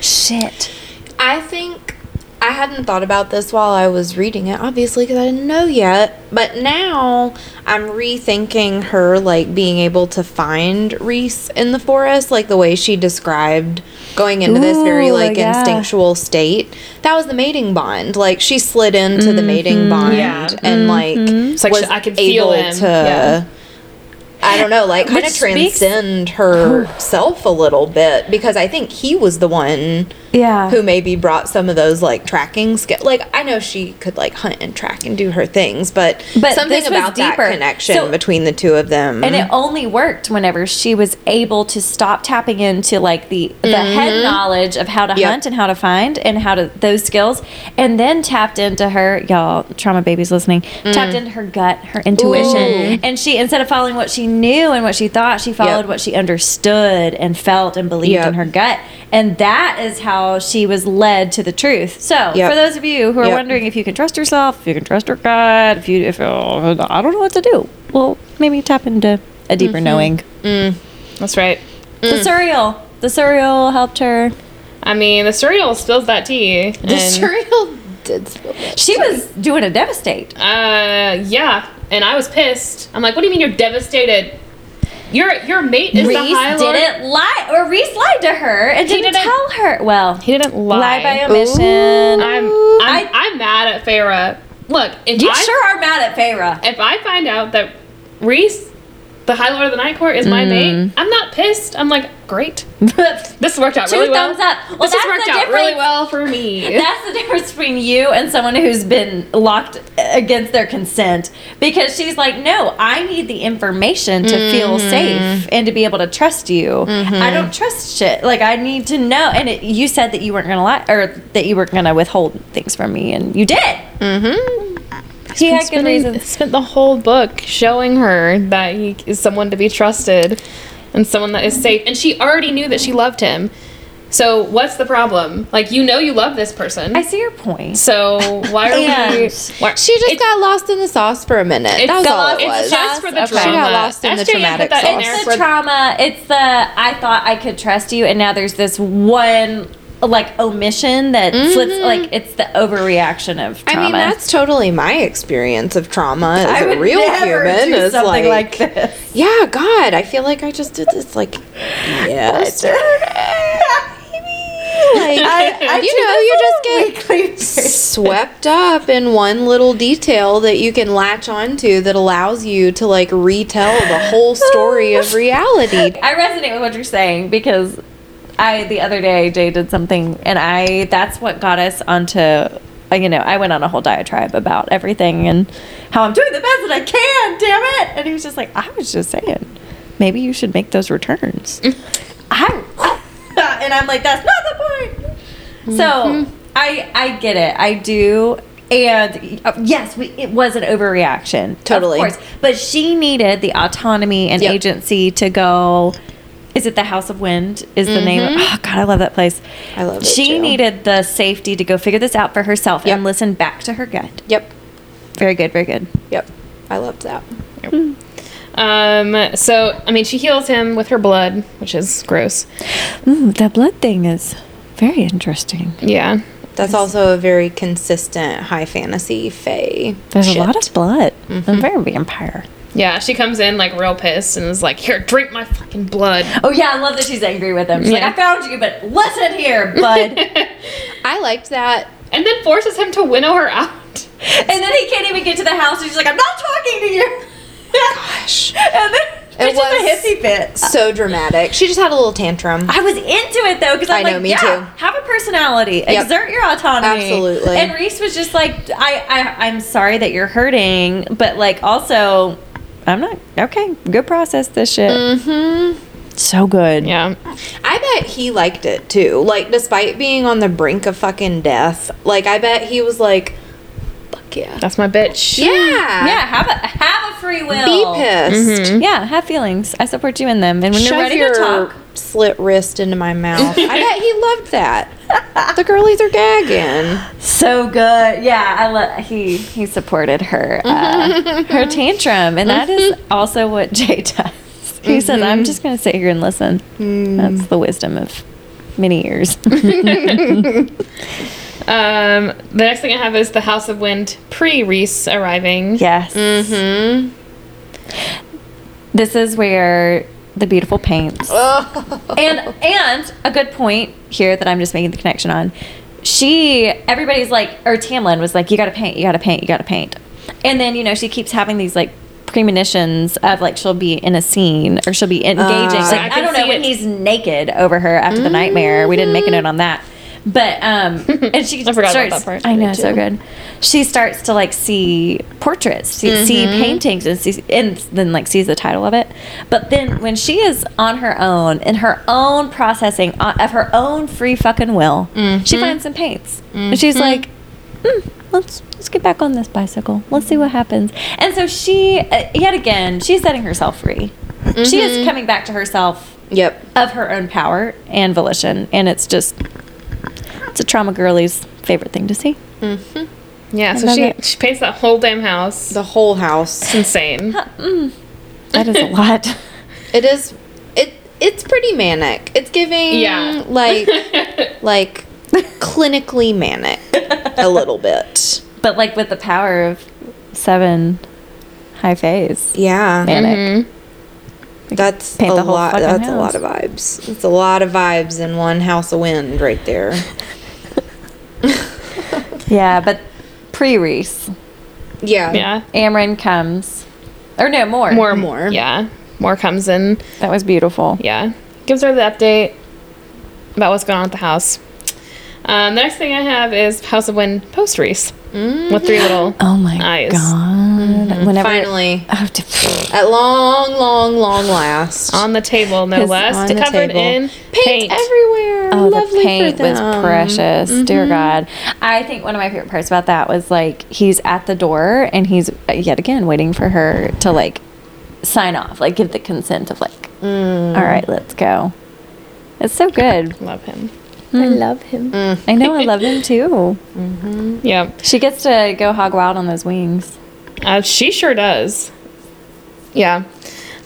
B: "Shit."
C: I think I hadn't thought about this while I was reading it, obviously, because I didn't know yet. But now I'm rethinking her, like, being able to find Reese in the forest, like the way she described going into this very,
B: Ooh,
C: like,
B: yeah.
C: instinctual state. That was the mating bond. Like, she slid into the
B: Mm-hmm.
C: mating bond
A: Yeah.
C: and, like,
A: It's like, she-
C: was
A: I can feel
C: able
A: him.
C: to.
A: Yeah.
C: I don't know, like kind of
B: Which speaks-
C: transcend herself a little bit because I think he was the one
B: Yeah.
C: who maybe brought some of those like tracking skill. Like I know she could like hunt and track and do her things, but,
B: But
C: something
B: this was
C: about that
B: deeper.
C: connection
B: So-
C: between the two of them.
B: and it only worked whenever she was able to stop tapping into like the the head knowledge of how to
C: Mm-hmm. Yep.
B: hunt and how to find and how to those skills and then tapped into her y'all trauma babies listening tapped into her gut her intuition
C: Mm. Ooh.
B: and she instead of following what she knew and what she thought she followed
C: Yep.
B: what she understood and felt and believed
C: Yep.
B: in her gut and that is how she was led to the truth so
C: Yep.
B: for those of you who are
C: Yep.
B: wondering if you can trust yourself, if you can trust your gut, if you if uh, I don't know what to do. Well, maybe tap into a deeper knowing.
A: That's right.
B: Mm-hmm. The
A: Mm.
B: surreal, the surreal helped her.
A: I mean, the cereal spills that tea.
C: the
A: and-
C: cereal did spill that.
B: She was doing a devastate.
A: Uh, yeah. And I was pissed. I'm like, what do you mean you're devastated? Your your mate is
B: Reese
A: the High Lord.
B: didn't lie, or Reese lied to her and didn't,
A: didn't-
B: tell her. Well,
A: He didn't lie.
B: lie by omission.
A: I'm, I'm,
B: I-
A: I, am mad at Farah. Look, if
B: you
A: I
B: sure are mad at Feyre.
A: if I find out that Reese, the High Lord of the Night Court, is my
B: Mm.
A: mate, I'm not pissed. I'm like, great. This worked out
B: Two
A: really well.
B: thumbs up. Well,
A: this
B: that's
A: has worked
B: the
A: out really
B: difference.
A: well for me.
B: That's the difference between you and someone who's been locked against their consent because she's like, no, I need the information to feel
C: Mm-hmm.
B: safe and to be able to trust you. I don't trust shit. Like, I need to know. And it, you said that you weren't going to lie or that you weren't going to withhold things from me, and you did. Mm hmm. He had good
A: Spending-
B: reasons.
A: Spent the whole book showing her that he is someone to be trusted and someone that is safe. And she already knew that she loved him. So what's the problem? Like you know you love this person.
B: I see your point.
A: so why are we?
B: And
A: Why,
C: She just
A: It-
C: got lost in the sauce for a minute.
A: it's
C: That was
A: got
C: all
A: lost-
C: it
A: it's
C: was.
A: just for the
B: Okay. She
A: drama.
B: got
C: lost in the
A: SJM put
C: traumatic
A: that in
C: sauce.
A: there
B: It's
A: for
B: the trauma. It's the I thought I could trust you, and now there's this one like omission that slips. Like it's the overreaction of
C: Mm-hmm. I
B: trauma.
C: mean, that's totally my experience of trauma as
B: I
C: a
B: would
C: real
B: never
C: human.
B: do
C: is
B: something
C: like,
B: like, this.
C: yeah, God, I feel like I just did this. Like, yes,
B: uh,
C: like you know, you just get swept up in one little detail that you can latch onto that allows you to like retell the whole story of reality.
B: I resonate with what you're saying because I the other day Jay did something and I that's what got us onto uh, you know I went on a whole diatribe about everything and how I'm doing the best that I can, damn it! And he was just like, I was just saying, maybe you should make those returns. I and I'm like, that's not the point. So I I get it. I do. And uh, yes, we, it was an overreaction. of
C: Totally.
B: course. But she needed the autonomy and
C: Yep.
B: agency to go. Is it the House of Wind? Is the name? Oh God, I love that place.
C: Mm-hmm. I love it,
B: She
C: too.
B: needed the safety to go figure this out for herself
C: Yep.
B: and listen back to her gut.
C: Yep,
B: Very good, very good.
C: yep. I loved that.
A: Um. So I mean, she heals him with her blood, which is gross.
B: Ooh, that blood thing is very interesting.
A: Yeah.
C: That's also a very consistent high fantasy fae.
B: There's
C: shit. Mm-hmm.
B: a lot of blood. I'm very vampire.
A: Yeah. She comes in like real pissed and is like, "Here, drink my fucking blood."
B: Oh yeah, I love that she's angry with him. She's
A: Yeah.
B: like, I found you, but listen here, bud. and
C: I liked that.
A: and then forces him to winnow her out.
B: then he can't even get to the house. And she's like, I'm not talking to you. Gosh. and then
C: It
B: it's just
C: was-
B: a hissy fit.
C: So dramatic. She just had a little tantrum.
B: Uh, I was into it though because I'm
C: I
B: like,
C: know, me
B: yeah,
C: too.
B: have a personality, exert your autonomy,
C: Absolutely.
B: And Reese was just like, I, I, I'm sorry that you're hurting, but like also, I'm not okay. Good process this shit. Mm-hmm. So good.
A: Yeah.
C: I bet he liked it too. Like, despite being on the brink of fucking death, like, I bet he was like, fuck Fuck yeah.
A: That's my bitch.
C: Yeah.
B: Yeah, have a have a free
C: Be
B: will.
C: pissed.
B: Yeah, have feelings. I support you in them. And when you're
C: Shove
B: ready
C: your
B: to talk,
C: slit wrist into my mouth. I bet he loved that. The girlies are gagging.
B: so good. Yeah, I lo- he he supported her uh, her tantrum, and that is also what Jay does. He says, "I'm just going to sit here and listen." That's the wisdom of many years.
A: Um, the next thing I have is the House of Wind pre Reese arriving.
B: yes.
A: Mm-hmm.
C: Hmm.
B: This is where the beautiful paints. and and a good point here that I'm just making the connection on. She everybody's like or Tamlin was like, You gotta paint, you gotta paint, you gotta paint. And then, you know, she keeps having these like premonitions of like she'll be in a scene or she'll be engaging.
A: Uh, I
B: like, I,
A: can
B: don't know
A: see
B: when
A: it. Mm-hmm.
B: he's naked over her after the nightmare. We didn't make a note on that. But um and she
A: I forgot about
B: starts,
A: that part.
B: I know,
A: Me
B: so good. She starts to like see portraits, see, see
A: Mm-hmm.
B: paintings, and see, and then like sees the title of it. But then when she is on her own in her own processing uh, of her own free fucking will,
A: Mm-hmm.
B: she finds some paints, and she's like, "Hmm, "Let's let's get back on this bicycle. Let's see what happens." And so she, uh, yet again, she's setting herself free. She
A: Mm-hmm.
B: is coming back to herself
C: Yep.
B: of her own power and volition, and it's just it's a trauma girlie's favorite thing to see.
A: Yeah, so
B: love
A: she
B: it.
A: she paints that whole damn house.
C: The whole house.
A: It's insane.
B: That is a lot.
C: It is. It. It's pretty manic. It's giving.
A: Yeah.
C: Like. like. Clinically manic. A little bit.
B: but like with the power of seven high phase
C: Yeah.
B: manic.
A: Mm-hmm.
C: That's
B: Paint
C: a
B: the whole
C: lot.
B: fucking
C: That's a
B: house.
C: lot of vibes. It's a lot of vibes in one house of wind right there.
B: Yeah, but pre Reese,
C: Yeah.
A: Yeah.
B: Amryn comes, or no more.
A: More,
C: More.
A: Yeah. More comes in.
B: That was beautiful.
A: Yeah. Gives her the update about what's going on at the house. Um, the next thing I have is House of Wind post Reese
C: Mm-hmm.
A: with three little
B: Oh my
A: eyes.
B: god! Whenever
C: Finally,
B: Oh, d-
C: at long, long, long last.
A: on the table, no
C: It's
A: less,
C: on
A: to
C: the
A: covered
C: table.
A: in
C: paint,
A: paint.
C: everywhere.
B: oh,
C: Lovely
B: the paint
C: for
B: was
C: them.
B: precious. Dear God, I think one of my favorite parts about that was like he's at the door and he's uh, yet again waiting for her to like sign off, like give the consent of like, all right, let's go. It's so good.
A: Love him.
B: I love him. I know I love him too.
A: Yeah.
B: She gets to go hog wild on those wings.
A: Uh, she sure does. Yeah.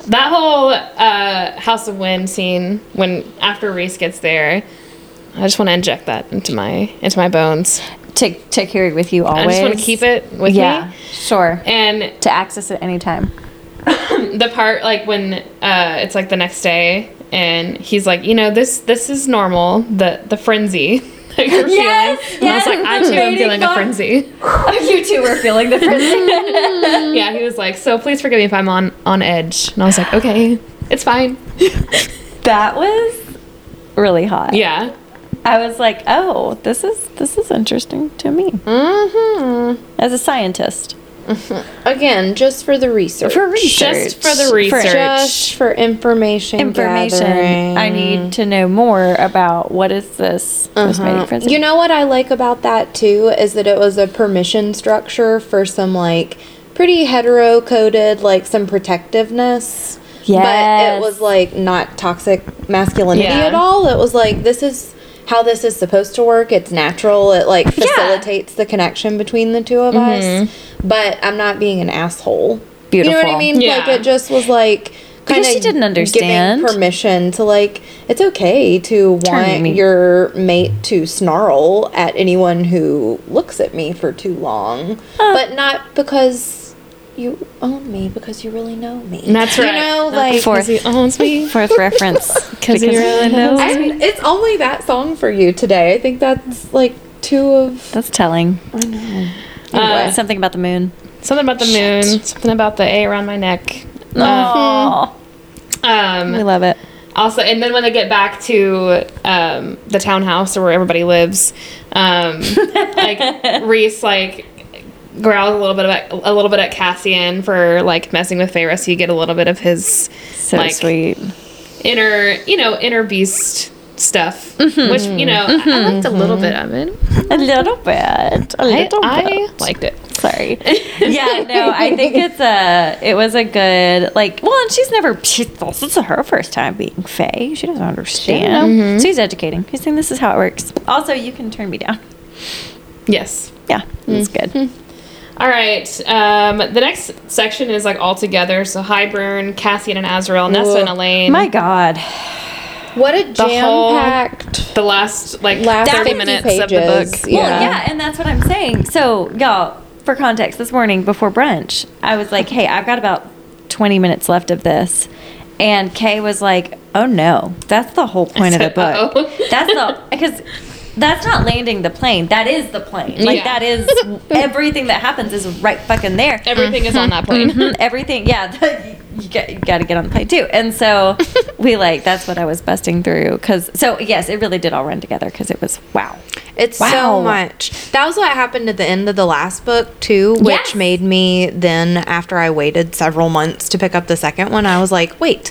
A: That whole uh, House of Wind scene when after Reese gets there, I just want to inject that into my into my bones.
B: To to carry with you always.
A: I just want to keep it with
B: yeah,
A: me.
B: sure.
A: And
B: to access at any time.
A: the part like when uh, it's like the next day and he's like, you know, this this is normal. The the frenzy that you're
B: Yes,
A: feeling. And I was
B: yes.
A: like, I too am
B: Waiting
A: feeling a
B: for-
A: frenzy.
B: you two were feeling the
A: yeah, he was like, so please forgive me if I'm on on edge. And I was like, okay, it's fine.
B: that was really hot.
A: Yeah.
B: I was like, oh, this is this is interesting to me
C: Mm-hmm.
B: as a scientist.
C: Again, just for the research.
B: For research.
A: Just for the research.
C: Just for information.
B: information, I
C: gathering.
B: need to know more about what is this
C: Uh-huh.
B: prismatic principle.
C: You know what I like about that too is that it was a permission structure for some like pretty hetero coded like some protectiveness. But
B: Yes.
C: it was like not toxic masculinity
A: Yeah.
C: at all. It was like this is how this is supposed to work. It's natural. It like facilitates the connection between the two of us. But I'm not being an asshole. You know
B: Mm-hmm.
C: what
B: Beautiful.
C: I mean?
A: Yeah.
C: Like it just was like
B: Because
C: kinda
B: she didn't
C: giving
B: understand.
C: permission to like it's okay to
B: Turn
C: want
B: me.
C: your mate to snarl at anyone who looks at me for too long but not because you own me because you really know me
A: That's right.
C: you know like
B: for-
A: Because he owns me.
B: Fourth reference.
A: Because he really knows.
C: I- it's only that song for you today i think that's like two of
B: That's telling.
C: i know
A: Uh,
B: Something about the moon.
A: something about the moon. Something about the A around my neck.
B: Oh, we
A: Um,
B: love it.
A: also, and then when they get back to um, the townhouse or where everybody lives, um, like Reese like growls a little bit at, a little bit at Cassian for like messing with Feyre, so you get a little bit of his
B: So
A: like,
B: sweet.
A: inner you know inner beast stuff, which you know I- I liked a little bit of it.
B: A little bit.
A: Mm-hmm.
B: A
A: I,
B: little
A: I
B: bit.
A: liked it.
B: Sorry. yeah, no, I think it's a. It was a good like. Well, and she's never. She's, this is her first time being Faye. She doesn't understand. So he's educating. He's saying this is how it works. Also, you can turn me down.
A: Yes.
B: Yeah, that's good.
A: All right. Um, the next section is like all together. So Highburn, Cassian and Azrael, Nessa and
D: Ugh.
A: Elaine.
B: My God.
D: What a
A: whole
D: jam-packed
A: the last like
D: last
A: 30
D: 50
A: minutes
D: pages.
A: of the book.
D: Yeah.
B: Well, yeah, and that's what I'm saying. So, y'all, for context, this morning before brunch, I was like, hey, I've got about 20 minutes left of this. And Kay was like, oh no, that's the whole point of the
A: said, "Uh-oh."
B: book. That's the, because that's not landing the plane. That is the plane. Like,
A: Yeah.
B: that is everything that happens is right fucking there.
A: Everything is on that plane.
D: Mm-hmm.
B: Mhm, everything yeah the, you, got, you got to get on the plane too and so we like that's what i was busting through because so yes it really did all run together because it was wow
C: It's
B: Wow.
C: so much. That was what happened at the end of the last book too, which
B: Yes.
C: made me then after I waited several months to pick up the second one, I was like, wait.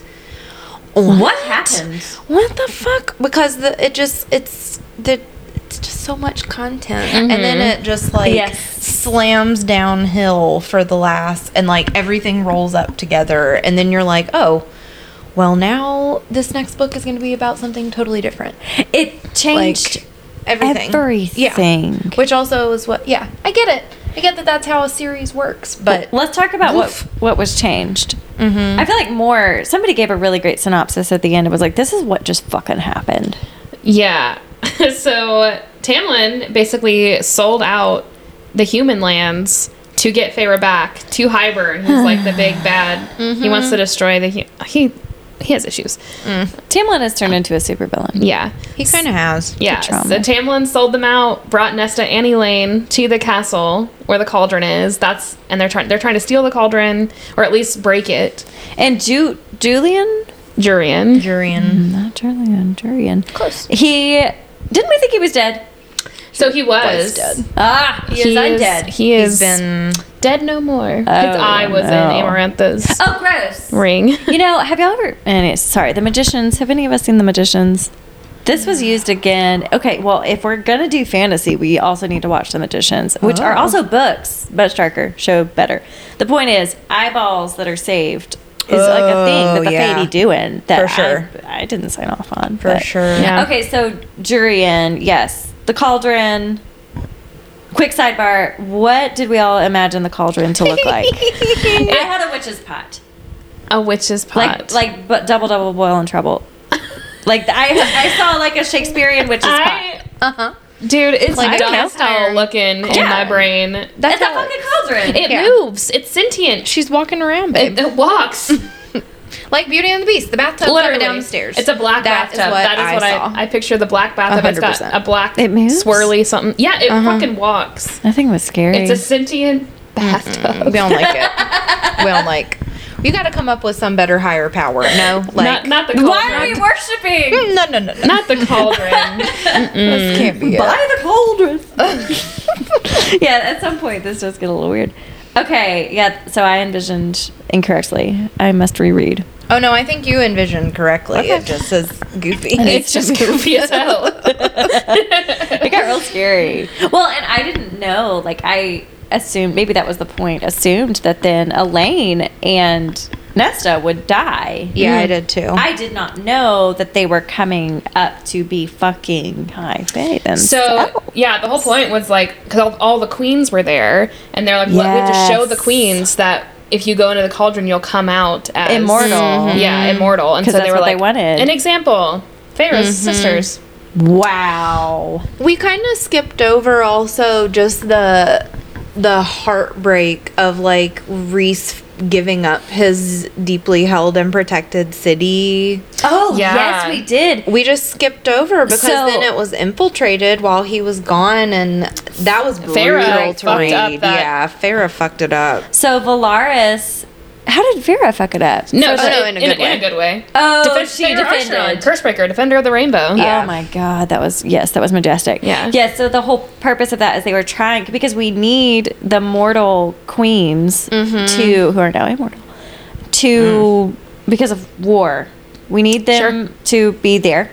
B: what happened
C: What the fuck? Because the it just it's the it's just so much content, and then it just like
B: Mm-hmm. Yes.
C: slams downhill for the last, and like everything rolls up together, and then you're like, oh, well now this next book is going to be about something totally different.
B: it changed
C: Like everything,
B: everything.
C: yeah. Which also is what, yeah, I get it. I get that that's how a series works, but
B: let's talk about
C: Oof.
B: what what was changed i feel like more somebody gave a really great synopsis at the end it was like this is what just fucking happened
A: Yeah. so Tamlin basically sold out the human lands to get Feyre back to Highburn, who's like the big bad. He wants to destroy the hu- he. He has issues.
B: tamlin has turned into a supervillain
A: Yeah.
C: he kind of has.
A: Yeah.
B: trauma.
A: So Tamlin sold them out, brought Nesta and Elaine to the castle where the cauldron is. That's and they're trying they're trying to steal the cauldron or at least break it.
B: and Ju- julian
A: Jurian.
C: Jurian.
B: not julian julian
D: Close.
B: he didn't we think he was dead
A: So he was. dead.
B: ah he, is undead
A: He
C: He's
A: is
C: been
A: dead no more. His
B: Oh,
A: eye was
B: no.
A: in Amarantha's
B: oh gross
A: ring.
B: You know, have y'all ever? And it's, sorry, the magicians. Have any of us seen the magicians? This was used again. Okay, well, if we're gonna do fantasy, we also need to watch the magicians, which are
C: Oh.
B: also books, much darker, show better. The point is, eyeballs that are saved is like a thing that
C: Oh,
B: the
C: yeah.
B: Fady doing that
C: For sure.
B: I, I didn't sign off on
C: for
B: but-
C: sure.
A: Yeah.
B: Okay, so Jurian, yes, the cauldron. Quick sidebar: What did we all imagine the cauldron to look like? I had a witch's pot
A: A witch's pot.
B: like like but double double boil and trouble. like I I saw like a Shakespearean witch's pot.
A: I,
C: Uh huh.
A: dude, it's Uh-huh. like
C: Like a
A: dumb
C: cast
A: style
C: iron
A: looking in
B: Yeah.
A: my brain.
B: That's
C: That's
B: a
C: how
B: fucking cauldron.
A: It
C: Yeah.
A: moves. It's sentient.
C: She's walking around, babe.
A: It, it walks.
C: Like Beauty and the Beast, the bathtub
A: Literally.
C: coming down the stairs.
A: It's a black
C: That is
A: bathtub.
C: what
A: that is
C: I
A: what
C: saw.
A: I, I picture the black bathtub. It's got
C: 100%.
A: a black
B: It moves?
A: swirly something. Yeah, it
C: Uh-huh.
A: fucking walks.
B: that thing was scary.
A: It's a sentient bathtub.
C: we don't like it. We don't like. You got to come up with some better higher power. No, like Mm,
A: not, not the cauldron.
B: Why are we worshiping?
C: no, no, no, Mm, no.
A: not the cauldron.
C: This can't be it.
B: the cauldron. yeah, at some point this does get a little weird. Okay, yeah, so I envisioned incorrectly. I must reread.
C: Oh no, I think you envisioned correctly. It just says goofy.
A: it's just goofy as hell.
B: It got real scary. Well, and I didn't know. Like I assumed maybe that was the point. Assumed that then Elaine and Nesta would die.
C: yeah, I did too.
B: I did not know that they were coming up to be fucking high fae then.
A: So yeah, the whole point was like because all, all the queens were there, and they're like, "What? We have to show the
B: Yes.
A: queens that if you go into the cauldron, you'll come out as Mm-hmm.
B: Immortal. Mhm.
A: Yeah, immortal. And so
B: 'Cause
A: they
B: that's
A: were
B: what they
A: like,
B: wanted.
A: an example, Pharaoh's
C: Mm-hmm.
A: sisters.
B: wow.
C: we kind of skipped over also just the the heartbreak of like Reese giving up his deeply held and protected city.
B: Oh
A: Yeah.
B: yes, we did.
C: We just skipped over because
B: So-
C: then it was infiltrated while he was gone, and that was brutal
A: Farrah
C: to
A: fucked
C: read.
A: up that-
C: Yeah, Farah fucked it up.
B: So Valaris, how did Vera fuck it up?
A: No,
C: So
A: she-
C: no, in a good way.
A: In a good way.
B: Oh,
A: Defen-
B: she
A: Pharaoh
B: defended.
A: Archeron, Cursebreaker, Defender of the Rainbow.
C: Yeah.
B: Oh my God, that was yes, that was majestic.
A: Yeah.
B: Yes. so the whole purpose of that is they were trying because we need the mortal queens to who are now immortal to because of war. We need them to be there,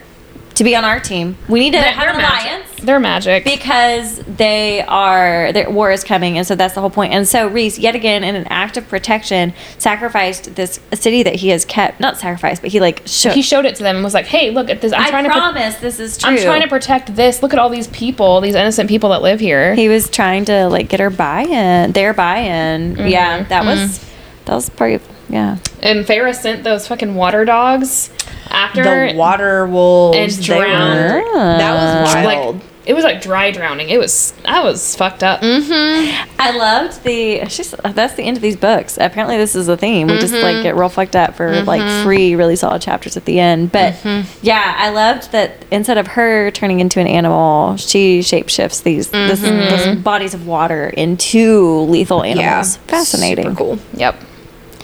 B: to be on our team. We need to
A: They're-
B: have an
A: they're magic.
B: alliance.
A: They're magic.
B: because they are their war is coming and so that's the whole point and so reese yet again in an act of protection sacrificed this city that he has kept not sacrificed but he like shook
A: he showed it to them and was like, "Hey, look at this. I'm
B: i
A: trying to pro-
B: promise this is true
A: I'm trying to protect this. Look at all these people, these innocent people that live here."
B: he was trying to like get her buy-in their buy-in yeah
C: Mm-hmm.
B: that was that was pretty yeah
A: and Farah sent those fucking water dogs after
C: The water wolves.
A: And
C: they were-
A: drowned.
C: Ah.
A: Uh,
C: that was
A: like
C: wild.
A: it was like dry drowning. It was I was fucked up.
B: Mm-hmm. I loved the. She's, that's the end of these books. Apparently, this is a theme. We just like
C: Mm-hmm.
B: get real fucked up for like three really solid chapters at the end. But
C: Mm-hmm.
B: yeah, I loved that instead of her turning into an animal, she shapeshifts these this,
C: Mm-hmm.
B: this bodies of water into lethal animals. Fascinating. Oh,
C: Super cool.
A: Yep.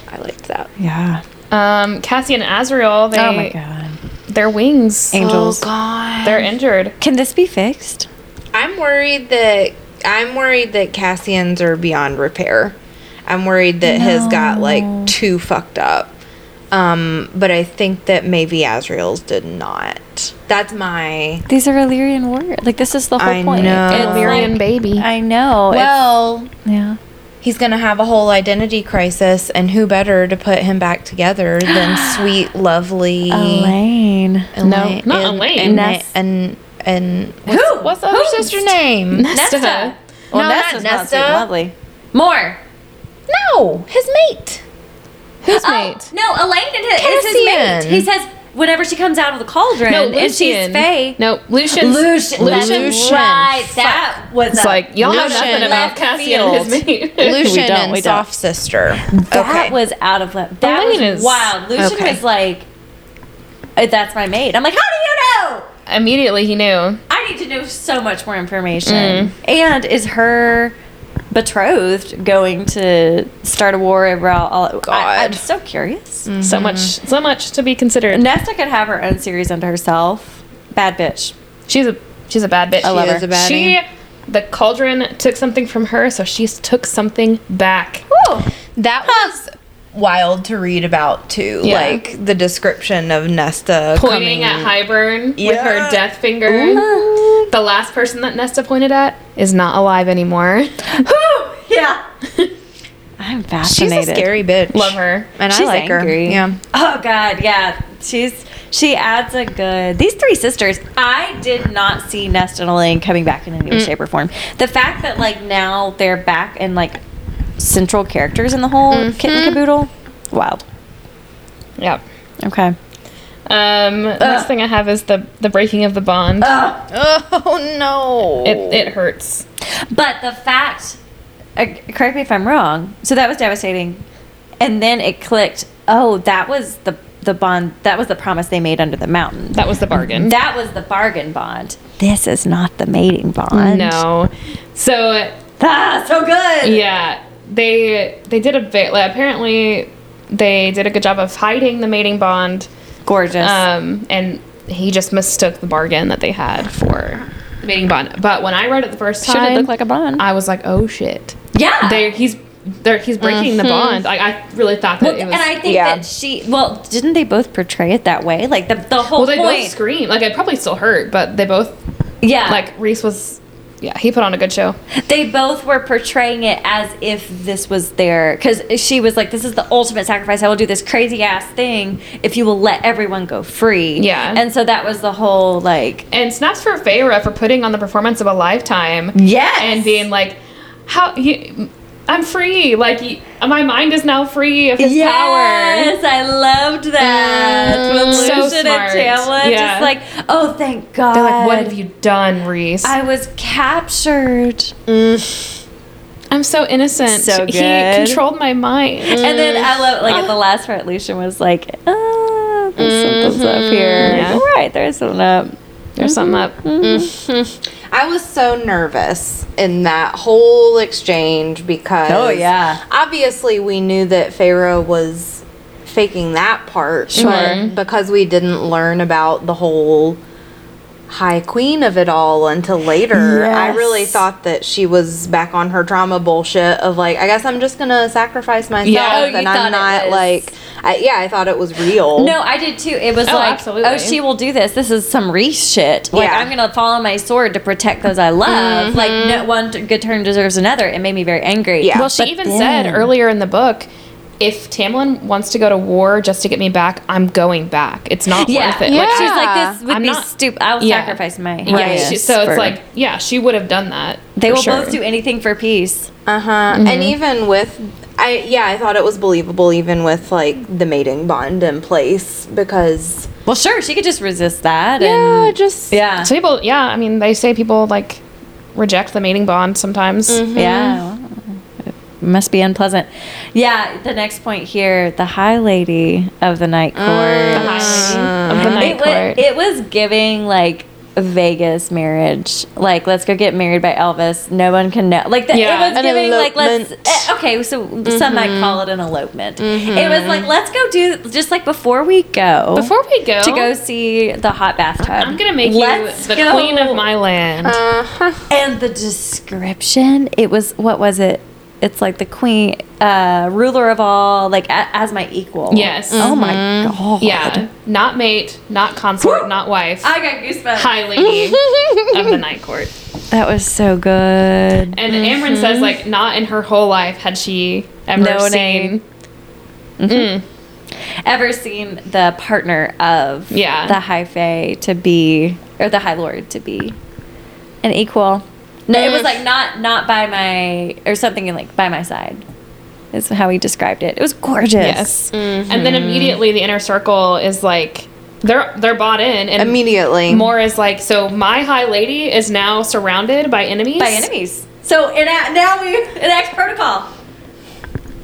C: I liked that.
B: Yeah.
A: Um, Cassie and Azrael, they
B: oh my god.
A: their wings,
C: Oh,
B: Angels.
D: God.
A: they're injured.
B: Can this be fixed?
C: I'm worried that I'm worried that Cassian's are beyond repair. I'm worried that his got like too fucked up. Um, but I think that maybe Azrael's did not. That's my
B: These are Illyrian war. Like this is the whole
C: I
B: point.
C: know.
B: It's
A: Illyrian
B: like-
A: baby.
B: I know. It's-
C: well.
B: yeah.
C: He's gonna have a whole identity crisis, and who better to put him back together than sweet, lovely
B: Elaine.
A: No, not Elaine.
C: and
B: Ness-
C: and and
B: Who?
A: What's the
C: what's
A: other
C: her sister name?
A: Nesta.
B: Nesta.
C: No,
B: Nesta's
C: not
B: not sweet,
C: Nesta.
B: lovely. More.
C: No, his mate.
A: Who's
B: Oh,
A: mate?
B: No, Elaine and his, is his mate.
C: Cassian.
B: He says whenever she comes out of the cauldron
A: No,
B: and she's
A: Lucian.
B: Faye.
A: No, Lucian.
C: Lucian.
A: Lucian.
C: Lucian.
B: Right. That was
A: It's
B: a-
A: like y'all know
C: Lucian.
A: nothing about
B: Left
A: Cassian and his
B: field.
A: mate.
C: Lucian
B: don't,
C: and
B: we don't.
C: soft sister.
B: that was out of left. That
A: Elaine
B: was
A: is-
B: wild. Lucian
C: Okay.
B: was like, "Uh, "That's my mate." I'm like, "How do you know?"
A: Immediately he knew.
B: I need to know so much more information.
C: Mm.
B: And is her betrothed going to start a war over all? all I, I'm
C: God. Mm.
B: so curious.
A: So
C: Mm-hmm.
A: much, so much to be considered.
B: Nesta could have her own series unto herself. Bad bitch.
A: She's a she's a bad bitch.
B: I love She is her.
C: a baddie.
A: She the cauldron took something from her, so she took something back.
C: That was wild to read about too.
A: Yeah.
C: Like the description of Nesta
A: Pointing
C: coming-
A: at Highburn with her
C: Yeah.
A: death finger. The last person that Nesta pointed at is not alive anymore.
B: Yeah. I'm
C: She's
B: fascinated.
C: a scary bitch.
A: Love her.
C: and
B: She's
C: I like
B: angry.
C: her. Yeah,
B: Oh God, yeah. She's she adds a good. These three sisters, I did not see Nesta and Elaine coming back in any
C: Mm.
B: way, shape, or form. The fact that like now they're back and like central characters in the whole
C: Mm-hmm.
B: kit and caboodle, wild.
A: Yep.
B: Okay.
A: Um,
C: Uh.
A: last thing I have is the the breaking of the bond.
C: Oh no.
A: It it hurts.
B: But the fact, uh, correct me if I'm wrong. So that was devastating, and then it clicked. Oh, that was the the bond. That was the promise they made under the mountain.
A: That was the bargain.
B: That was the bargain bond. This is not the mating bond.
A: no. So
B: Ah, so good.
A: yeah, they they did a bit. Like, apparently, they did a good job of hiding the mating bond.
B: Gorgeous.
A: Um, and he just mistook the bargain that they had for the mating bond. But when I read it the first time,
B: Should it look like a bond? Ah.
A: I was like, oh shit.
B: yeah.
A: They he's they he's breaking the bond. Like I really thought that
B: Mm-hmm.
A: it
B: Well,
A: was.
B: and I think
C: yeah.
B: that she. Well, didn't they both portray it that way? Like the the whole
A: well, they both
B: point. Ah.
A: scream. Like it probably still hurt, but they both
B: yeah.
A: like Reese was. Yeah, he put on a good show.
B: they both were portraying it as if this was their because she was like this is the ultimate sacrifice i will do this crazy ass thing if you will let everyone go free
A: Yeah.
B: and so that was the whole like
A: And snaps for Feyre for putting on the performance of a lifetime.
B: yes
A: and being like, "How you, I'm free. Like you, my mind is now free of his power."
B: yes i loved that When
A: Mm, so
B: Lucian
A: smart.
B: and Tamlin
A: Yeah.
B: just like oh thank god
A: They're like, "What have you done, Reese? I,
B: i was captured
A: am so innocent.
B: So
A: He
B: good.
A: controlled my mind."
B: And then I love like at the last part, Lucian was like, ah, there's something's up here. Mm-hmm.
A: Yeah.
B: All right, there's uh, something up.
A: There's something up.
C: I was so nervous in that whole exchange because
B: Oh, yeah.
C: obviously we knew that Pharaoh was faking that part, sure. because we didn't learn about the whole high queen of it all until later. I really
B: Yes.
C: thought that she was back on her trauma bullshit of like, I guess I'm just gonna sacrifice myself
A: Oh,
B: you
C: and
B: thought it
C: I'm not
B: was-
C: like, I, yeah, I thought it was real.
B: No, I did too. It was
A: Oh,
B: like,
A: absolutely.
B: oh, she will do this. This is some Reese shit. Like,
C: Yeah.
B: I'm going to fall on my sword to protect those I love. Like, no one t- good turn deserves another. It made me very angry.
C: Yeah.
A: Well, she
B: But
A: even
B: then-
A: said earlier in the book, if Tamlin wants to go to war just to get me back, I'm going back. It's not
B: Yeah.
A: worth it.
B: Like,
A: Like,
B: she's
A: she's-
B: like, this would
A: I'm
B: be
A: not-
B: stupid. I'll
A: Yeah.
B: sacrifice my.
A: yeah.
B: happiness
A: she- so it's
B: for-
A: like, yeah, she would have done that.
B: They
A: for
B: will
A: sure.
B: both do anything for peace.
C: Uh huh. And even with, I yeah, I thought it was believable even with like the mating bond in place because
B: Well, sure, she could just resist that.
C: yeah,
B: and,
C: just
B: yeah.
A: So people, yeah, I mean, they say people like reject the mating bond sometimes.
B: Yeah. It must be unpleasant. Yeah, the next point here, the High Lady of the Night Court.
A: Ah. The high of the night
B: it, was,
A: court.
B: it was giving like Vegas marriage. Like, let's go get married by Elvis. No one can know. Like, the,
A: Yeah. Mm-hmm.
B: it was
C: An
B: giving like let's.
C: elopement.
B: eh, okay, so some might call it an elopement. It was like let's go do just like before we go.
A: Before we go,
B: to go see the hot bathtub.
A: I'm gonna make you
B: Let's
A: the
B: go. Um, oh
A: queen of my land.
B: And the description, it was what was it? It's like the queen, uh, ruler of all, like a, as my equal.
A: Yes. Mm-hmm.
B: Oh my god.
A: yeah, not mate, not consort, not wife.
B: I got goosebumps.
A: high lady of the night court.
B: That was so good.
A: And Amryn says, like, not in her whole life had she ever
B: Known
A: seen.
B: Ever seen the partner of
A: Yeah.
B: the High Fae to be or the High Lord to be an equal? No, it was like not not by my or something like by my side. Is how he described it. It was gorgeous.
A: Yes. And
B: Mm-hmm.
A: then immediately the inner circle is like they're they're bought in and
C: immediately
A: more is like so my high lady is now surrounded by enemies.
B: by enemies. So enact now we enact protocol.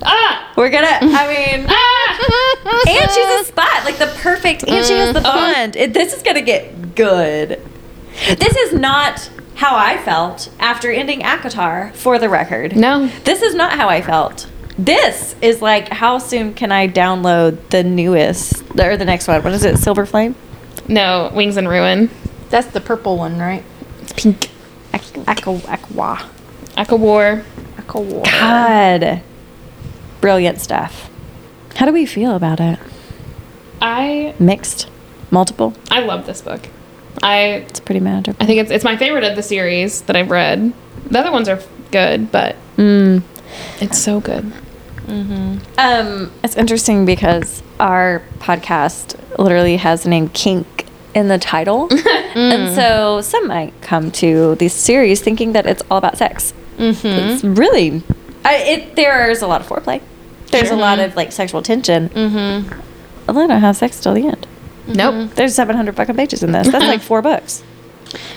A: Ah!
B: We're gonna. I mean,
A: Ah!
B: and she's a spot like the perfect, and she has the bond. It, this is gonna get good. This is not how I felt after ending ACOTAR. For the record,
A: No.
B: this is not how I felt. This is like how soon can I download the newest or the next one? What is it? Silver Flame.
A: No, wings and ruin.
G: That's the purple one, right?
A: Pink.
B: Aqua. Aqua.
A: Aqua War.
B: God, brilliant stuff. How do we feel about it?
A: I
B: mixed, multiple.
A: I love this book. I
B: It's pretty magical.
A: I think it's it's my favorite of the series that I've read. The other ones are good, but
B: Mm.
A: it's so good.
B: Um, it's interesting because our podcast literally has the name kink in the title, and so some might come to this series thinking that it's all about sex. Mm-hmm. It's really, I, it there's a lot of foreplay. There's a lot of like sexual tension.
C: Mm.
B: Mm-hmm. They don't have sex till the end.
A: Nope.
B: There's 700 fucking pages in this. That's like four books.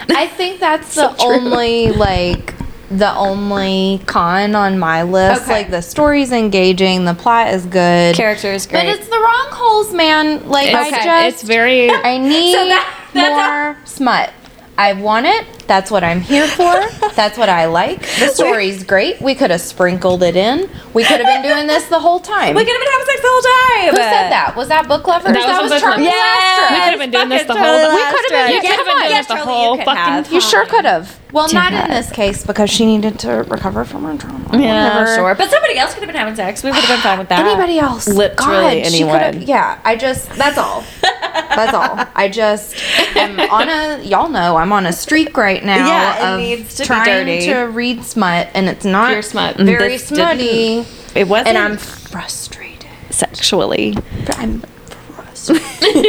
C: I think that's the only like the only con on my list.
B: Okay.
C: Like the story's engaging, the plot is good,
B: Character is great.
C: but it's the wrong holes, man. Like
A: It's,
C: I just
A: it's very
C: I need
B: So that- that's
C: more smut. I want it. That's what I'm here for. That's what I like. The story's great. We could have sprinkled it in. We could have been doing this the whole time.
B: we could have been having sex the whole time.
C: Who said that? Was that book lovers?
A: That was on
C: That was
A: Book
C: Charlie
A: Lovers.
B: Yeah,
A: We could have been doing this the whole- we
B: could have
A: been- you could have been doing this the whole fucking
C: You sure could have. Well, not
B: Dad.
C: in this case because she needed to recover from her trauma.
B: Yeah,
C: Whatever.
B: sure. But somebody else could have been having sex. We would have been fine with that.
C: Anybody else?
B: Literally
C: she could have.
B: anyone.
C: Yeah, I just. That's all. that's all. I just am on a. Y'all know I'm on a streak right now.
B: Yeah, it
C: of
B: needs to be
C: trying
B: dirty.
C: to read smut, and it's not
A: Pure smut.
C: Very
B: This
C: smutty,
B: It wasn't
C: and I'm frustrated.
B: sexually.
C: I'm frustrated.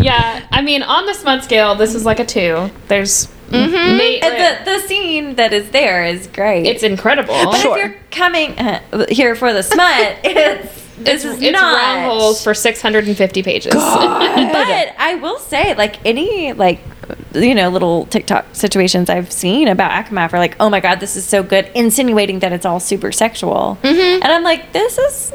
A: Yeah, I mean, on the smut scale, this is like a two. There's ma-
B: Mm-hmm. And the, the scene that is there is great.
A: it's incredible.
B: but if you're coming uh, here for the smut, it's
A: It's,
B: this is
A: it's
B: not.
A: round holes for 650 pages.
B: but I will say, like any like you know little TikTok situations I've seen about Akamaf are like, oh my god, this is so good, insinuating that it's all super sexual,
A: Mm-hmm.
B: and I'm like, this is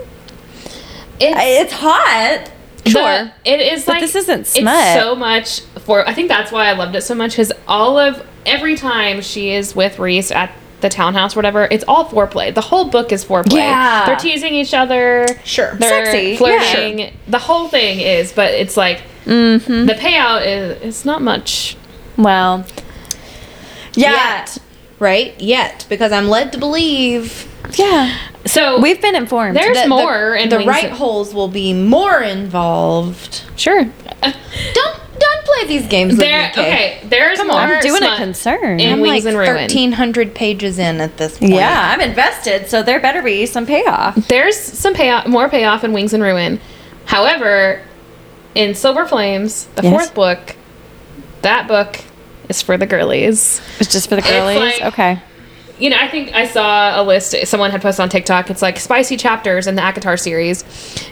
B: it's hot.
A: the- it is
B: But
A: like
B: this isn't
A: It's
B: smut.
A: so much for. I think that's why I loved it so much because all of every time she is with Reese at the townhouse, whatever, it's all foreplay. The whole book is foreplay.
B: Yeah.
A: they're teasing each other.
C: Sure.
A: they're
B: Sexy, yeah.
A: flirting. The whole thing is, but it's like
B: Mm-hmm.
A: The payout is it's not much.
B: Well, yeah,
D: Yet. Right? Yet. Because I'm led to believe
B: yeah.
A: So
B: We've been informed.
A: There's
D: that
A: more
D: the,
A: in
D: the
A: Wings
D: right
A: of-
D: holes will be more involved.
A: sure.
D: Don't don't play these games
A: There,
D: with me, Kay.
A: okay. There's more.
B: I'm doing a
A: smut
B: concern.
A: in
D: I'm like
A: Wings and Ruin.
D: 1300 pages in at this point.
B: yeah, I'm invested, so there better be some payoff.
A: There's some payoff, more payoff in Wings and Ruin. However, in Silver Flames, the
B: Yes.
A: fourth book, that book is for the girlies.
B: It's just for the girlies.
A: like-
B: okay.
A: You know, I think I saw a list someone had posted on TikTok. It's like spicy chapters in the Akatar series,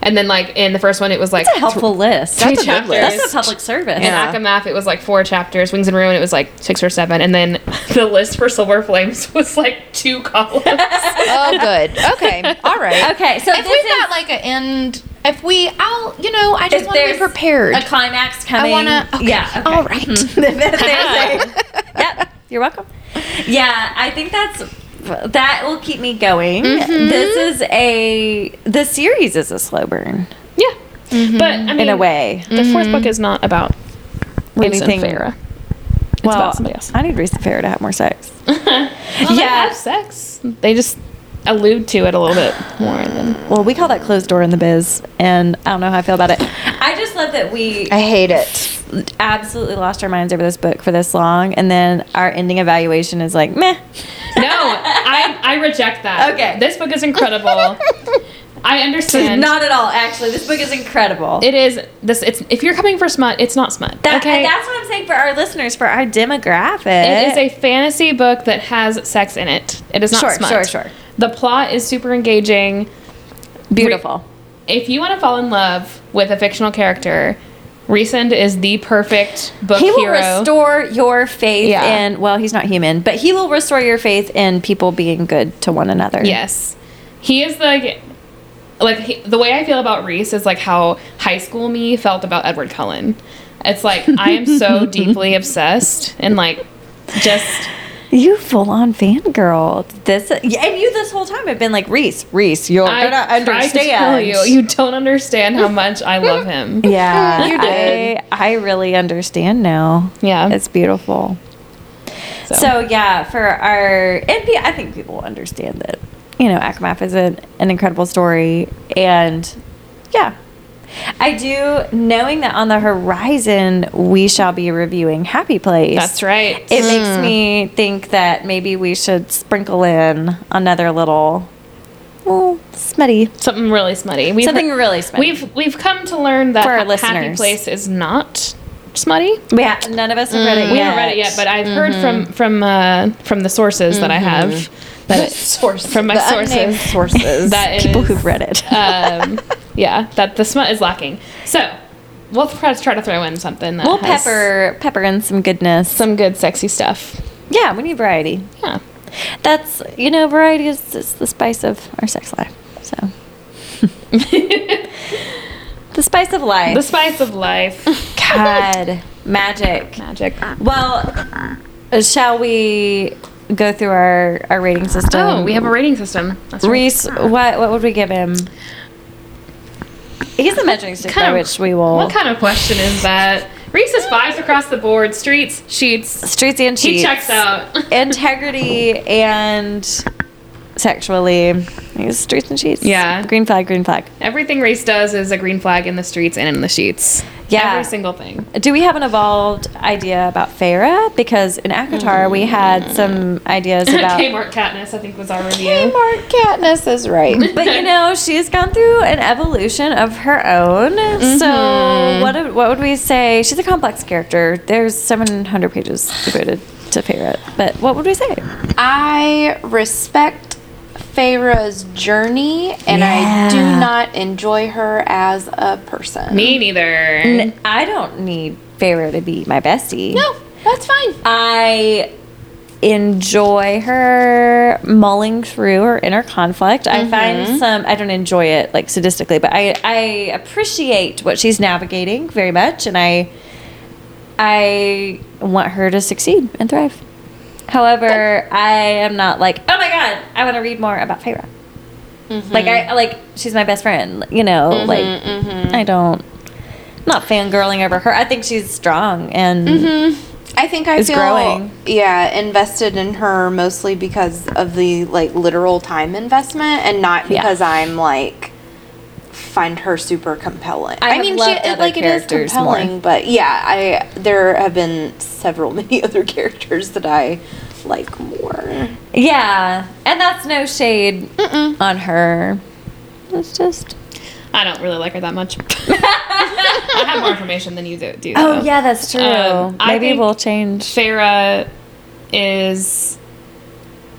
A: and then like in the first one, it was like
B: That's a helpful list.
A: three
B: That's a,
A: chapters.
B: that's a public service.
A: In Akamath, it was like four chapters. Wings and Ruin, it was like six or seven. And then the list for Silver Flames was like two columns.
D: Oh, good. Okay. All right.
B: Okay, so
D: if
B: this
D: we've
B: is
D: got like an end, if we, I'll, you know, I just
B: If
D: want to be
B: there's
D: prepared.
B: a climax
D: I
B: coming.
D: want to. Okay.
B: Yeah. okay. Mm-hmm.
D: All right.
B: yep. You're welcome. Yeah, I think that's that will keep me going. This is a the series is a slow burn
A: yeah. But I mean,
B: Mm-hmm. in a way.
A: the fourth book is not about anything.
B: Anything-
A: Farah. It's
B: well,
A: about somebody else.
B: I need Reese and Farrah to have more sex.
A: Well, they
B: Yeah.
A: have sex. They just allude to it a little bit more than
B: Well, we call that closed door in the biz, and I don't know how I feel about it. I just love that we
D: I hate it.
B: absolutely lost our minds over this book for this long, and then our ending evaluation is like, meh.
A: no. I I reject that.
B: Okay.
A: this book is incredible. I understand.
B: Not at all. Actually, this book is incredible.
A: it is this. It's if you're coming for smut, it's not smut.
B: That,
A: okay,
B: and that's what I'm saying for our listeners, for our demographic.
A: It is a fantasy book that has sex in it. It is not
B: Sure,
A: smut.
B: sure, sure.
A: The plot is super engaging.
B: beautiful.
A: If you want to fall in love with a fictional character, Resend is the perfect book
B: He will
A: hero.
B: restore your faith
A: Yeah.
B: in well, he's not human, but he will restore your faith in people being good to one another.
A: Yes, he is like, like he, the way I feel about Reese is like how high school me felt about Edward Cullen. It's like I am so deeply obsessed and like just
B: You full on fangirl. This yeah, and you this whole time have been like Reese, Reese, you're
A: I
B: gonna
A: try
B: understand.
A: to tell you, you don't understand how much I love him.
B: yeah,
D: You did.
B: I, I really understand now.
A: Yeah.
B: It's beautiful. So, yeah, for our NP, I think people will understand that you know Akamath is an, an incredible story, and yeah, I do knowing that on the horizon we shall be reviewing Happy Place.
A: That's right.
B: It makes me think that maybe we should sprinkle in another little, well, smutty.
A: Something really smutty. We've
B: Something really smutty.
A: We've we've come to learn that
B: For our
A: Ha- Happy
B: listeners.
A: Place is not smutty.
B: We ha- none of us have read it yet.
A: Hmm. We haven't read it yet, but I've heard
B: Mm-hmm.
A: from from uh, from the sources that I have that it,
D: Sources.
A: from my
D: The unnamed
A: sources
D: sources.
A: that it
B: people
A: is-
B: who've read it.
A: um, yeah, that the smut is lacking. So we'll perhaps try to throw in something. That
B: we'll
A: has
B: pepper pepper in some goodness.
A: some good sexy stuff.
B: yeah, we need variety.
A: Yeah.
B: That's you know, variety is, is the spice of our sex life. So the spice of life.
A: The spice of life, Oh,
B: God, magic.
A: magic.
B: Well, shall we go through our our rating system?
A: Oh, we have a rating system. That's
B: Reese. What what would we give him? He's a measuring stick by which we will
A: What kind of question is that? Reese is fives across the board. Streets, sheets.
B: streets and
A: He
B: cheats.
A: checks out.
B: integrity and sexually. He's streets and cheats.
A: Yeah.
B: green flag, green flag.
A: Everything Reese does is a green flag in the streets and in the sheets.
B: Yeah.
A: Every single thing.
B: Do we have an evolved idea about Farah? Because in Akatar we had some ideas about.
A: Kmart Katniss, I think, was our review.
D: Mark Katniss is right.
B: But you know, she's gone through an evolution of her own. So what do- what would we say? She's a complex character. There's 700 pages devoted to Farah. But what would we say?
D: I respect Feyre's journey, and I do
B: Yeah.
D: not enjoy her as a person.
A: Me neither.
B: N- I don't need Farah to be my bestie.
D: No, that's fine.
B: I enjoy her mulling through her inner conflict. I find some I don't enjoy it like sadistically, but I I appreciate what she's navigating very much and I I want her to succeed and thrive. However, I am not like, "Oh my god, I want to read more about Feyre."
A: Mm-hmm. mm-hmm.
B: Like I like she's my best friend, you know, like I don't not fangirling over her. I think she's strong and
A: Mm-hmm.
D: Hmm. I think I
B: It's
D: feel
B: growing.
D: yeah invested in her mostly because of the like literal time investment and not
B: Yeah.
D: because I'm like find her super compelling.
B: I
D: I,
B: have
D: mean, she,
B: loved
D: it,
B: other
D: like it is
B: characters more.
D: compelling, but yeah, I there have been several many other characters that I like more.
B: yeah. And that's no shade on her. It's just
A: I don't really like her that much. I have more information than you do. do
B: Oh
A: though.
B: yeah, that's true.
A: Um, I
B: Maybe
A: think-
B: we'll change.
A: Farah is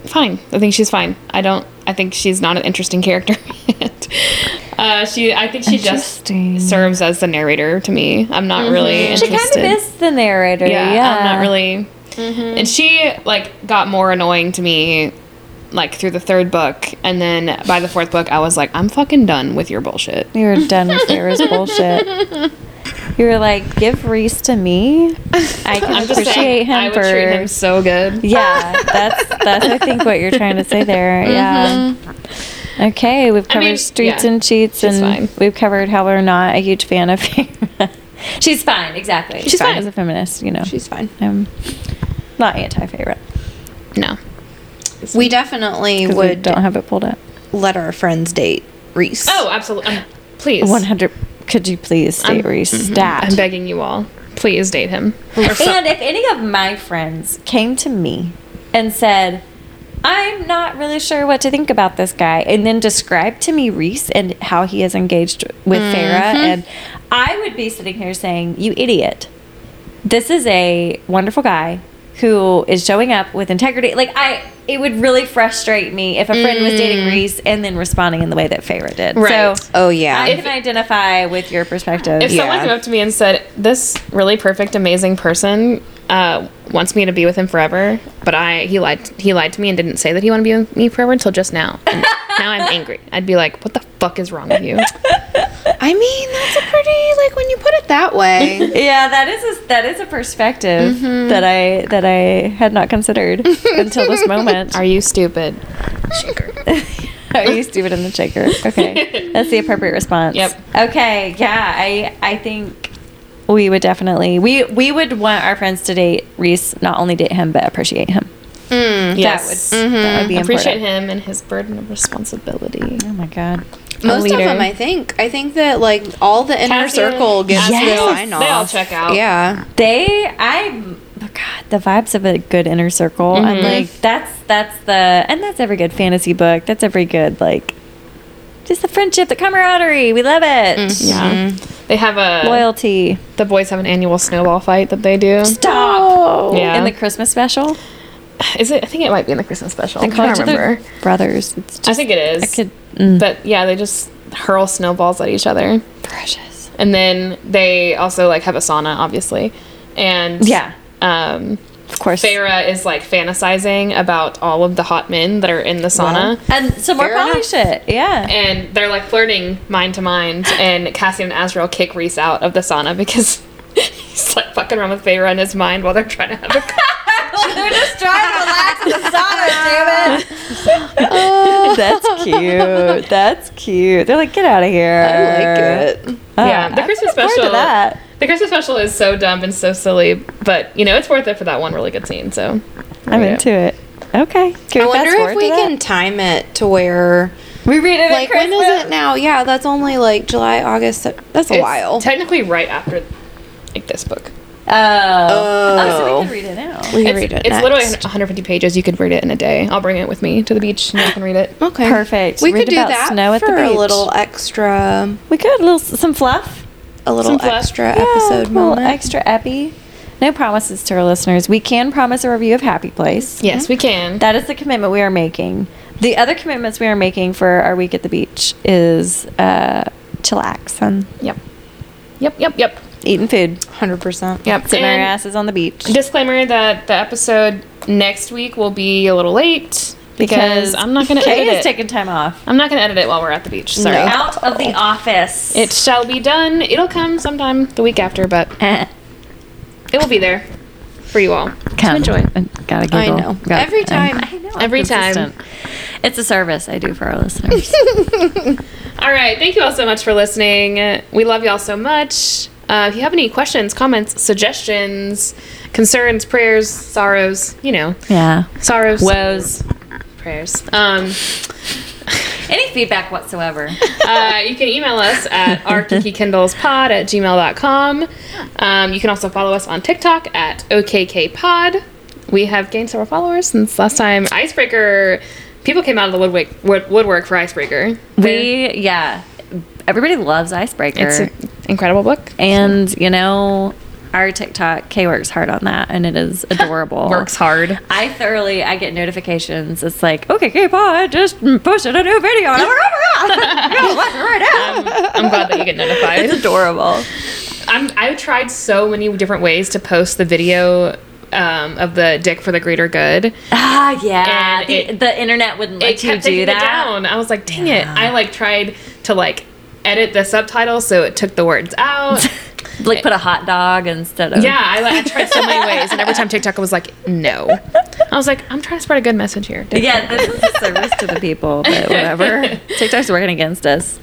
A: fine. I think she's fine. I don't. I think she's not an interesting character. uh, she. I think she just
B: Interesting. Mm-hmm.
A: serves as the narrator to me. I'm not really
B: She
A: interested.
B: kind of is the narrator. Yeah, Mm-hmm.
A: Yeah, I'm not really. And she like got more annoying to me, like through the third book, and then by the fourth book, I was like, I'm fucking done with your bullshit.
B: You were done with Sarah's bullshit. You were like, give Reese to me. I can
A: I'm just
B: appreciate
A: saying,
B: him
A: I would
B: for.
A: treat him so good.
B: Yeah, that's that's I think what you're trying to say there. Yeah. Okay, we've covered
A: Mm-hmm. mean,
B: streets
A: yeah,
B: and cheats,
A: she's
B: and
A: fine.
B: we've covered how we're not a huge fan of. she's fine, exactly. She's,
A: fine.
B: as a feminist, you know.
C: She's fine.
B: I'm not anti-favorite.
A: No.
C: We definitely
B: 'cause we
C: would
B: don't have it pulled up.
C: let our friends date Reese.
A: Oh, absolutely. Um, please.
B: One hundred. Could you please
A: I'm-
B: state Reese?
A: mhm.
B: Stat.
A: I'm begging you all. Please date him.
B: And if any of my friends came to me and said, I'm not really sure what to think about this guy, and then described to me Reese and how he is engaged with Farah, and I would be sitting here saying, You idiot. This is a wonderful guy who is showing up with integrity. Like, I. It would really frustrate me if a friend was dating Reese and then responding in the way that Farah did.
A: Right.
B: So
C: Oh, yeah.
B: I can identify with your perspective.
A: If someone
C: Yeah.
A: came up to me and said, "This really perfect, amazing person uh, wants me to be with him forever," but I he lied he lied to me and didn't say that he wanted to be with me forever until just now. And now I'm angry. I'd be like, "What the fuck is wrong with you?"
C: I mean, that's a pretty like when you put it that way.
B: Yeah, that is a, that is a perspective
A: Mm-hmm.
B: that I that I had not considered until this moment.
A: Are you stupid? Shaker.
B: Are you stupid in the shaker? Okay, that's the appropriate response.
A: Yep.
B: Okay. Yeah, I I think we would definitely we we would want our friends to date Reese, not only date him but appreciate him.
A: Mm, Yes.
B: That would that would be
A: Mm-hmm. Appreciate
B: Mm. important.
A: him and his burden of responsibility.
B: Oh my god.
C: Most of
B: leader.
C: them, I think. I think that like all the inner
A: Cassian-
C: circle gets
A: Cassian,
C: their
A: they all-
C: sign off.
A: they all check out.
C: Yeah.
B: They, I, oh God, the vibes of a good inner circle. I'm
A: Mm-hmm.
B: like, that's that's the, and that's every good fantasy book. That's every good like, just the friendship, the camaraderie. We love it.
A: Yeah.
B: Mm-hmm.
A: They have a
B: Loyalty.
A: the boys have an annual snowball fight that they do.
B: Stop.
C: Oh.
A: Yeah.
B: In the Christmas special,
A: Is it I think it might be in the Christmas special.
C: Oh,
A: I
B: College
A: can't
B: of the
A: remember.
B: brothers. It's just mm,
A: I think it is.
B: I could.
A: But yeah, they just hurl snowballs at each other.
B: Precious.
A: And then they also like have a sauna, obviously. And
B: Yeah.
A: um
B: Of course.
A: Farah is like fantasizing about all of the hot men that are in the sauna.
B: And some more
C: Fair enough.
B: poly shit. Yeah.
A: And they're like flirting mind to mind and Cassian and Azrael kick Reese out of the sauna because he's like fucking around with Farah in his mind while they're trying to have a
B: They're just trying to relax in the sauna, damn it. oh, That's cute. That's cute. They're like, get out of here.
C: I like it.
B: Oh,
A: Yeah, the
B: I'm
A: Christmas
B: looking forward
A: special.
B: To that.
A: The Christmas special is so dumb and so silly, but you know it's worth it for that one really good scene. So
B: I'm into it. Okay. Can
C: I
B: we
C: wonder
B: fast forward
C: if
B: to
C: we
B: that?
C: can time it to where
B: We read it
C: like when is it now? Yeah, that's only like July, August. Sep- That's a
A: It's
C: while.
A: Technically, right after like this book.
B: Oh.
C: Oh.
B: so we can read it now.
C: we
A: It's,
C: read it.
A: it's
C: next.
A: literally 150 pages. You could read it in a day. I'll bring it with me to the beach and you can read
B: Oh,
A: it.
C: okay.
B: Perfect.
C: We
B: Read
C: could do
B: about
C: that
B: snow at the
C: for a
B: beach.
C: little extra,
B: We could a little some fluff.
C: a
A: Some
C: little
A: fluff.
C: extra
B: Yeah, a
C: episode
B: little
C: moment.
B: extra epi. No promises to our listeners. We can promise a review of Happy Place.
A: Yes, we can.
B: That is the commitment we are making. The other commitments we are making for our week at the beach is uh, chillax and
A: yep. Yep. Yep. Yep.
B: eating food,
C: Hundred percent.
A: Yep.
B: sitting
A: And
B: our asses on the beach.
A: Disclaimer that the episode next week will be a little late because, I'm not going to
B: Kay
A: edit
B: is
A: it.
B: taking time off.
A: I'm not going to edit it while we're at the beach. Sorry.
C: No.
B: Out of the office.
A: It shall be done. It'll come sometime the week after, but it will be there for you all.
B: Come.
A: enjoy.
B: Gotta
C: I
B: giggle.
C: know.
B: Gotta-
C: Every time.
B: I know.
A: Every
B: I'm
A: time.
B: consistent. It's a service I do for our listeners.
A: All right. Thank you all so much for listening. We love y'all so much. Uh, if you have any questions, comments, suggestions, concerns, prayers, sorrows, you know,
B: Yeah.
A: sorrows,
B: Woes.
A: prayers. Um,
B: Any feedback whatsoever.
A: uh, you can email us at rkikikindlespod at gmail.com. Um, you can also follow us on TikTok at OKKPod. We have gained several followers since last time. Icebreaker, people came out of the woodwick, wood, woodwork for Icebreaker.
B: we, yeah. Everybody loves Icebreaker.
A: It's an incredible book.
B: and, you know, our TikTok, Kay works hard on that, and it is adorable.
A: Works hard.
B: I thoroughly, I get notifications. It's like, okay, Kay I just posted a new video. And I'm like, oh my God, you gotta watch it right now.
A: I'm glad that you get notified.
B: It's adorable.
A: I'm, I've tried so many different ways to post the video um, of the dick for the greater good.
B: Ah, yeah.
A: And
B: The,
A: it-
B: the internet wouldn't
A: it
B: let you
A: kept
B: do
A: taking
B: that.
A: it down. I was like, dang
B: Yeah.
A: it. I like tried to like edit the subtitle so it took the words out.
B: like put a hot dog instead of
A: yeah, I, like, I tried so many ways, and every time TikTok was like, no. I was like, I'm trying to spread a good message here.
B: Yeah, this is a service to the people, but whatever. TikTok's working against us.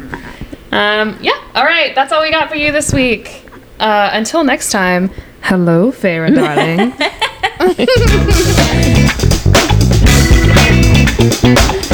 A: Um, yeah. All right. That's all we got for you this week. Uh, until next time. Hello, Farrah, darling.